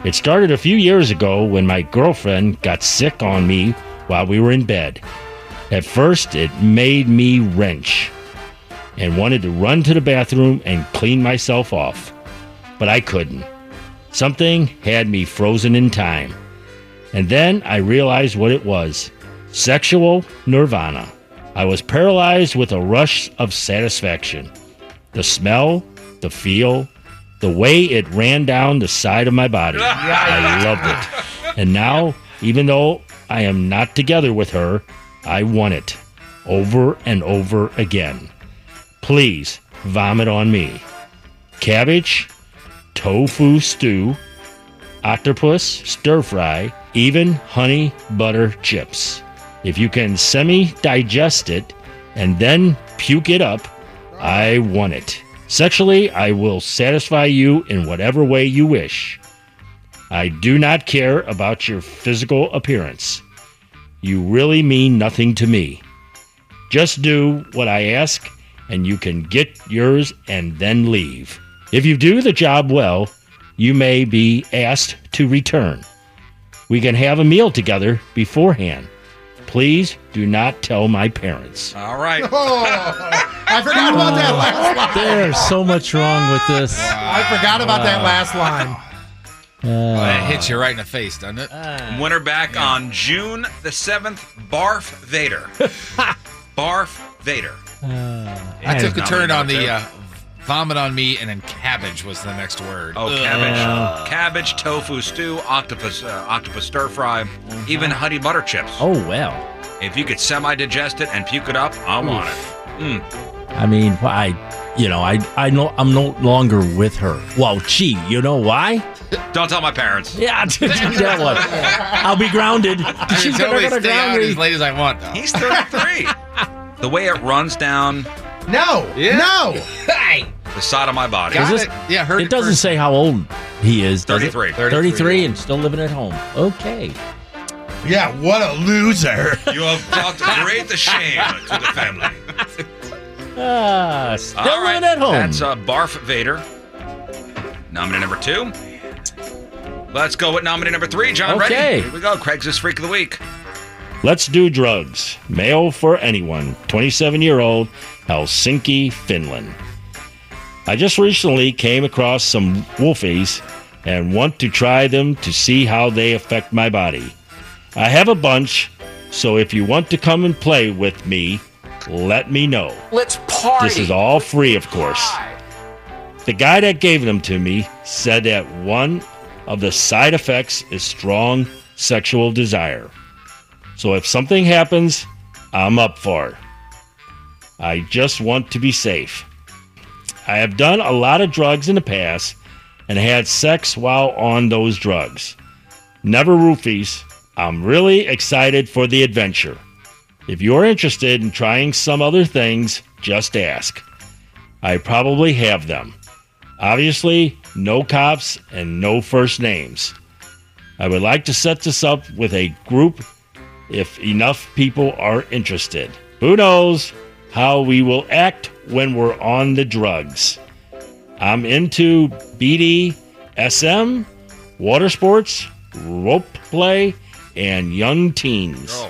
It started a few years ago when my girlfriend got sick on me while we were in bed. At first, it made me wrench and wanted to run to the bathroom and clean myself off, but I couldn't. Something had me frozen in time. And then I realized what it was sexual nirvana. I was paralyzed with a rush of satisfaction. The smell, the feel, the way it ran down the side of my body. I loved it. And now, even though I am not together with her, I want it over and over again. Please vomit on me. Cabbage, tofu stew, octopus, stir fry, even honey butter chips. If you can semi digest it and then puke it up, I want it. Sexually, I will satisfy you in whatever way you wish. I do not care about your physical appearance. You really mean nothing to me. Just do what I ask, and you can get yours and then leave. If you do the job well, you may be asked to return. We can have a meal together beforehand. Please do not tell my parents.
All
[LAUGHS]
right.
Oh, I forgot about that
[LAUGHS]
last line.
There's so much wrong with this. Uh,
I forgot about
Uh,
that last line.
[LAUGHS] Uh, it hits you right in the face, doesn't it?
Winner back on June the 7th, Barf Vader. Barf Vader.
I
It is
took a
nominated
turn on
number
the uh,
two.
Vomit on me, and then cabbage was the next word.
Oh, cabbage, cabbage, tofu stew, octopus, uh, octopus stir fry, even honey butter chips.
Oh, well.
If you could semi-digest it and puke it up, I want it. Mm.
I mean, I, you know, I, I know I'm no longer with her. Well, gee, you know why?
[LAUGHS] Don't tell my parents.
Yeah, [LAUGHS] do
[LAUGHS]
that one. I'll be grounded. [LAUGHS] She's
Tell
gonna,
me to
gonna
stay out
ground me.
as late as I want. Though.
He's
[LAUGHS]
33. The way it runs down
No. No.
[LAUGHS] Hey.
the side of my body.
Is this- It doesn't say how old he is. does it?
33.
33, and still living at home. Okay.
Yeah, what a loser.
You have brought great shame to the
[LAUGHS]
family.
Ah, still
All right,
living at home.
That's uh, Barf Vader. Nominee number two. Let's go with nominee number three, John.
Okay.
Ready? Here we go. Craigslist Freak of the Week.
Let's do drugs. Mail for anyone. 27 year old, Helsinki, Finland. I just recently came across some wolfies and want to try them to see how they affect my body. I have a bunch, so if you want to come and play with me, let me know.
Let's party.
This is all free, of course. The guy that gave them to me said that one of the side effects is strong sexual desire. So if something happens, I'm up for it. I just want to be safe. I have done a lot of drugs in the past and had sex while on those drugs. Never roofies. I'm really excited for the adventure. If you're interested in trying some other things, just ask. I probably have them. Obviously, no cops and no first names. I would like to set this up with a group if enough people are interested. Who knows how we will act when we're on the drugs? I'm into BDSM, water sports, rope play, and young teens.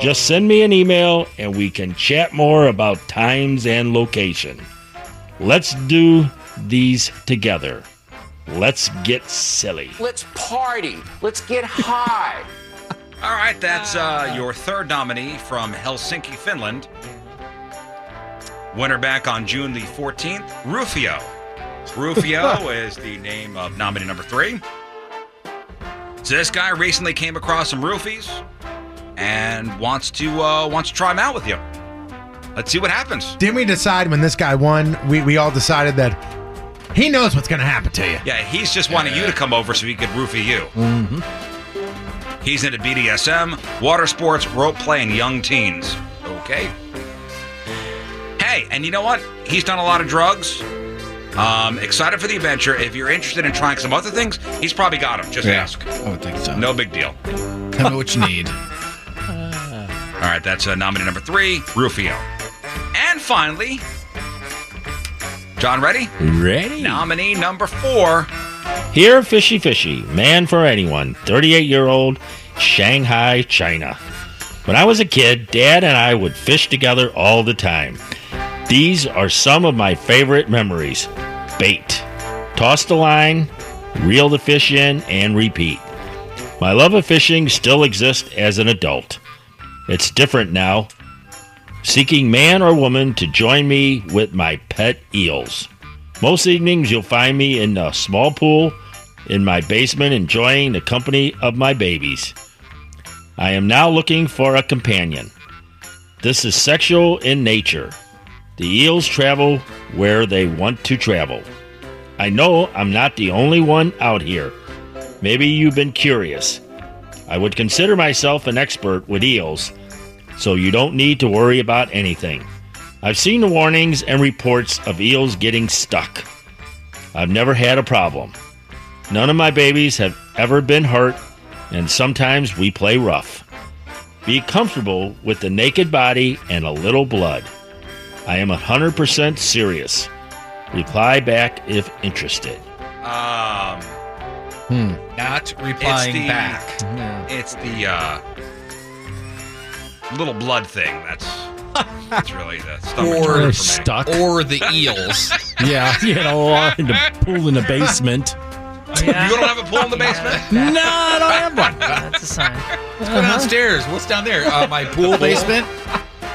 Just send me an email and we can chat more about times and location. Let's do these together. Let's get silly.
Let's party. Let's
[LAUGHS]
get high.
All right, that's uh, your third nominee from Helsinki, Finland. Winner back on June the 14th, Rufio. Rufio is the name of nominee number three. So this guy recently came across some roofies and wants to uh, wants to try them out with you. Let's see what happens.
Didn't we decide when this guy won? We, we all decided that he knows what's going to happen to you.
Yeah, he's just wanting you to come over so he could roofie you.
Mm-hmm.
Mm-hmm.
He's into BDSM, water sports, rope play, and young teens. Okay. Hey, and you know what? He's done a lot of drugs. Um, excited for the adventure. If you're interested in trying some other things, he's probably got them. Just
Yeah,
ask.
I would think so.
No big
[LAUGHS]
deal.
Tell me what you
[LAUGHS]
need.
All right, that's uh, nominee number three, Rufio. And finally, John, ready?
Ready.
Nominee number four,
Here, Fishy Fishy, man for anyone, 38 year old, Shanghai, China. When I was a kid, Dad and I would fish together all the time. These are some of my favorite memories bait, toss the line, reel the fish in, and repeat. My love of fishing still exists as an adult. It's different now. Seeking man or woman to join me with my pet eels. Most evenings, you'll find me in a small pool in my basement enjoying the company of my babies. I am now looking for a companion. This is sexual in nature. The eels travel where they want to travel. I know I'm not the only one out here. Maybe you've been curious. I would consider myself an expert with eels, so you don't need to worry about anything. I've seen the warnings and reports of eels getting stuck. I've never had a problem. None of my babies have ever been hurt, and sometimes we play rough. Be comfortable with the naked body and a little blood. I am 100% serious. Reply back if interested.
um,
Not replying
Hmm. It's the-
back.
It's the uh, little blood thing. That's that's really the stomach
Or
turner for me.
stuck.
Or the
[LAUGHS]
eels.
yeah, [LAUGHS] you know, uh, in the pool in the basement.
[LAUGHS]
You don't have a pool in the basement?
No, I don't have one.
That's a sign.
Uh-huh.
What's going downstairs? What's down there? Uh, my pool basement?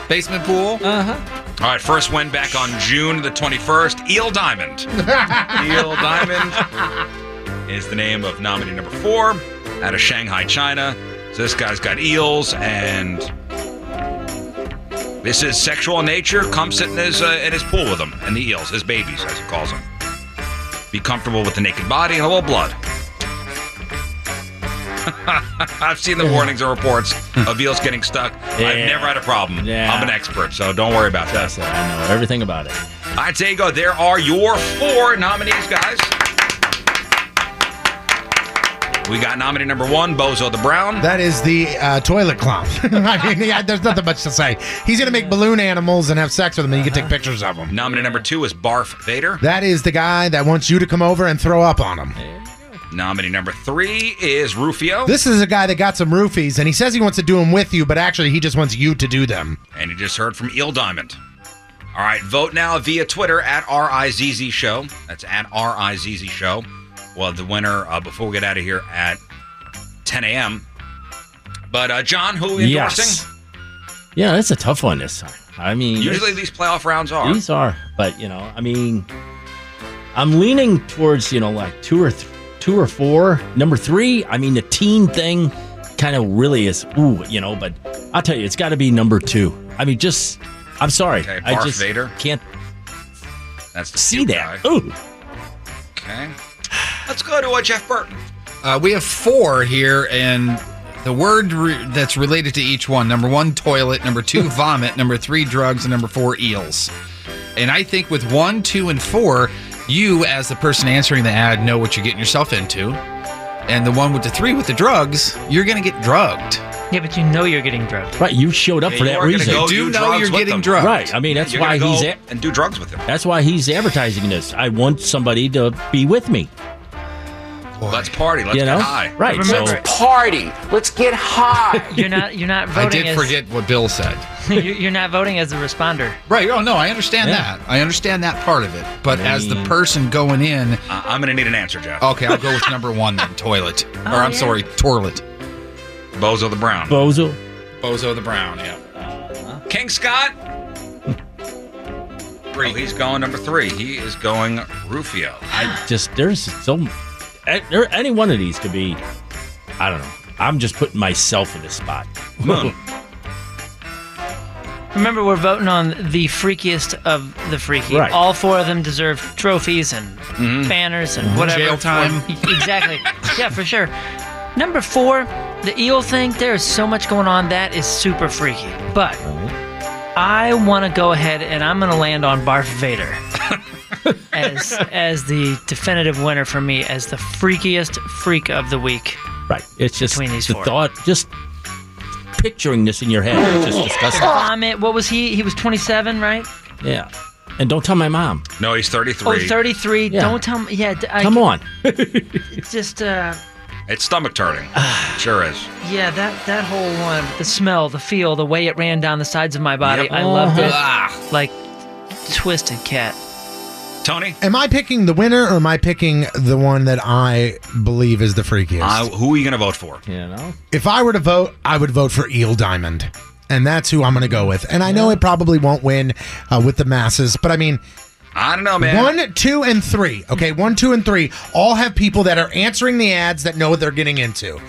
Basement pool? Uh huh.
All right, first win back on June the 21st. Eel Diamond. Eel Diamond is the name of nominee number four out of Shanghai, China. So this guy's got eels, and this is sexual in nature. Come sit in his, uh, in his pool with them and the eels, his babies, as he calls them. Be comfortable with the naked body and a little blood. [LAUGHS] I've seen the warnings and reports of eels getting stuck. I've
Yeah.
never had a problem. I'm an expert, so don't worry about that.
I know everything about it.
All right, there you go. There are your four nominees, guys. We got nominee number one, Bozo the Brown.
That is the uh, toilet clown. [LAUGHS] I mean, yeah, there's nothing much to say. He's going to make balloon animals and have sex with them, and you can take pictures of them.
Nominee number two is Barf Vader.
[LAUGHS] That is the guy that wants you to come over and throw up on him.
Nominee number three is Rufio.
This is a guy that got some roofies, and he says he wants to do them with you, but actually, he just wants you to do them.
And you just heard from Eel Diamond. All right, vote now via Twitter at RIZZ Show. That's at RIZZ Show. Well, the winner, uh, before we get out of here, at 10 a.m. But, uh, John, who are we endorsing?
Yes. Yeah, that's a tough one this time. I mean,
Usually these playoff rounds are.
These are, but you know, I mean, I'm leaning towards you know like two or th- two or four. Number three, I mean, the team thing kind of really is ooh, you know. But I'll tell you, it's got to be number two. I mean, just I'm sorry,
Okay,
I
Barth
just
Vader.
can't
That's the
see that. Ooh,
Okay. Let's go to uh, Jeff Burton.
Uh, we have four here, and the word re- that's related to each one number one, toilet, number [LAUGHS] two, vomit, number three, drugs, and number four, eels. And I think with one, two, and four, you, as the person answering the ad, know what you're getting yourself into. And the one with the three with the drugs, you're going to get drugged.
Yeah, but you know you're getting drugged.
Right, you showed up
Yeah,
for
you
that
are gonna
reason.
go You do do know drugs Oh, you're with getting them. drugged.
Right. I mean, that's
You're
why
gonna
he's
go
at,
and do drugs with him.
That's why he's advertising this. I want somebody to be with me.
Let's party. Let's
You know?
get high.
Right, Remember so- it.
party.
Let's get hot. [LAUGHS] You're not. You're not voting.
I did
as,
forget what Bill said.
you- [LAUGHS] you're not voting as a responder.
Right. Oh, no, I understand
Yeah.
that. I understand that part of it. But as the
mean-
person going in,
I'm going to need an answer, Jeff. [LAUGHS]
Okay, I'll go with number one then, toilet. or I'm
yeah.
sorry, toilet.
Bozo the Brown.
Bozo.
Bozo the Brown, yeah.
King Scott. Uh-huh. Oh, he's going number three. He is going Rufio.
I just there's so a- there, any one of these could be. I don't know. I'm just putting myself in this spot. [LAUGHS]
Moon. [LAUGHS]
Remember, we're voting on the freakiest of the freaky.
Right.
All four of them deserve trophies and
Mhm.
banners and
Mhm.
whatever.
Jail
for-
time.
[LAUGHS] exactly. yeah, for sure. Number four, the eel thing. There is so much going on. That is super freaky. But I want to go ahead and I'm going to land on Barf
[LAUGHS]
Vader as as the definitive winner for me as the freakiest freak of the week.
Right. It's just
Between these
the
four.
thought, just picturing this in your head, it's just disgusting.
Oh. [LAUGHS] Vomit. What was he? He was 27, right?
Yeah. And don't tell my mom.
No, he's 33.
Oh, 33.
Yeah.
Don't tell me. Yeah. d- I,
Come on.
[LAUGHS] It's just, uh,
It's stomach turning. It sure is.
yeah, that, that whole one. The smell, the feel, the way it ran down the sides of my body. I loved it.
Ah.
Like, twisted cat.
Tony?
Am I picking the winner, or am I picking the one that I believe is the freakiest?
Uh, who are you going to vote for?
You know?
If I were to vote, I would vote for Eel Diamond. And that's who I'm going to go with. And I know it probably won't win uh, with the masses, but I mean,
I don't know, man.
One, two, and three. Okay, one, two, and three all have people that are answering the ads that know what they're getting into.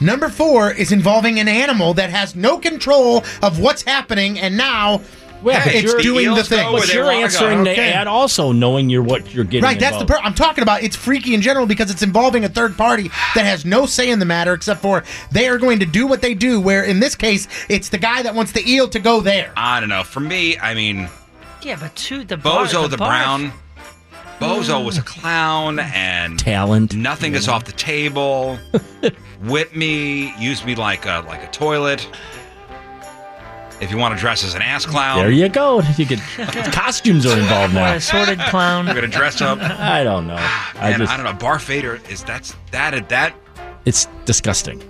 Number four is involving an animal that has no control of what's happening, and now
but
it's
you're-
doing the thing.
But you're answering the ad also knowing you're what you're getting.
Right, that's the part I'm talking about. It's freaky in general because it's involving a third party that has no say in the matter except for they are going to do what they do, where in this case, it's the guy that wants the eel to go there.
I don't know. For me, I mean,
Yeah, but two, the bar- Mm.
Bozo the,
barf.
Brown. Bozo was a clown and
talent.
Nothing is off the table. Whip me, use me like a like a toilet. If you want to dress as an ass clown,
There you go. You could
[LAUGHS]
costumes are involved now.
assorted clown.
You're gonna dress up.
[LAUGHS]
Ah,
I don't know. I
Man,
just
I don't know. Barf Vader is that's that that
it's disgusting.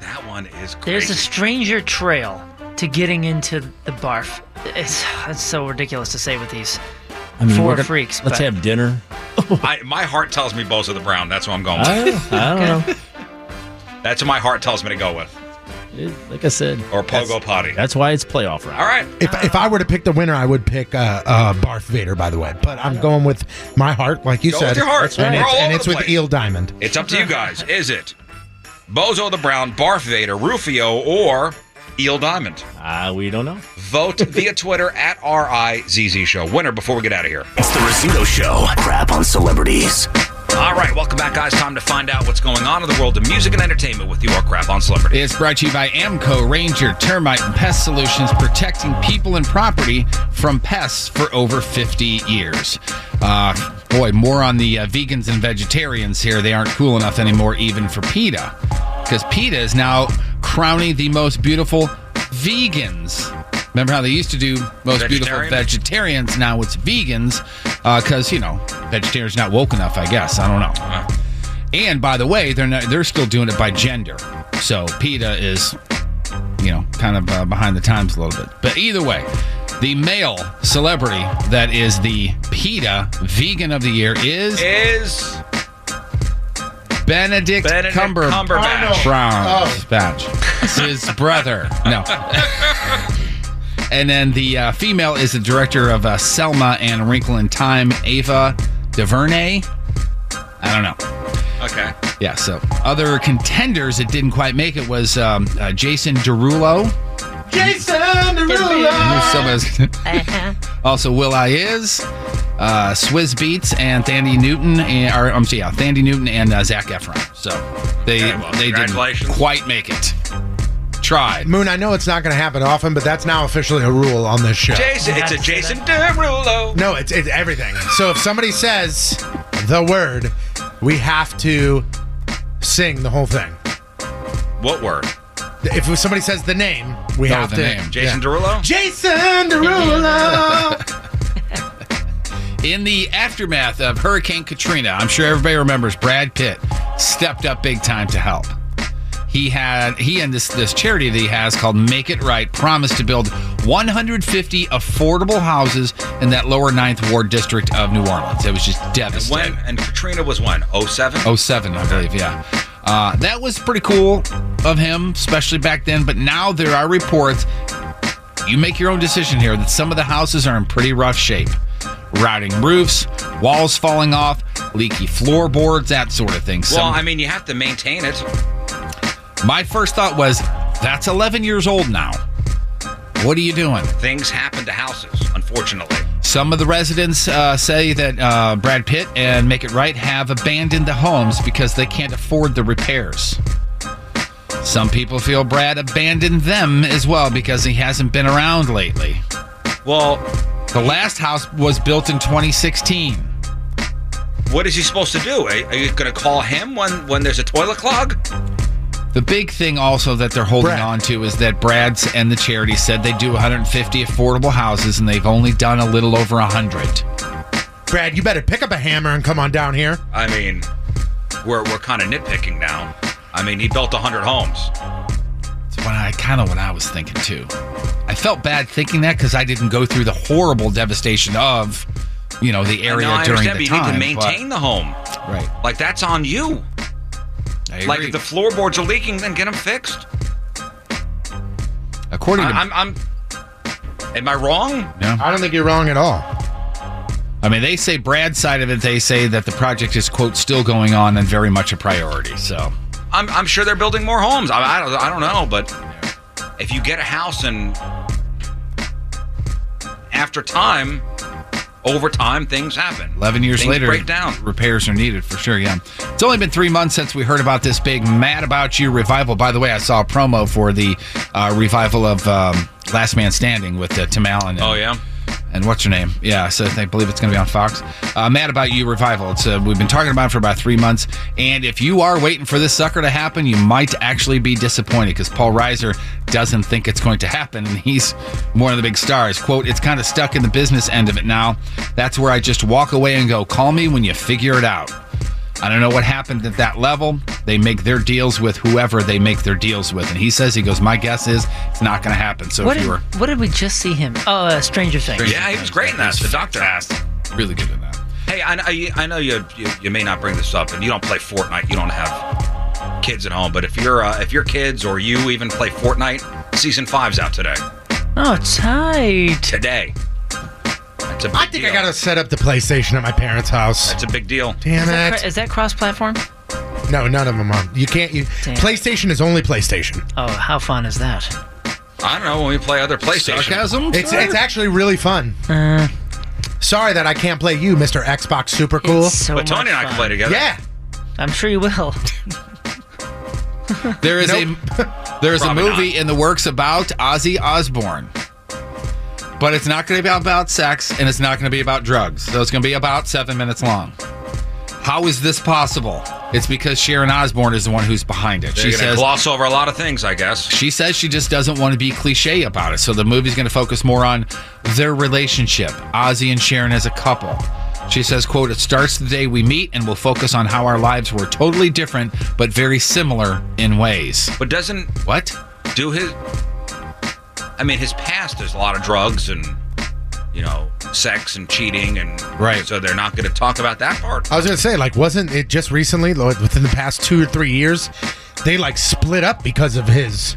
that one is
There's
crazy.
a stranger trail to getting into the barf. It's, it's so ridiculous to say with these
I mean,
four
we're gonna-
freaks.
Let's
but-
have dinner.
I, my heart tells me Bozo the Brown. That's what I'm going
I
with.
don't, I don't know.
That's what my heart tells me to go with.
It- like I said,
or pogo potty.
That's why it's playoff round.
All right.
If, if I were to pick the winner, I would pick uh, uh, Barth Vader, by the way. But I'm going with my heart, like you
Go
said.
with your heart.
And
We're
it's,
all
and
over
it's
the
with
place.
Eel Diamond.
It's up to you guys. Is it Bozo the Brown, Barth Vader, Rufio, or Eel Diamond?
Uh, we don't know.
Vote via Twitter at RIZZ Show. Winner before we get out of here.
It's the Rizzuto Show. Crap on celebrities.
All right, welcome back, guys. Time to find out what's going on in the world of music and entertainment with your crap on celebrity.
It's brought to you by Amco Ranger Termite and Pest Solutions, protecting people and property from pests for over 50 years. Uh, boy, more on the uh, vegans and vegetarians here. They aren't cool enough anymore, even for PETA, because PETA is now crowning the most beautiful vegans. Remember how they used to do most beautiful
Vegetarian?
vegetarians? Now it's vegans, because, you know, vegetarians not woke enough, I guess. I don't know. And by the way, they're not, they're still doing it by gender. So PETA is, you know, kind of uh, behind the times a little bit. But either way, the male celebrity that is the PETA vegan of the year is
is
Benedict,
Benedict
Cumber-
Cumberbatch.
Brown- Batch. His brother. No. And then the uh, female is the director of uh, Selma and Wrinkle in Time, Ava DuVernay. I don't know.
Okay.
Yeah, so other contenders that didn't quite make it was um, uh, Jason Derulo.
Jason
I knew
Derulo.
someone
Ah.
[LAUGHS]
Uh-huh.
was- also, Will I is, uh, Swizz Beats, and Thandi Newton, and, or I'm sorry, yeah, Thandi Newton and uh, Zach Efron. So they they didn't quite make it. Tried.
Moon, I know it's not going to happen often, but that's now officially a rule on this show.
Jason, it's a Jason Derulo.
No, it's, it's everything. So if somebody says the word, we have to sing the whole thing.
What word?
If somebody says the name, we
No,
have
the
to.
name. Jason Derulo?
Jason Derulo.
In the aftermath of Hurricane Katrina, I'm sure everybody remembers Brad Pitt stepped up big time to help. He had he and this this charity that he has called Make It Right promised to build 150 affordable houses in that lower ninth ward district of New Orleans. It was just devastating.
When and Katrina was when? 07?
07, I believe, yeah. Uh, that was pretty cool of him, especially back then. But now there are reports. You make your own decision here that some of the houses are in pretty rough shape. Rotting roofs, walls falling off, leaky floorboards, that sort of thing.
Well,
Some-
I mean, you have to maintain it.
my first thought was, that's 11 years old now. What are you doing?
Things happen to houses, unfortunately.
Some of the residents uh, say that uh, Brad Pitt and Make It Right have abandoned the homes because they can't afford the repairs. Some people feel Brad abandoned them as well because he hasn't been around lately.
Well,
the last house was built in 2016.
What is he supposed to do? Are, are you going to call him when, when there's a toilet clog?
The big thing also that they're holding on to is that Brad's and the charity said they do 150 affordable houses and they've only done a little over 100.
Brad, you better pick up a hammer and come on down here.
I mean, we're, we're kind of nitpicking now. I mean, he built 100 homes.
That's what I kind of what I was thinking too. I felt bad thinking that because I didn't go through the horrible devastation of, you know, the area
I know, I
during
understand,
the
but
time.
you need to maintain the home.
Right.
Like, that's on you.
I
Like,
agree.
if the floorboards are leaking, then get them fixed.
According to,
I, am I'm. Am I wrong?
No.
I don't think you're wrong at all.
I mean, they say Brad's side of it. They say that the project is quote still going on and very much a priority. So
I'm, I'm sure they're building more homes. I, I, don't, I don't know, but if you get a house and after time, over time, things happen.
11 years
Things
later,
break down.
repairs are needed for sure. Yeah. It's only been three months since we heard about this big Mad About You revival. By the way, I saw a promo for the uh, revival of um, Last Man Standing with uh, Tim Allen. And,
Oh, yeah?
And what's her name? Yeah, so I believe it's going to be on Fox. Uh, Mad About You revival. It's uh, we've been talking about it for about three months, and if you are waiting for this sucker to happen, you might actually be disappointed because Paul Reiser doesn't think it's going to happen, and he's one of the big stars. "Quote: It's kind of stuck in the business end of it now. That's where I just walk away and go, call me when you figure it out." I don't know what happened at that level. They make their deals with whoever they make their deals with. And he says, he goes, My guess is it's not going to happen. So
what,
if
did,
you were.
what did we just see him? Oh, uh, Stranger Things.
Yeah, he was great in that. The doctor asked.
Really good in that.
Hey, I, I, I know you, you you may not bring this up, and you don't play Fortnite. You don't have kids at home, but if you're uh, if your kids or you even play Fortnite, season five's out today.
Oh, tight.
Today. That's a big
I think
deal.
I gotta set up the PlayStation at my parents' house.
That's a big deal.
Damn
is that
it!
cr- is that cross-platform? [LAUGHS]
no, none of them are. You can't. You
Damn.
PlayStation is only PlayStation.
Oh, how fun is that?
I don't know when we play other PlayStation.
It's it's actually really fun.
Uh.
Sorry that I can't play you, Mister Xbox. Super cool.
but Tony and I can play together.
Yeah.
I'm sure you will.
There is a there is a
Probably
movie in the works about Ozzy Osbourne, but it's not going to be about sex and it's not going to be about drugs. So it's going to be about seven minutes long. How is this possible? It's because Sharon Osbourne is the one who's behind it.
They're
she
gonna
says
gloss over a lot of things, I guess.
she says she just doesn't want to be cliche about it. So the movie's going to focus more on their relationship, Ozzy and Sharon as a couple. She says, quote, it starts the day we meet and we'll focus on how our lives were totally different but very similar in ways.
But doesn't
what?
Do his I mean his past is a lot of drugs and you know, sex and cheating and right. So they're not gonna talk about that part.
I was gonna say, like, wasn't it just recently, like, within the past two or three years, they like split up because of his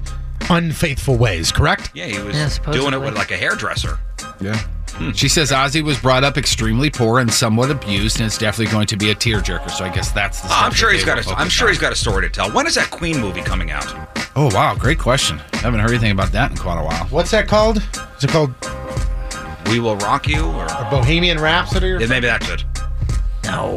unfaithful ways? Correct?
Yeah, he was
Yeah,
doing
supposedly.
it with like a hairdresser.
Yeah. She says Ozzy was brought up extremely poor and somewhat abused, and it's definitely going to be a tearjerker. So I guess that's the.
Oh, I'm
stuff
sure
that
he's
they
got
will
a.
focus
I'm sure
on.
he's got a story to tell. When is that Queen movie coming out?
Oh wow, great question. I haven't heard anything about that in quite a while.
What's that called? Is it called
We will rock you, or
Bohemian Rhapsody? Or
yeah, maybe that's it.
No.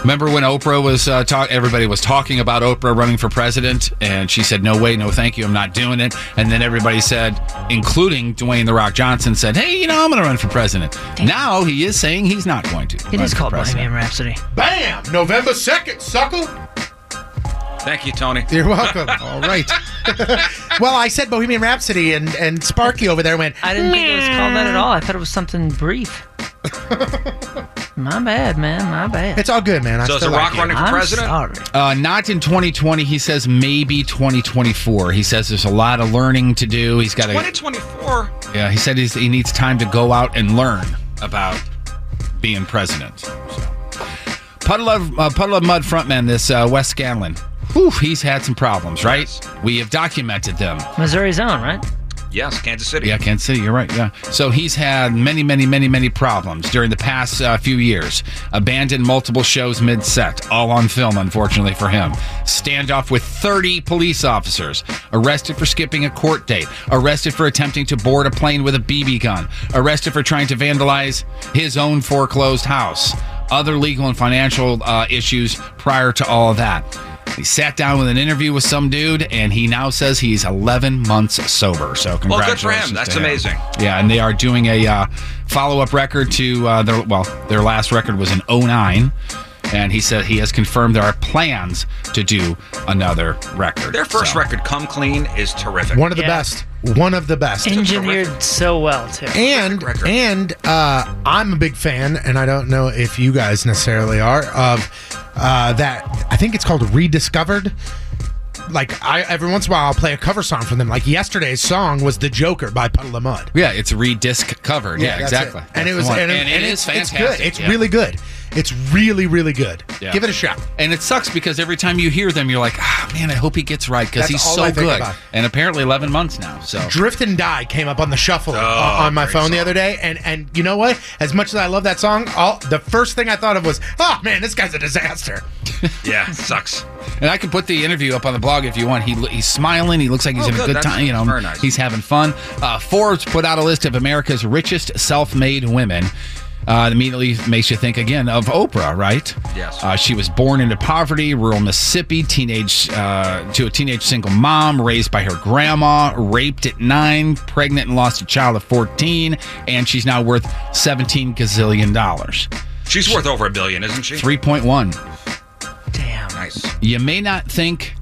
Remember when Oprah was uh, talk? Everybody was talking about Oprah running for president, and she said, "No way, no thank you, I'm not doing it." And then everybody said, including Dwayne the Rock Johnson, said, "Hey, you know, I'm going to run for president." Now he is saying he's not going to.
It
run
is
for
called
president.
Bohemian Rhapsody.
Bam! November 2nd, sucker!
Thank you, Tony. [LAUGHS]
You're welcome. All right. [LAUGHS] well, I said Bohemian Rhapsody, and, and Sparky over there went,
I didn't think it was called that at all. I thought it was something brief. my bad, man. My bad.
It's all good, man.
So is The Rock running for
I'm
president?
Sorry.
Uh, not in 2020. He says maybe 2024. He says there's a lot of learning to do. He's got to.
2024.
Yeah, he said he's, he needs time to go out and learn about being president. So. Puddle of uh, Puddle of Mud frontman, this uh, Wes Scanlon. Whew, he's had some problems, right? We have documented them.
Missouri's own, right?
Yes, Kansas City.
Yeah, Kansas City. You're right. Yeah. So he's had many, many, many, many problems during the past uh, few years. Abandoned multiple shows mid-set, all on film, unfortunately for him. Standoff with 30 police officers. Arrested for skipping a court date. Arrested for attempting to board a plane with a BB gun. Arrested for trying to vandalize his own foreclosed house. Other legal and financial uh, issues prior to all of that. He sat down with an interview with some dude, and he now says he's 11 months sober. So
Well, good
congratulations
for him.
to
That's amazing.
Yeah, and they are doing a uh, follow-up record to uh, their well, their last record was in 09. And he said he has confirmed there are plans to do another record.
Their first
So-
record, "Come Clean," is terrific.
one of the best. One of the best.
Engineered so well, too.
and and uh, I'm a big fan, and I don't know if you guys necessarily are of uh, that. I think it's called Rediscovered. Like I every once in a while I'll play a cover song from them. Like yesterday's song was "The Joker" by Puddle of Mud.
Yeah, it's redisc covered. Yeah,
that's
exactly.
it. And it
That's
was
the one.
and, it-
And it
and
is
it's, It's
fantastic,
good. It's
yeah.
really good. It's really really good.
Yeah.
Give it a shot.
And it sucks because every time you hear them, you're like, ah, man, I hope he gets right because
That's
he's
all
so
I think
good.
about.
And apparently, 11 months now. So
Drift and Die came up on the shuffle uh, on my
Oh. great
phone the other day, and and you know what? As much as I love that song, all the first thing I thought of was, oh man, this guy's a disaster.
Yeah, sucks.
And I can put the interview up on the blog if you want. He, he's smiling. He looks like he's
Oh,
having a
good.
good
That's
time. You know,
very nice.
he's having fun. Uh, Forbes put out a list of America's richest self-made women. Uh, it immediately makes you think again of Oprah, right?
Yes.
Uh, she was born into poverty, rural Mississippi, teenage uh, to a teenage single mom, raised by her grandma, raped at nine, pregnant and lost a child at fourteen, and she's now worth seventeen gazillion dollars,
She's worth over a billion, isn't she?
three point one.
Damn.
Nice.
You may not think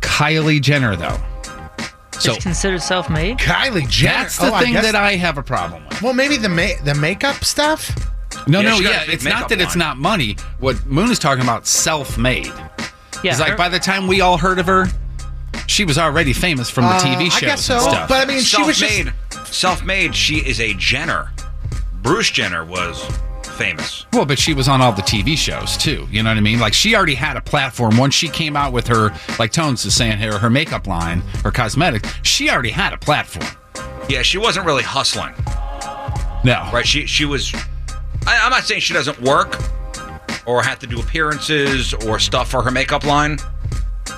Kylie Jenner though. So
it's considered self-made.
Kylie Jenner.
That's the
Oh, I
thing
guess-
that I have a problem with.
Well, maybe the ma- the makeup stuff.
No,
Yeah,
no,
she got a
yeah.
big
It's not
makeup
that it's
line.
not money. What Moon is talking about, self-made.
Yeah,
It's like
her-
by the time we all heard of her, she was already famous from the
Uh,
TV
I
shows
guess
and
so,
stuff.
but I mean, she was just-
self-made. She was self-made. She is a Jenner. Bruce Jenner was famous.
Well, but she was on all the TV shows too. You know what I mean? Like she already had a platform. Once she came out with her, like Tones is saying here, her makeup line, her cosmetics, she already had a platform.
Yeah, she wasn't really hustling.
No.
Right? She she was. I, I'm not saying she doesn't work or have to do appearances or stuff for her makeup line.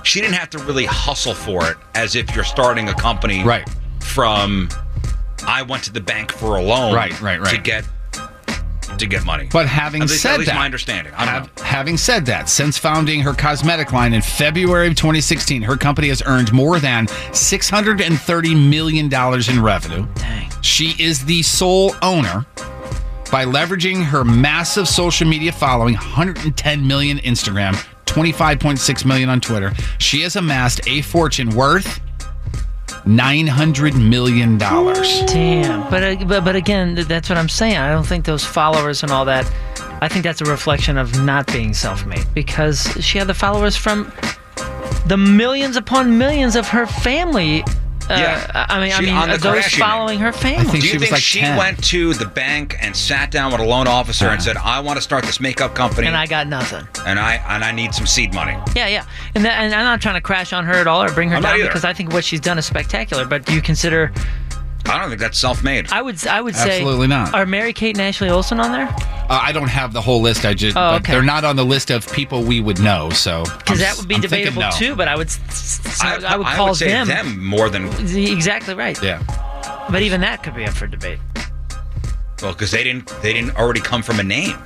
She didn't have to really hustle for it as if you're starting a company
right.
from I went to the bank for a loan
Right, right, right.
to get to get money.
But having
at least,
said
at least
that,
my understanding. I don't know.
Having said that, since founding her cosmetic line in February of 2016, her company has earned more than $630 million in revenue. Dang. She is the sole owner by leveraging her massive social media following 110 million Instagram, 25.6 million on Twitter. She has amassed a fortune worth $900 million.
Damn. But, uh, but but again, th- that's what I'm saying. I don't think those followers and all that. I think that's a reflection of not being self-made because she had the followers from the millions upon millions of her family. Uh, I mean, I
She-
mean,
on the
uh, those
Kardashian
following her family.
Do you think she went to the bank and sat down with a loan officer
Uh-huh.
and said, "I want to start this makeup company,
And I got nothing,
and I and I need some seed money"?
Yeah, yeah. And, that, and I'm not trying to crash on her at all or bring her
I'm not
down
either.
because I think what she's done is spectacular. But do you consider?
I don't think that's self-made.
I would. I would say
Absolutely not.
Are Mary Kate and Ashley Olsen on there?
Uh, I don't have the whole list. I just
Oh,
but
okay.
they're not on the list of people we would know. So
Because that would be debatable too. But I would. s- s- I, would call them.
more than
Exactly right.
Yeah.
But even that could be up for debate.
Well, because they didn't they didn't already come from a name.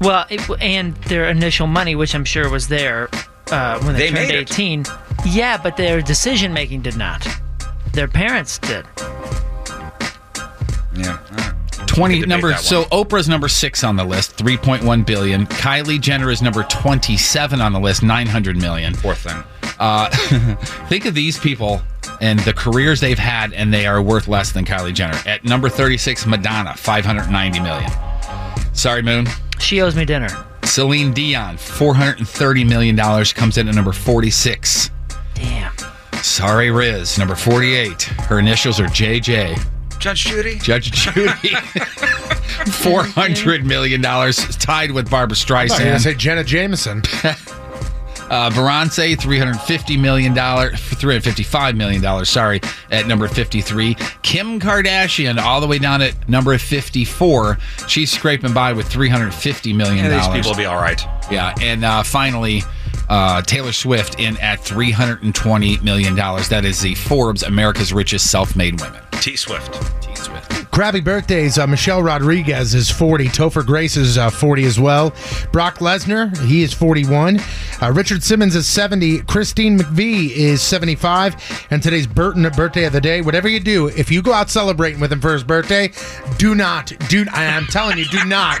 Well, it, and their initial money, which I'm sure was there uh, when they,
They
turned
made it.
18. Yeah, but their decision making did not. Their parents did.
Yeah.
Twenty
debate
number.
that one.
So Oprah's number six on the list, three point one billion. Kylie Jenner is number twenty seven on the list, nine hundred million.
Poor thing.
Uh, [LAUGHS] think of these people and the careers they've had, and they are worth less than Kylie Jenner. At number thirty six, Madonna, five hundred ninety million. Sorry, Moon.
She owes me dinner.
Celine Dion, four hundred and thirty million dollars, comes in at number forty six.
Damn.
Sorry, Riz, number 48. Her initials are JJ.
Judge Judy. [LAUGHS]
Judge Judy. $400 million, tied with Barbara
I thought you were gonna
Streisand.
say Jenna Jameson.
[LAUGHS] Uh, Beyonce, $350 million, $355 million, sorry, at number 53. Kim Kardashian, all the way down at number 54. She's scraping by with $350 million.
Yeah, these people will be all right.
Yeah, and uh, finally, uh, Taylor Swift in at three hundred and twenty million dollars. That is the Forbes America's Richest Self-Made Women.
T Swift.
T Swift.
Crappy birthdays. Uh, Michelle Rodriguez is 40. Topher Grace is uh, 40 as well. Brock Lesnar, he is 41. Uh, Richard Simmons is 70. Christine McVie is 75. And today's Burton birthday of the day. Whatever you do, if you go out celebrating with him for his birthday, do not, do I'm telling you, do not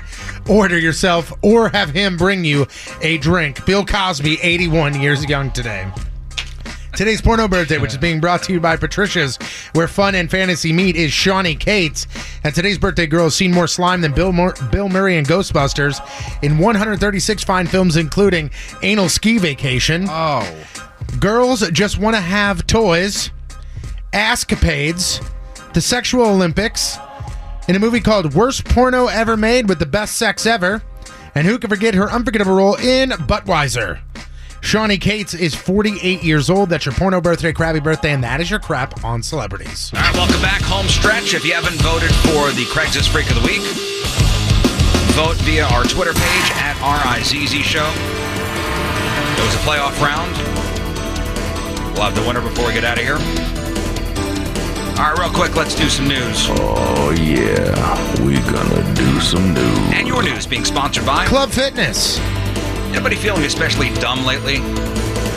order yourself or have him bring you a drink. Bill Cosby, 81 years young today. Today's porno birthday, which is being brought to you by Patricia's, where fun and fantasy meet, is Shawnee Cates. And today's birthday girl has seen more slime than Bill, Mur- Bill Murray and Ghostbusters in 136 fine films, including Anal Ski Vacation.
Oh.
Girls Just Want to Have Toys, Askapades, The Sexual Olympics, in a movie called Worst Porno Ever Made with the Best Sex Ever. And who can forget her unforgettable role in Budweiser? Shawnee Cates is 48 years old. That's your porno birthday, crabby birthday, and that is your crap on celebrities.
All right, welcome back, home stretch. If you haven't voted for the Craigslist Freak of the Week, vote via our Twitter page at RIZZ Show. It was a playoff round. We'll have the winner before we get out of here. All right, real quick, let's do some news.
Oh, yeah. We're gonna do some news.
And your news being sponsored by
Club Fitness.
Anybody feeling especially dumb lately?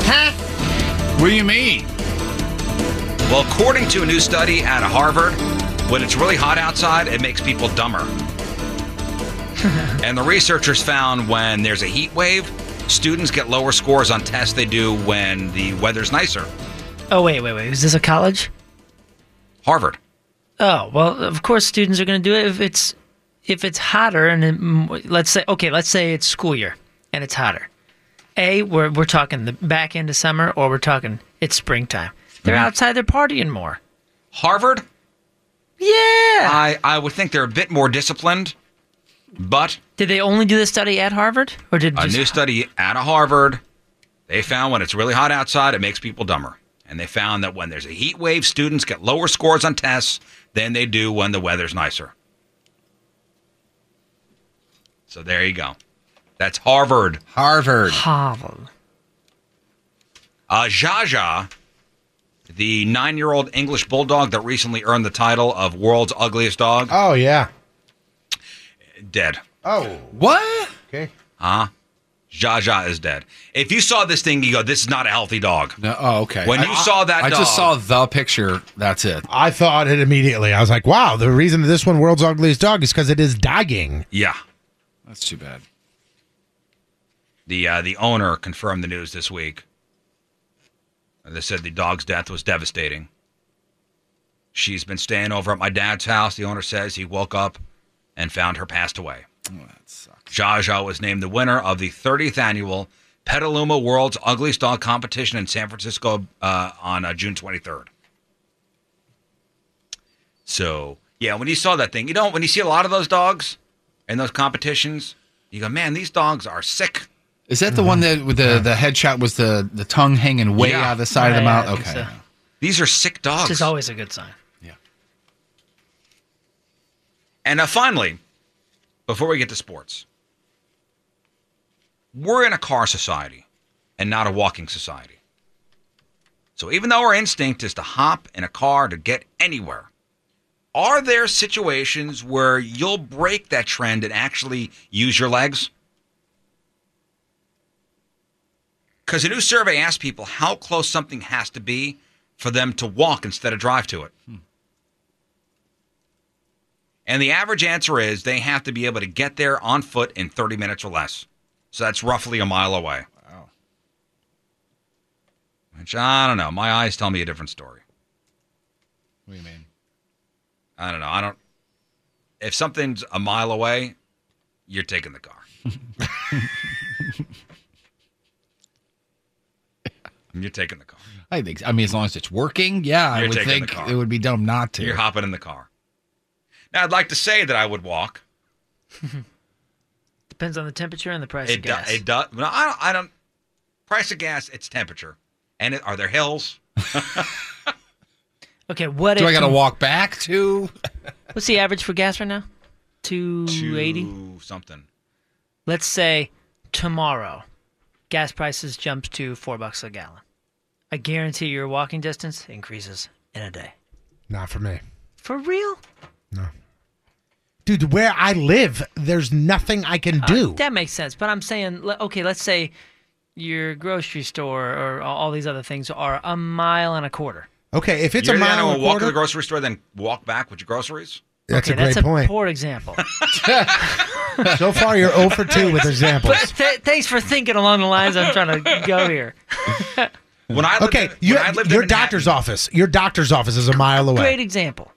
Huh?
What do you mean?
Well, according to a new study out of Harvard, when it's really hot outside, it makes people
[LAUGHS]
dumber. and the researchers found when there's a heat wave, students get lower scores on tests they do when the weather's nicer.
Oh wait, wait, wait. Is this a college?
Harvard.
Oh well, of course students are going to do it if it's if it's hotter and it, mm, let's say okay, let's say it's school year and it's hotter. A, we're we're talking the back end of summer, or we're talking it's springtime. They're
Mhm.
Mm-hmm.
outside, they're partying more.
Harvard?
Yeah.
I, I would think they're a bit more disciplined But
Did they only do this study at Harvard, or did
a
just,
new study out of Harvard, they found when it's really hot outside, it makes people dumber. And they found that when there's a heat wave, students get lower scores on tests than they do when the weather's nicer. So there you go. That's Harvard.
Harvard.
Harvard.
Uh, Jaja, the nine year old English bulldog that recently earned the title of world's ugliest dog,
Oh yeah.
dead.
Oh.
What?
Okay.
Huh? Jaja is dead. If you saw this thing, you go, this is not a healthy dog.
No, oh, okay.
When you saw that
I just saw
dog-
the picture. That's it.
I thought it immediately. I was like, wow, the reason this one world's ugliest dog is because it is dying.
Yeah.
That's too bad.
The uh, the owner confirmed the news this week. And They said the dog's death was devastating. She's been staying over at my dad's house. The owner says he woke up and found her passed away.
Oh, that sucks.
Zsa Zsa was named the winner of the 30th annual Petaluma World's Ugliest Dog competition in San Francisco uh, on uh, June 23rd. So, yeah, when you saw that thing, you know, when you see a lot of those dogs in those competitions, you go, man, these dogs are sick.
Is that the one that with the the headshot was the the tongue hanging way
Yeah.
out of the side of the
Yeah,
mouth?
yeah, I think
okay.
so. These are sick dogs.
Which is always a good sign.
And uh, finally, before we get to sports, we're in a car society and not a walking society. So even though our instinct is to hop in a car to get anywhere, are there situations where you'll break that trend and actually use your legs? Because a new survey asked people how close something has to be for them to walk instead of drive to it.
Hmm.
And the average answer is they have to be able to get there on foot in 30 minutes or less. So that's roughly a mile away. Wow. Which I don't know. My eyes tell me a different story.
What do you mean?
I don't know. I don't. If something's a mile away, you're taking the car.
[LAUGHS]
you're taking the car.
I think. I mean, as long as it's working, yeah, I
You're
would
taking the
think
car.
it would be dumb not to.
You're hopping in the car. Now, I'd like to say that I would walk.
Depends on the temperature and the price of
It, do,
gas.
it does. No, I don't, I don't. Price of gas, it's temperature. And it, are there hills?
okay, what
do
if
I got to
you-
walk back to?
What's the average for gas right now? [LAUGHS] Two eighty.
Two something.
Let's say tomorrow, gas prices jump to four bucks a gallon. I guarantee your walking distance increases in a day.
Not for me.
For real?
Dude, where I live, there's nothing I can
Uh,
do.
that makes sense. But I'm saying, le- okay, let's say your grocery store or all all these other things are a mile and a quarter.
okay, if it's a
You're the guy
mile
who
and a
will walk to the
quarter,
grocery store, then walk back with your groceries.
that's
okay,
a great
that's
point.
a
[LAUGHS]
poor example.
[LAUGHS] so far, you're 0 for 2 with examples.
But [LAUGHS] th- thanks for thinking along the lines I'm
[LAUGHS]
trying to go here.
When I
okay, you, your doctor's office. Your doctor's office is a mile away.
Great example.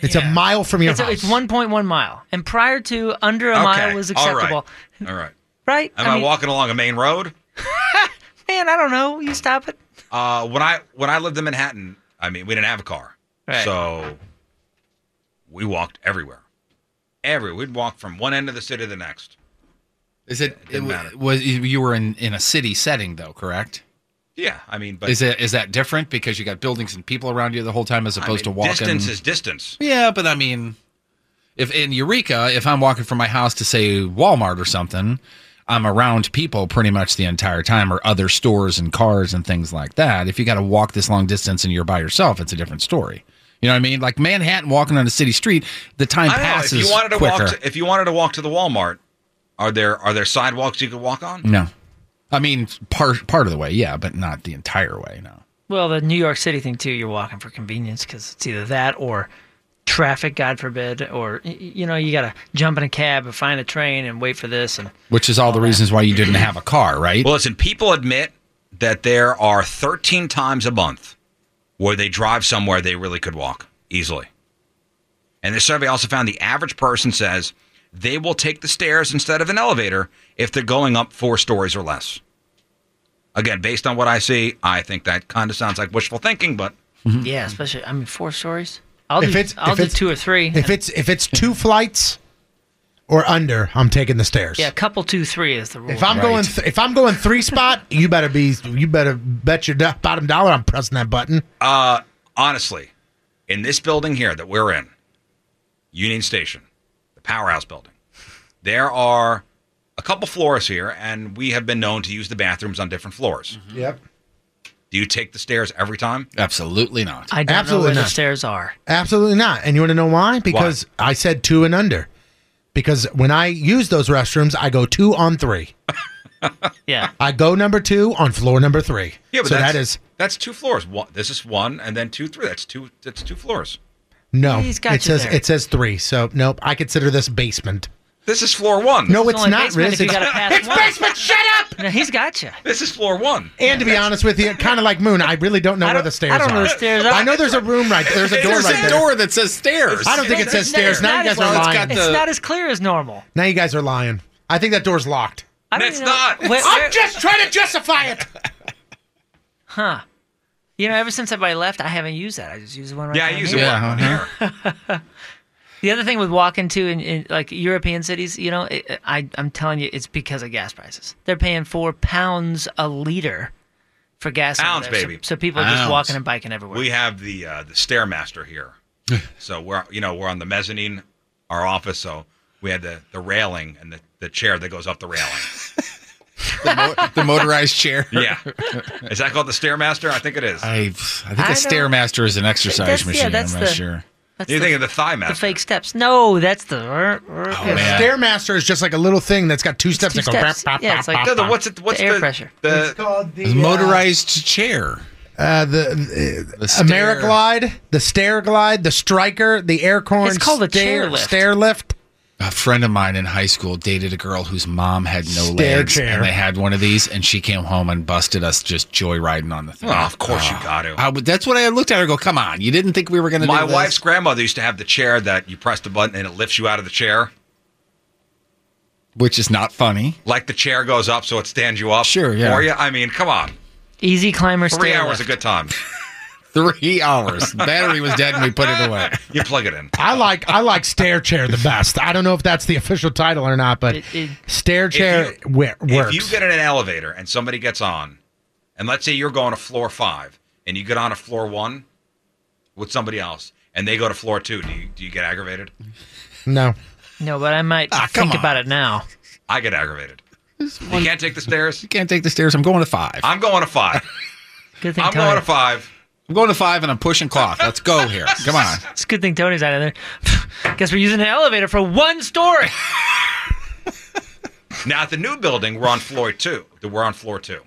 It's a mile from your
It's,
house.
it's 1.1 mile. And prior to, under a mile was acceptable.
All right. All right.
Right?
Am I,
I mean-
walking along a main road?
Man, I don't know. You stop it.
Uh, when I when I lived in Manhattan, I mean, we didn't have a car,
Right.
so we walked everywhere. Every we'd walk from one end of the city to the next.
Is it? it,
didn't
wa-
matter.
was you were in in a city setting though? Correct.
Yeah, I mean, but
is it is that different because you got buildings and people around you the whole time as
I
opposed
mean,
to walking?
Distance is distance.
Yeah, but I mean, if in Eureka, if I'm walking from my house to say Walmart or something, I'm around people pretty much the entire time, or other stores and cars and things like that. If you got to walk this long distance and you're by yourself, it's a different story. You know what I mean? Like Manhattan, walking on a city street, the time
I don't know, if
passes
you wanted to
quicker.
walk, to, if you wanted to walk to the Walmart, are there are there sidewalks you could walk on?
no, I mean part part of the way, yeah, but not the entire way. No.
Well, the New York City thing, too, you're walking for convenience because it's either that or traffic, God forbid, or, y- y- you know, you got to jump in a cab and find a train and wait for this. And
Which is all the reasons why you didn't have a car, right?
Well, listen, people admit that there are 13 times a month where they drive somewhere they really could walk easily. And the survey also found the average person says they will take the stairs instead of an elevator if they're going up four stories or less. Again, based on what I see, I think that kind of sounds like wishful thinking, but
Mm-hmm.
yeah, especially, I mean, four stories. I'll
If
do,
it's-
I'll
if
do
it's-
two or three.
if it's if it's two flights, or under, I'm taking the stairs.
Yeah, couple two three is the rule.
If I'm going, th- if I'm going three spot, you better be, you better bet your do- bottom dollar I'm pressing that button.
Uh, honestly, in this building here that we're in, Union Station, the powerhouse building, there are a couple floors here, and we have been known to use the bathrooms on different floors.
Yep.
Do you take the stairs every time?
Absolutely not.
I don't know
Absolutely
where
not.
the stairs are.
Absolutely not. And you want to know why? Because I said two and under. Because when I use those restrooms, I go two on three.
yeah.
I go number two on floor number three.
[LAUGHS] Yeah, but
so
that's,
that is
that's two floors. One, this is one, and then two, three. That's two. That's two floors.
no.
He's got
it
you
says
there.
it says three. So nope. I consider this basement.
This is floor one.
No, it's, not. Riz. [LAUGHS] It's-
it's
basement. Shut up.
No, he's got you.
This is floor one.
And to be honest with you, kind of like Moon, I really don't know where the stairs
I don't know
are.
the stairs.
I know there's a room right there. There's a door
There's
right
a
there.
door that says stairs.
I don't think it says stairs. Now you guys are lying.
It's not as clear as normal.
Now you guys are lying. I think that door's locked.
That's not. Where, where-
I'm just trying to justify it.
huh? You know, ever since everybody left, I haven't used that. I just use the one right.
Yeah, I
down
use
here.
the one
uh-huh.
Yeah, on
the other thing with walking to in, in like European cities, you know, it, I I'm telling you, it's because of gas prices. They're paying four pounds a liter for gas. over
Pounds,
there. So-
baby.
So, people are just
Pounds.
walking and biking everywhere.
We have the uh, the stairmaster here, so we're you know we're on the mezzanine, our office. So we had the the railing and the, the chair that goes up the railing.
[LAUGHS]
[LAUGHS]
the, mo- the motorized chair.
[LAUGHS] Yeah, is that called the stairmaster? I think it is.
I I think
I
a
don't-
stairmaster is an exercise
That's- yeah,
machine.
that's
I'm not
the-
sure.
That's
You're
the-
thinking of the thigh
the
master.
fake steps. No, that's the. Oh,
Yeah, Stairmaster is just like a little thing that's got two steps.
two
that go
steps.
bap, bap,
Yeah, it's
bap,
like
bap,
the-
bap.
what's it- what's the air the- pressure. the- uh,
It's called the,
motorized chair.
Uh, the uh,
stair.
Ameriglide, the stair glide, the striker, the air corn.
It's called a
stair,
chairlift.
Stair lift.
A friend of mine in high school dated a girl whose mom had no
Stair
legs,
chair.
and they had one of these, and she came home and busted us just joyriding on the thing.
Oh, of course you got to.
I would- that's what I looked at her. and Go, come on! You didn't think we were going to.
My
do this?
wife's grandmother used to have the chair that you press the button and it lifts you out of the chair.
which is not funny.
Like the chair goes up, so it stands you up. Sure,
yeah.
For you, I mean, come on.
Easy climber
Three
stair
hours
lift.
a good time. [LAUGHS]
Three hours. Battery was dead, and we put it away.
You plug it in.
I like I like stair chair the best. I don't know if that's the official title or not, but stair
If
chair
you-
wer- works.
If you get in an elevator and somebody gets on, and let's say you're going to floor five and you get on to floor one with somebody else, and they go to floor two, do you do you get aggravated?
no,
No, but I might
come
think about it now.
I get aggravated. You can't take the stairs. You
can't take the stairs. I'm going to five.
I'm going to five.
Good thing
I'm
Tony,
going to five.
I'm going to five, and I'm pushing cloth. Let's go here. Come on.
[LAUGHS]
It's a good thing Tony's out of there. [LAUGHS] Guess we're using an elevator for one story. [LAUGHS]
Now at the new building, we're on floor two. We're on floor two.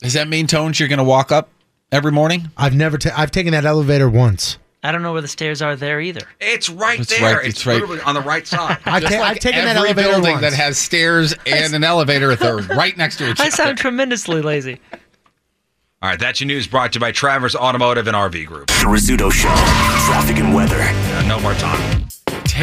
Does that mean Tones you're going to walk up every morning?
I've never ta- I've taken that elevator once.
I don't know where the stairs are there either.
It's right
It's there. right- It's it's right-
literally on the right side.
I've, ta- I've taken that
every
elevator
building
once.
that has stairs and an elevator, they're right next to each other.
I sound tremendously lazy.
All right, that's your news brought to you by Travers Automotive and RV Group.
The Rizzuto Show. Traffic and weather.
no more time.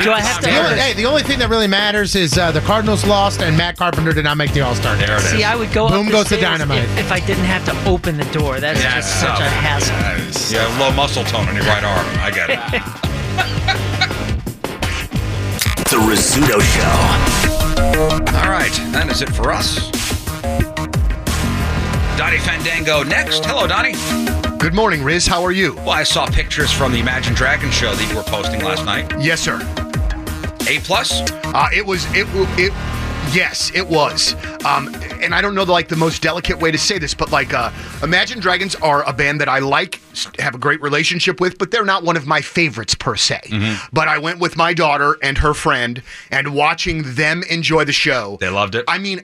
Do I have to? hey, the only thing that really matters is uh, the Cardinals lost and Matt Carpenter did not make the All Star. There
it
See, I would go
Boom
up the
goes the
stairs
dynamite.
If, if I didn't have to open the door, that's
Yeah,
just
it's
such
tough.
a hassle.
Yeah, low muscle tone in your right arm. I get it. [LAUGHS]
The Rizzuto Show.
All right, that is it for us. Donnie Fandango next. Hello, Donnie.
Good morning, Riz. How are you?
Well, I saw pictures from the Imagine Dragon show that you were posting last night.
Yes, sir.
A plus?
Uh, it was it w- it. Yes, it was. Um, and I don't know like the most delicate way to say this, but like uh, Imagine Dragons are a band that I like, s- have a great relationship with, but they're not one of my favorites per se.
Mm-hmm.
But I went with my daughter and her friend, and watching them enjoy the show.
They loved it.
I mean.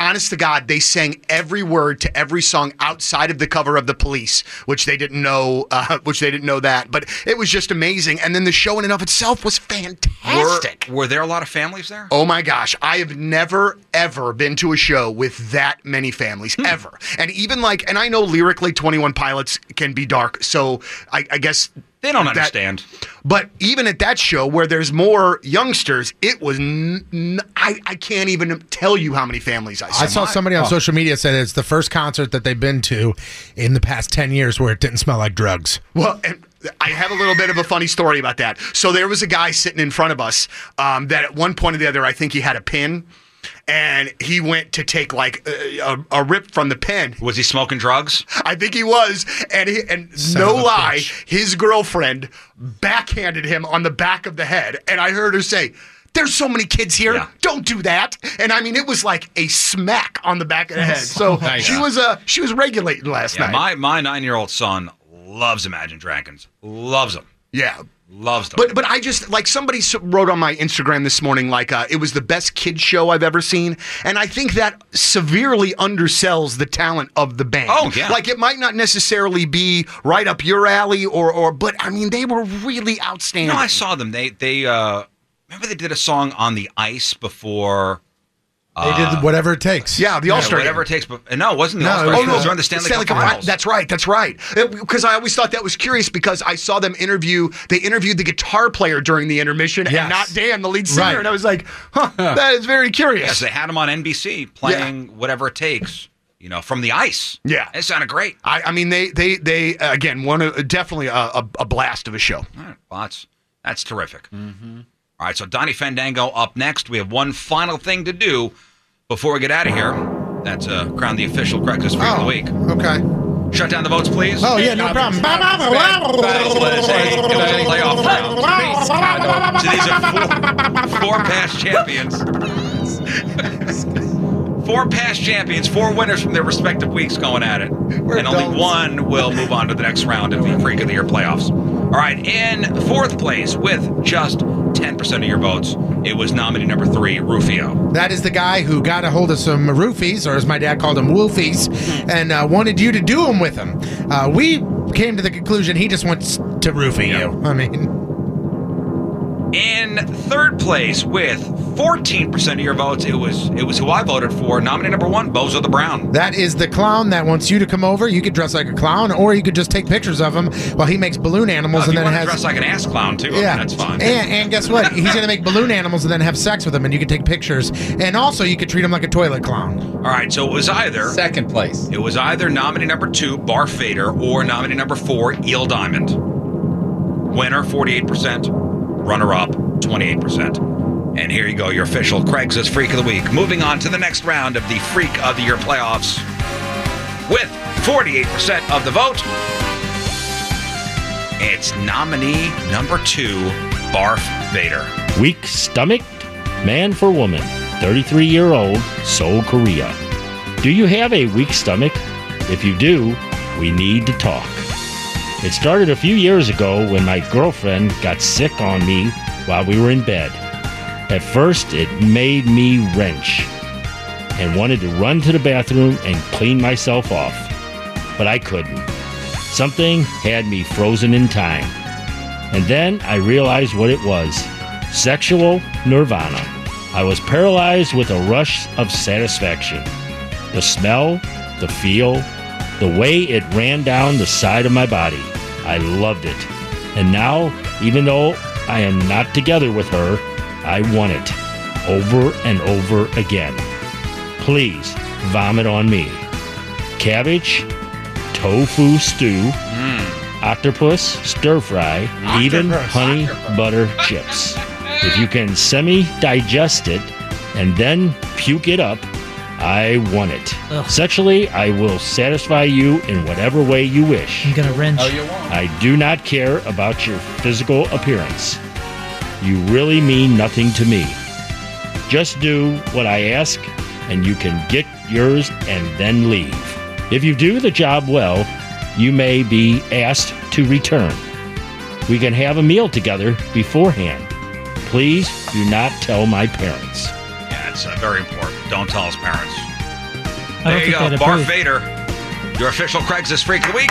Honest to God, they sang every word to every song outside of the cover of the Police, which they didn't know, uh, [LAUGHS] which they didn't know that. But it was just amazing, and then the show in and of itself was
Were,
fantastic.
were there a lot of families there?
Oh my gosh, I have never ever been to a show with that many families
Hmm.
ever. And even like, and I know lyrically, Twenty One Pilots can be dark, so I, I guess
They don't
that-
understand.
But even at that show where there's more youngsters, it was n- n- I, I can't even tell you how many families I saw.
I saw somebody on
Oh.
social media said it's the first concert that they've been to in the past ten years where it didn't smell like drugs.
Well, and I have a little bit of a funny story about that. So there was a guy sitting in front of us um, that at one point or the other, I think he had a pin, and he went to take like a, a, a rip from the pen.
Was he smoking drugs?
I think he was, and he and
Son
no
of a
lie, his girlfriend backhanded him on the back of the head, and I heard her say. There's so many kids here. Don't do that. And I mean, it was like a smack on the back of the head. So
Nice.
she was uh, she was regulating last
Oh Yeah,
night.
my my nine year old son loves Imagine Dragons. Loves them.
Yeah.
Loves them.
But but I just like somebody s- wrote on my Instagram this morning like uh, it was the best kid show I've ever seen, and I think that severely undersells the talent of the band.
Oh, yeah.
like it might not necessarily be right up your alley or or but I mean they were really outstanding.
No, I saw them. They they uh remember they did a song on the ice before.
They did
uh,
whatever it takes.
Yeah, the All-Star
whatever it takes. But and no, it wasn't the
No,
All
it
Star. Oh,
was-
no, it was during the Stanley, Cup
Cup.
Finals.
That's right. That's right. Because I always thought that was curious because I saw them interview. They interviewed the guitar player during the intermission
Yes.
and not Dan, the lead singer.
Right.
And I was like, huh, that is very curious.
Yes, they had him on NBC playing whatever it takes. You know, from the ice.
Yeah,
it sounded great.
I, I mean, they they they uh, again one of, definitely a, a, a blast of a show.
All right, well, that's that's terrific.
Mm-hmm.
All right, so Donnie Fandango up next. We have one final thing to do before we get out of here. That's uh, crown the official breakfast freak of the week.
Oh, Okay.
Shut down the votes, please.
Oh, yeah,
Uh,
no problem.
That's what I say. It was a playoff round. So these are four, four past champions. Four past champions, four winners from their respective weeks going at it. and only one will move on to the next round of the Freak of the Year playoffs. All right, in fourth place with just 10% of your votes, it was nominee number three, Rufio.
That is the guy who got a hold of some roofies, or as my dad called them, woofies, and uh, wanted you to do them with him. Uh, we came to the conclusion he just wants to roofie you. I mean,
In third place with 14% of your votes, it was it was who I voted for, nominee number one, Bozo the Brown.
that is the clown that wants you to come over. You could dress like a clown, or you could just take pictures of him while he makes balloon animals
if
and
you
then
want to
has.
dress like an ass clown too, I mean,
yeah,
that's fine.
And, and guess what? He's gonna make balloon animals and then have sex with them, and you can take pictures. And also, you could treat him like a toilet clown.
All right, so it was either
second place.
It was either nominee number two, Bar Fader, or nominee number four, Eel Diamond. Winner, forty-eight percent. Runner-up, twenty-eight percent. And here you go, your official Craigslist Freak of the Week. Moving on to the next round of the Freak of the Year playoffs, with forty-eight percent of the vote, it's nominee number two, Barf Vader.
Weak stomached man for woman, 33 year old, Seoul, Korea. Do you have a weak stomach? If you do, we need to talk. It started a few years ago when my girlfriend got sick on me while we were in bed. At first, it made me wrench and wanted to run to the bathroom and clean myself off, but I couldn't. Something had me frozen in time. And then I realized what it was sexual nirvana. I was paralyzed with a rush of satisfaction. The smell, the feel, the way it ran down the side of my body. I loved it. And now, even though I am not together with her, I want it over and over again. Please vomit on me. Cabbage, tofu stew, octopus stir fry, even honey butter chips. If you can semi digest it and then puke it up, I want it. Sexually, I will satisfy you in whatever way you wish.
I'm gonna
Oh,
wrench.
I do not care about your physical appearance. You really mean nothing to me. Just do what I ask, and you can get yours and then leave. If you do the job well, you may be asked to return. We can have a meal together beforehand. Please do not tell my parents.
Yeah, it's uh, very important. Don't tell his parents.
I
There
don't
you go,
think that
Barf
approves.
Vader, your official Craigslist Freak of the Week.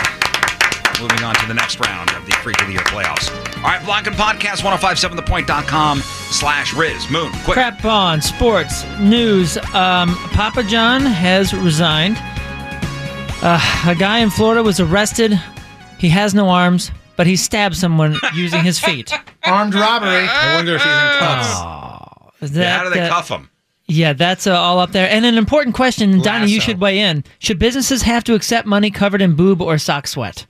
Moving on to the next round of the Freak of the Year playoffs. All right, Block and Podcast 1057thepoint.com slash Riz Moon. Quick.
Crap on sports news. Um, Papa John has resigned. Uh, a guy in Florida was arrested. He has no arms, but he stabbed someone
[LAUGHS]
using his feet.
Armed robbery.
I wonder if he's in cuffs.
Uh, yeah, how do they cuff him?
Yeah, that's uh, all up there. And an important question, and Donnie, you should weigh in. Should businesses have to accept money covered in boob or sock sweat?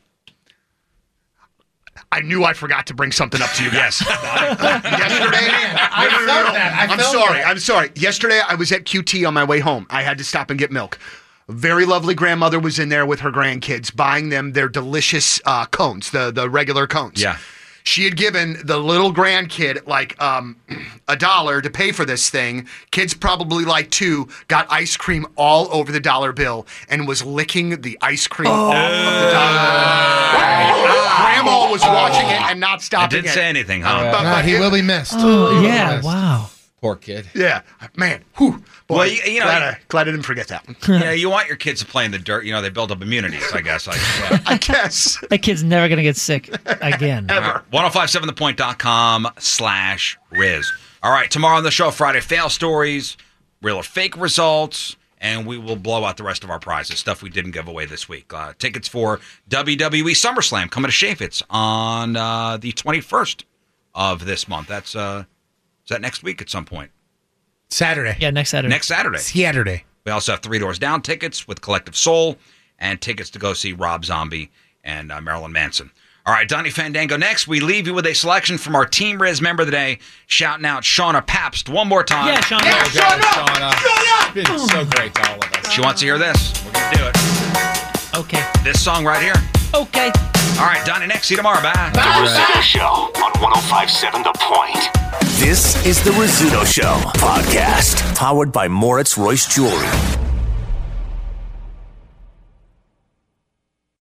I knew I forgot to bring something up to you guys. [LAUGHS]
[LAUGHS]
Yesterday,
I felt that. I
am
felt
sorry.
that.
I'm sorry. Yesterday, I was at QT on my way home. I had to stop and get milk. A Very lovely grandmother was in there with her grandkids, buying them their delicious uh, cones, the the regular cones. Yeah. She had given the little grandkid like um, a dollar to pay for this thing. Kids probably like two got ice cream all over the dollar bill and was licking the ice cream off of the dollar
Oh.
bill.
Ah.
Grandma was watching it and not stopping it.
didn't say anything, huh?
But-
No,
but
he
it-
will be missed.
Oh,
He will
yeah,
be missed.
Wow.
Poor kid.
Yeah, man. Whew. Boy,
Well, you- you know-
glad, I, glad I didn't forget
[LAUGHS]
that one.
you know, you want your kids to play in the dirt. You know, they build up immunities, I guess. Like,
[LAUGHS] I guess.
That kid's never going to get sick again.
Ever. 1057thepoint.com slash Riz. All right, tomorrow on the show, Friday fail stories, real or fake results, and we will blow out the rest of our prizes, stuff we didn't give away this week. Uh, tickets for WWE SummerSlam coming to Shafitz on uh, the 21st of this month. That's uh, is that next week at some point?
Saturday.
Yeah, next Saturday.
Next Saturday.
Saturday.
We also have Three Doors Down tickets with Collective Soul and tickets to go see Rob Zombie and uh, Marilyn Manson. All right, Donnie Fandango next. We leave you with a selection from our Team Riz member today, shouting out Shauna Pabst one more time.
Yeah, Shauna. Yeah, Shauna. Shauna. Shauna. Been so great to all of us.
She wants to hear this. We're going to do it.
Okay.
This song right here.
Okay.
All right, Donnie, next. See you tomorrow. Bye.
The Rizzuto Show on 1057 The Point. This is The Rizzuto Show podcast, powered by Moritz Royce Jewelry.